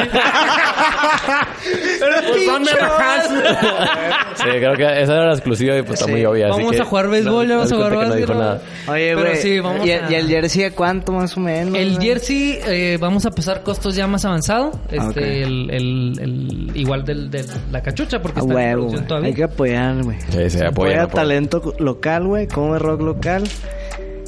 Sí, creo que esa era la exclusiva y pues está Sí. muy obvia. así Vamos que- a jugar béisbol, no, vamos no a jugar cuenta que no dijo básquetbol. nada. Oye, Pero güey. sí, vamos ¿Y, a- y el jersey de cuánto más o menos? El güey? jersey eh, vamos a pasar costos ya más avanzado. Este, Ah, ok. el, el- el- igual del, de la cachucha porque A está en Ah, huevo, producción güey. Hay todavía. que apoyar, güey. Sí, sí, apoya. Apoya talento local, güey. Come rock local.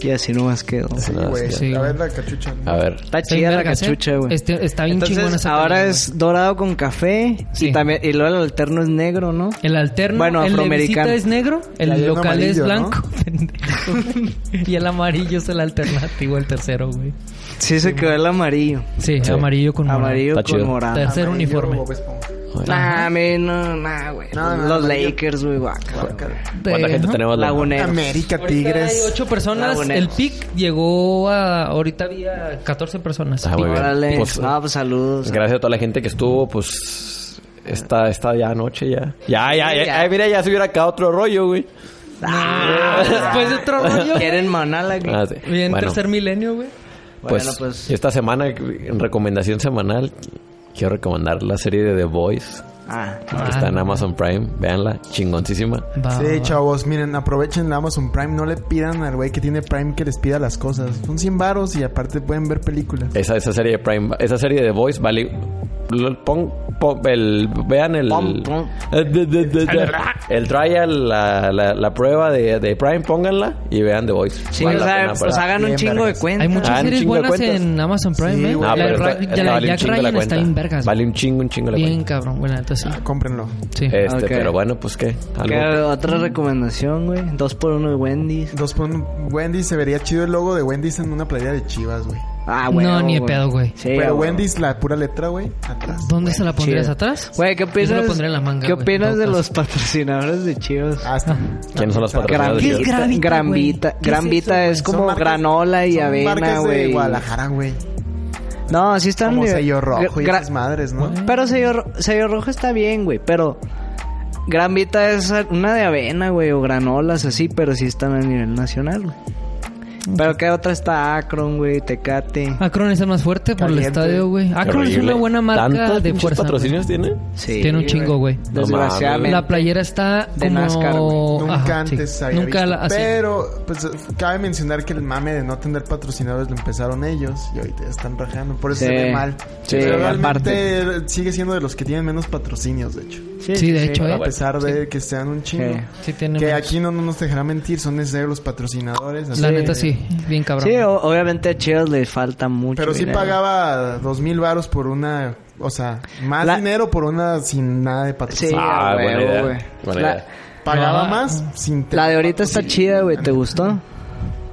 Y así nomás quedó. güey. sí. A ver Ah, la cachucha. ¿no? A ver. Está Está chida bien la vergas, ¿eh? cachucha, güey. Este- está bien chingona Entonces, esa ahora también, es dorado con café. Sí. Y también, y luego el alterno es negro, ¿no? El alterno, Bueno, el de afroamericano. visita es negro, Y hay el uno local es amarillo, ¿no? blanco. pendejo. y el amarillo es el alternativo, el tercero, güey. Sí, se quedó el amarillo. Sí, Sí. amarillo con morado. Amarillo Está con chido. morado. Tercer Amarillo, uniforme. Bob Esponja. Ah, Nah, a mí no, nah, güey. No, no, Los amarillo. Lakers, güey, guaca. De- ¿Cuánta gente ajá. tenemos? la- Laguneros. América, Ahorita Hay Tigres. ocho personas. Laguneros. El pic llegó a. Ahorita había 14 personas. Ah, Pic. muy bien. Órale. Pues- no, pues saludos. Gracias a toda la gente que estuvo, pues... Esta, esta ya noche ya. Ya, ya, ya. ya. Ay, mira, ya se hubiera acá otro rollo, güey. Ah, Después de otro rollo. Quieren manala, güey. Ah, sí. Bien, Bueno. tercer milenio, güey. Pues, Bueno, pues- esta semana, en recomendación semanal, quiero recomendar la serie de The Voice, Ah. que está en Amazon Prime. Véanla, chingoncísima. Va, va, Sí, va. chavos, miren, aprovechen la Amazon Prime. No le pidan al güey que tiene Prime que les pida las cosas. Son 100 varos y aparte pueden ver películas. Eh. Esa, esa serie de Prime, esa serie de Voice vale. lo- pon- pon- el, vean el. Pon, pon. Eh, de- de- de- de- El trial, la, la, la prueba de, de Prime, pónganla y vean The Voice. Sí, Vale o la sea, pena, pues para- hagan un Bien, chingo de vergas. cuentas. Hay muchas Ah, un series chingo de buenas cuentas. en Amazon Prime, Sí, ¿eh? güey. No, La de pero Ra- esta- ya esta la vale un Jack chingo la Ryan cuenta. está bien vergas. güey. Vale un chingo, un chingo la Bien, cuenta. cabrón. Bueno, entonces sí. Cómprenlo. Sí. Este, Ok. pero bueno, pues qué. Algo- ¿Qué, otra recomendación, güey. Dos por uno de Wendy's. Dos por un Wendy's. Se vería chido el logo de Wendy's en una playera de chivas, güey. Ah, No, güey. ni de pedo, güey. Sí, Pero Eh, güey. Wendy's, la pura letra, güey, atrás. ¿Dónde se la pondrías Chido. atrás? Güey, ¿qué Yo se opinas? la pondré en la manga, ¿Qué güey, opinas en de todo los patrocinadores de Chivas? Ah, está. ¿Quiénes son los Gran- patrocinadores? de Chivas? Gravita, Gran güey? Vita. ¿Qué Gran es Vita es como Son marcas- granola y son avena, marcas de güey. Guadalajara, güey. No, sí están... Como de- sello rojo y gra- esas madres, ¿no? ¿Eh? Pero sello, ro- sello rojo está bien, güey. Pero Gran Vita es una de avena, güey, o granolas así, pero sí están a nivel nacional, güey. Pero que otra está Akron, güey, Tecate. Akron es el más fuerte por el Caliente. estadio, güey. Qué Akron Ah, es horrible. una buena marca ¿Tantos de pinches fuerza. güey. patrocinios tiene? Sí, Tiene un chingo, güey. No Desgraciadamente. La playera está De como... NASCAR, güey. Nunca Ajá, sí. antes había Nunca visto. la- así. Pero, pues, cabe mencionar que el mame de no tener patrocinadores lo empezaron ellos y ahorita ya están rajando. Por eso Sí. se ve mal. Sí, Pero realmente aparte. sigue siendo de los que tienen menos patrocinios, de hecho. Sí, de Ah, hecho, A eh. pesar de que sean un chingo. Sí. Sí tiene Que más- aquí no, no nos dejará mentir, son necesarios los patrocinadores. así La que- neta sí, bien cabrón. Sí, o- obviamente a Chivas le falta mucho. Pero sí dinero. pagaba dos mil varos por una, o sea, más La- dinero por una sin nada de Sí, patrocinio. Ah, a buena huevo, idea. güey. Buena La- idea. Pagaba Ah. más sin tener La de ahorita está patrocinio. chida, güey. ¿Te gustó?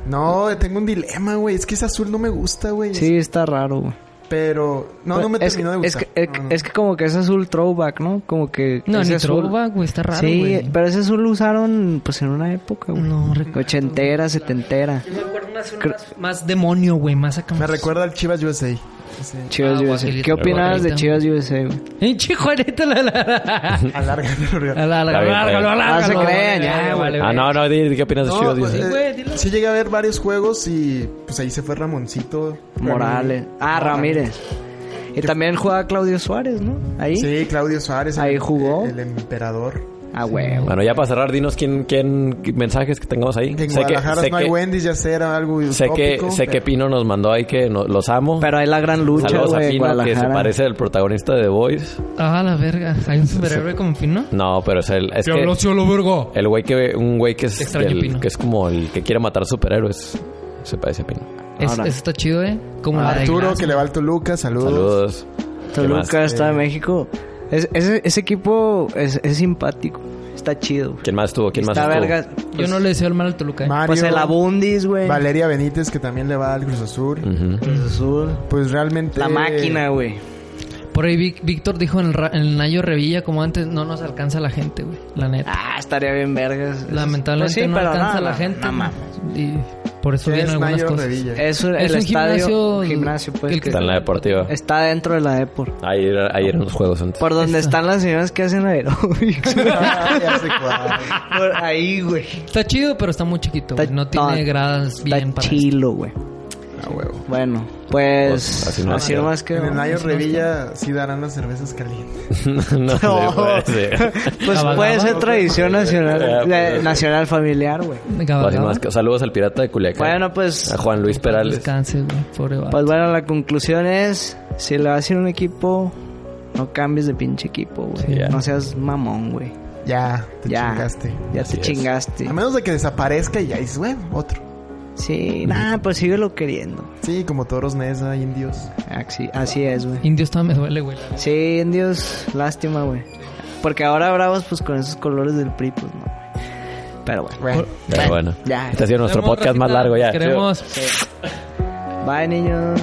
No, tengo un dilema, güey. Es que ese azul no me gusta, güey. Sí, está raro, güey. Pero. No, no me es, terminó de es gustar. que, es, No, no. es que como que es azul throwback, ¿no? Como que... No, ese ni azul- throwback, güey, está raro, Sí, güey. pero ese azul lo usaron pues en una época, güey. No, recuerdo. Ochentera, setentera. Me acuerdo más, más, más demonio, güey, más acá. Me más- recuerda al Chivas USA. Sí. Chivas Ah, USA. guajilita. ¿Qué opinas de Guajilita. Chivas USA, güey? Hinche Juanito, la la la. Alárgalo, la- Uriel. la- Está bien, está bien. Alárgalo, alárgalo. No Ah, se crean, ya, Vale, güey. vale, Ah, no, no, di, di, ¿qué opinas de No, Chivas? pues, Dice. eh, güey, dilo. sí llegué a ver varios juegos y pues ahí se fue Ramoncito. Morales. Ah, Ramírez. Y también jugaba Claudio Suárez, ¿no? Ahí. Sí, Claudio Suárez. Ahí el- jugó. El, emperador. Ah, huevo. Bueno, ya para cerrar, dinos quién, quién qué mensajes que tengamos ahí. Que en Guadalajara no hay Wendy's, ya sé, era algo sé que, utópico, sé que pero- Pino nos mandó ahí que no- los amo. Pero hay la gran lucha, Saludos güey, a en Pino, que se Guadalajara. parece al protagonista de The Voice. Ah, la verga. Hay un superhéroe como Pino. No, pero es el. Es que lo vergo. el güey que. Un güey que es. Extraño del- Pino. que es como el que quiere matar superhéroes. Se parece a Pino. Es, Ahora. eso está chido, eh. Como la de Arturo, Glass, que le va al Toluca, saludos. Saludos. ¿Qué más? Eh. Toluca, Estado de México. Es- ese, ese equipo es, es simpático. Está chido. güey. ¿Quién más estuvo? ¿Quién más Está estuvo? verga. güey. Yo Pues, no le deseo el mal al Toluca. eh. Mario, pues el Abundis, güey. Valeria Mm. Benítez, que también le va al Cruz Azul. Ujú. Cruz Azul. Pues realmente. La máquina, güey. Por ahí Vic- Víctor dijo en el, ra- en el Nayo Revilla, como antes, no nos alcanza la gente, güey. La neta. Ah, estaría bien vergas. Eso es- Lamentablemente Pues sí, no pero alcanza no, la no, gente. no güey. mames. Y por eso ¿Qué vienen es algunas Mayor cosas. Revilla? Es un, Es el un estadio, gimnasio- gimnasio, pues, el que- que Está en la deportiva. está dentro de la E Depor. Ahí era- ahí eran los juegos antes. Por donde están las señoras que hacen aeróbics. Ah, ya sé cuál. Por ahí, güey. Está chido, pero está muy chiquito. güey. Está- no tiene no, gradas bien Está para chilo, güey. Ah, A huevo. Bueno, pues. Pues, Así, así no queda. nomás que. en el Nayo Revilla sí darán las cervezas calientes. no, No. no puede ser. Pues Gabagaba, puede ser ¿no? tradición Ah, nacional, pues, eh, nacional familiar, güey. Gabagaba. Así más que- Saludos al pirata de Culiacán. Bueno, pues. A Juan Luis Perales. Descanse, güey. Pobre vato. Pues bueno, la conclusión es: si le vas a ir a un equipo, no cambies de pinche equipo, güey. Sí, ya. No seas mamón, güey. Ya, te Ya. chingaste. Ya Así te es. chingaste. A menos de que desaparezca y ahí es, bueno, otro. Sí, nada, pues síguelo queriendo. Sí, como toros Nesa, indios. Así, así es, güey. Indios todavía me duele, güey. la neta. Sí, indios, lástima, güey. Porque ahora bravos, pues con esos colores del PRI, pues no, güey. Pero bueno. Bueno, Pero bueno. Ya. Este ha sido nuestro Queremos, podcast más Rafita, largo ya. Queremos. Bye, niños.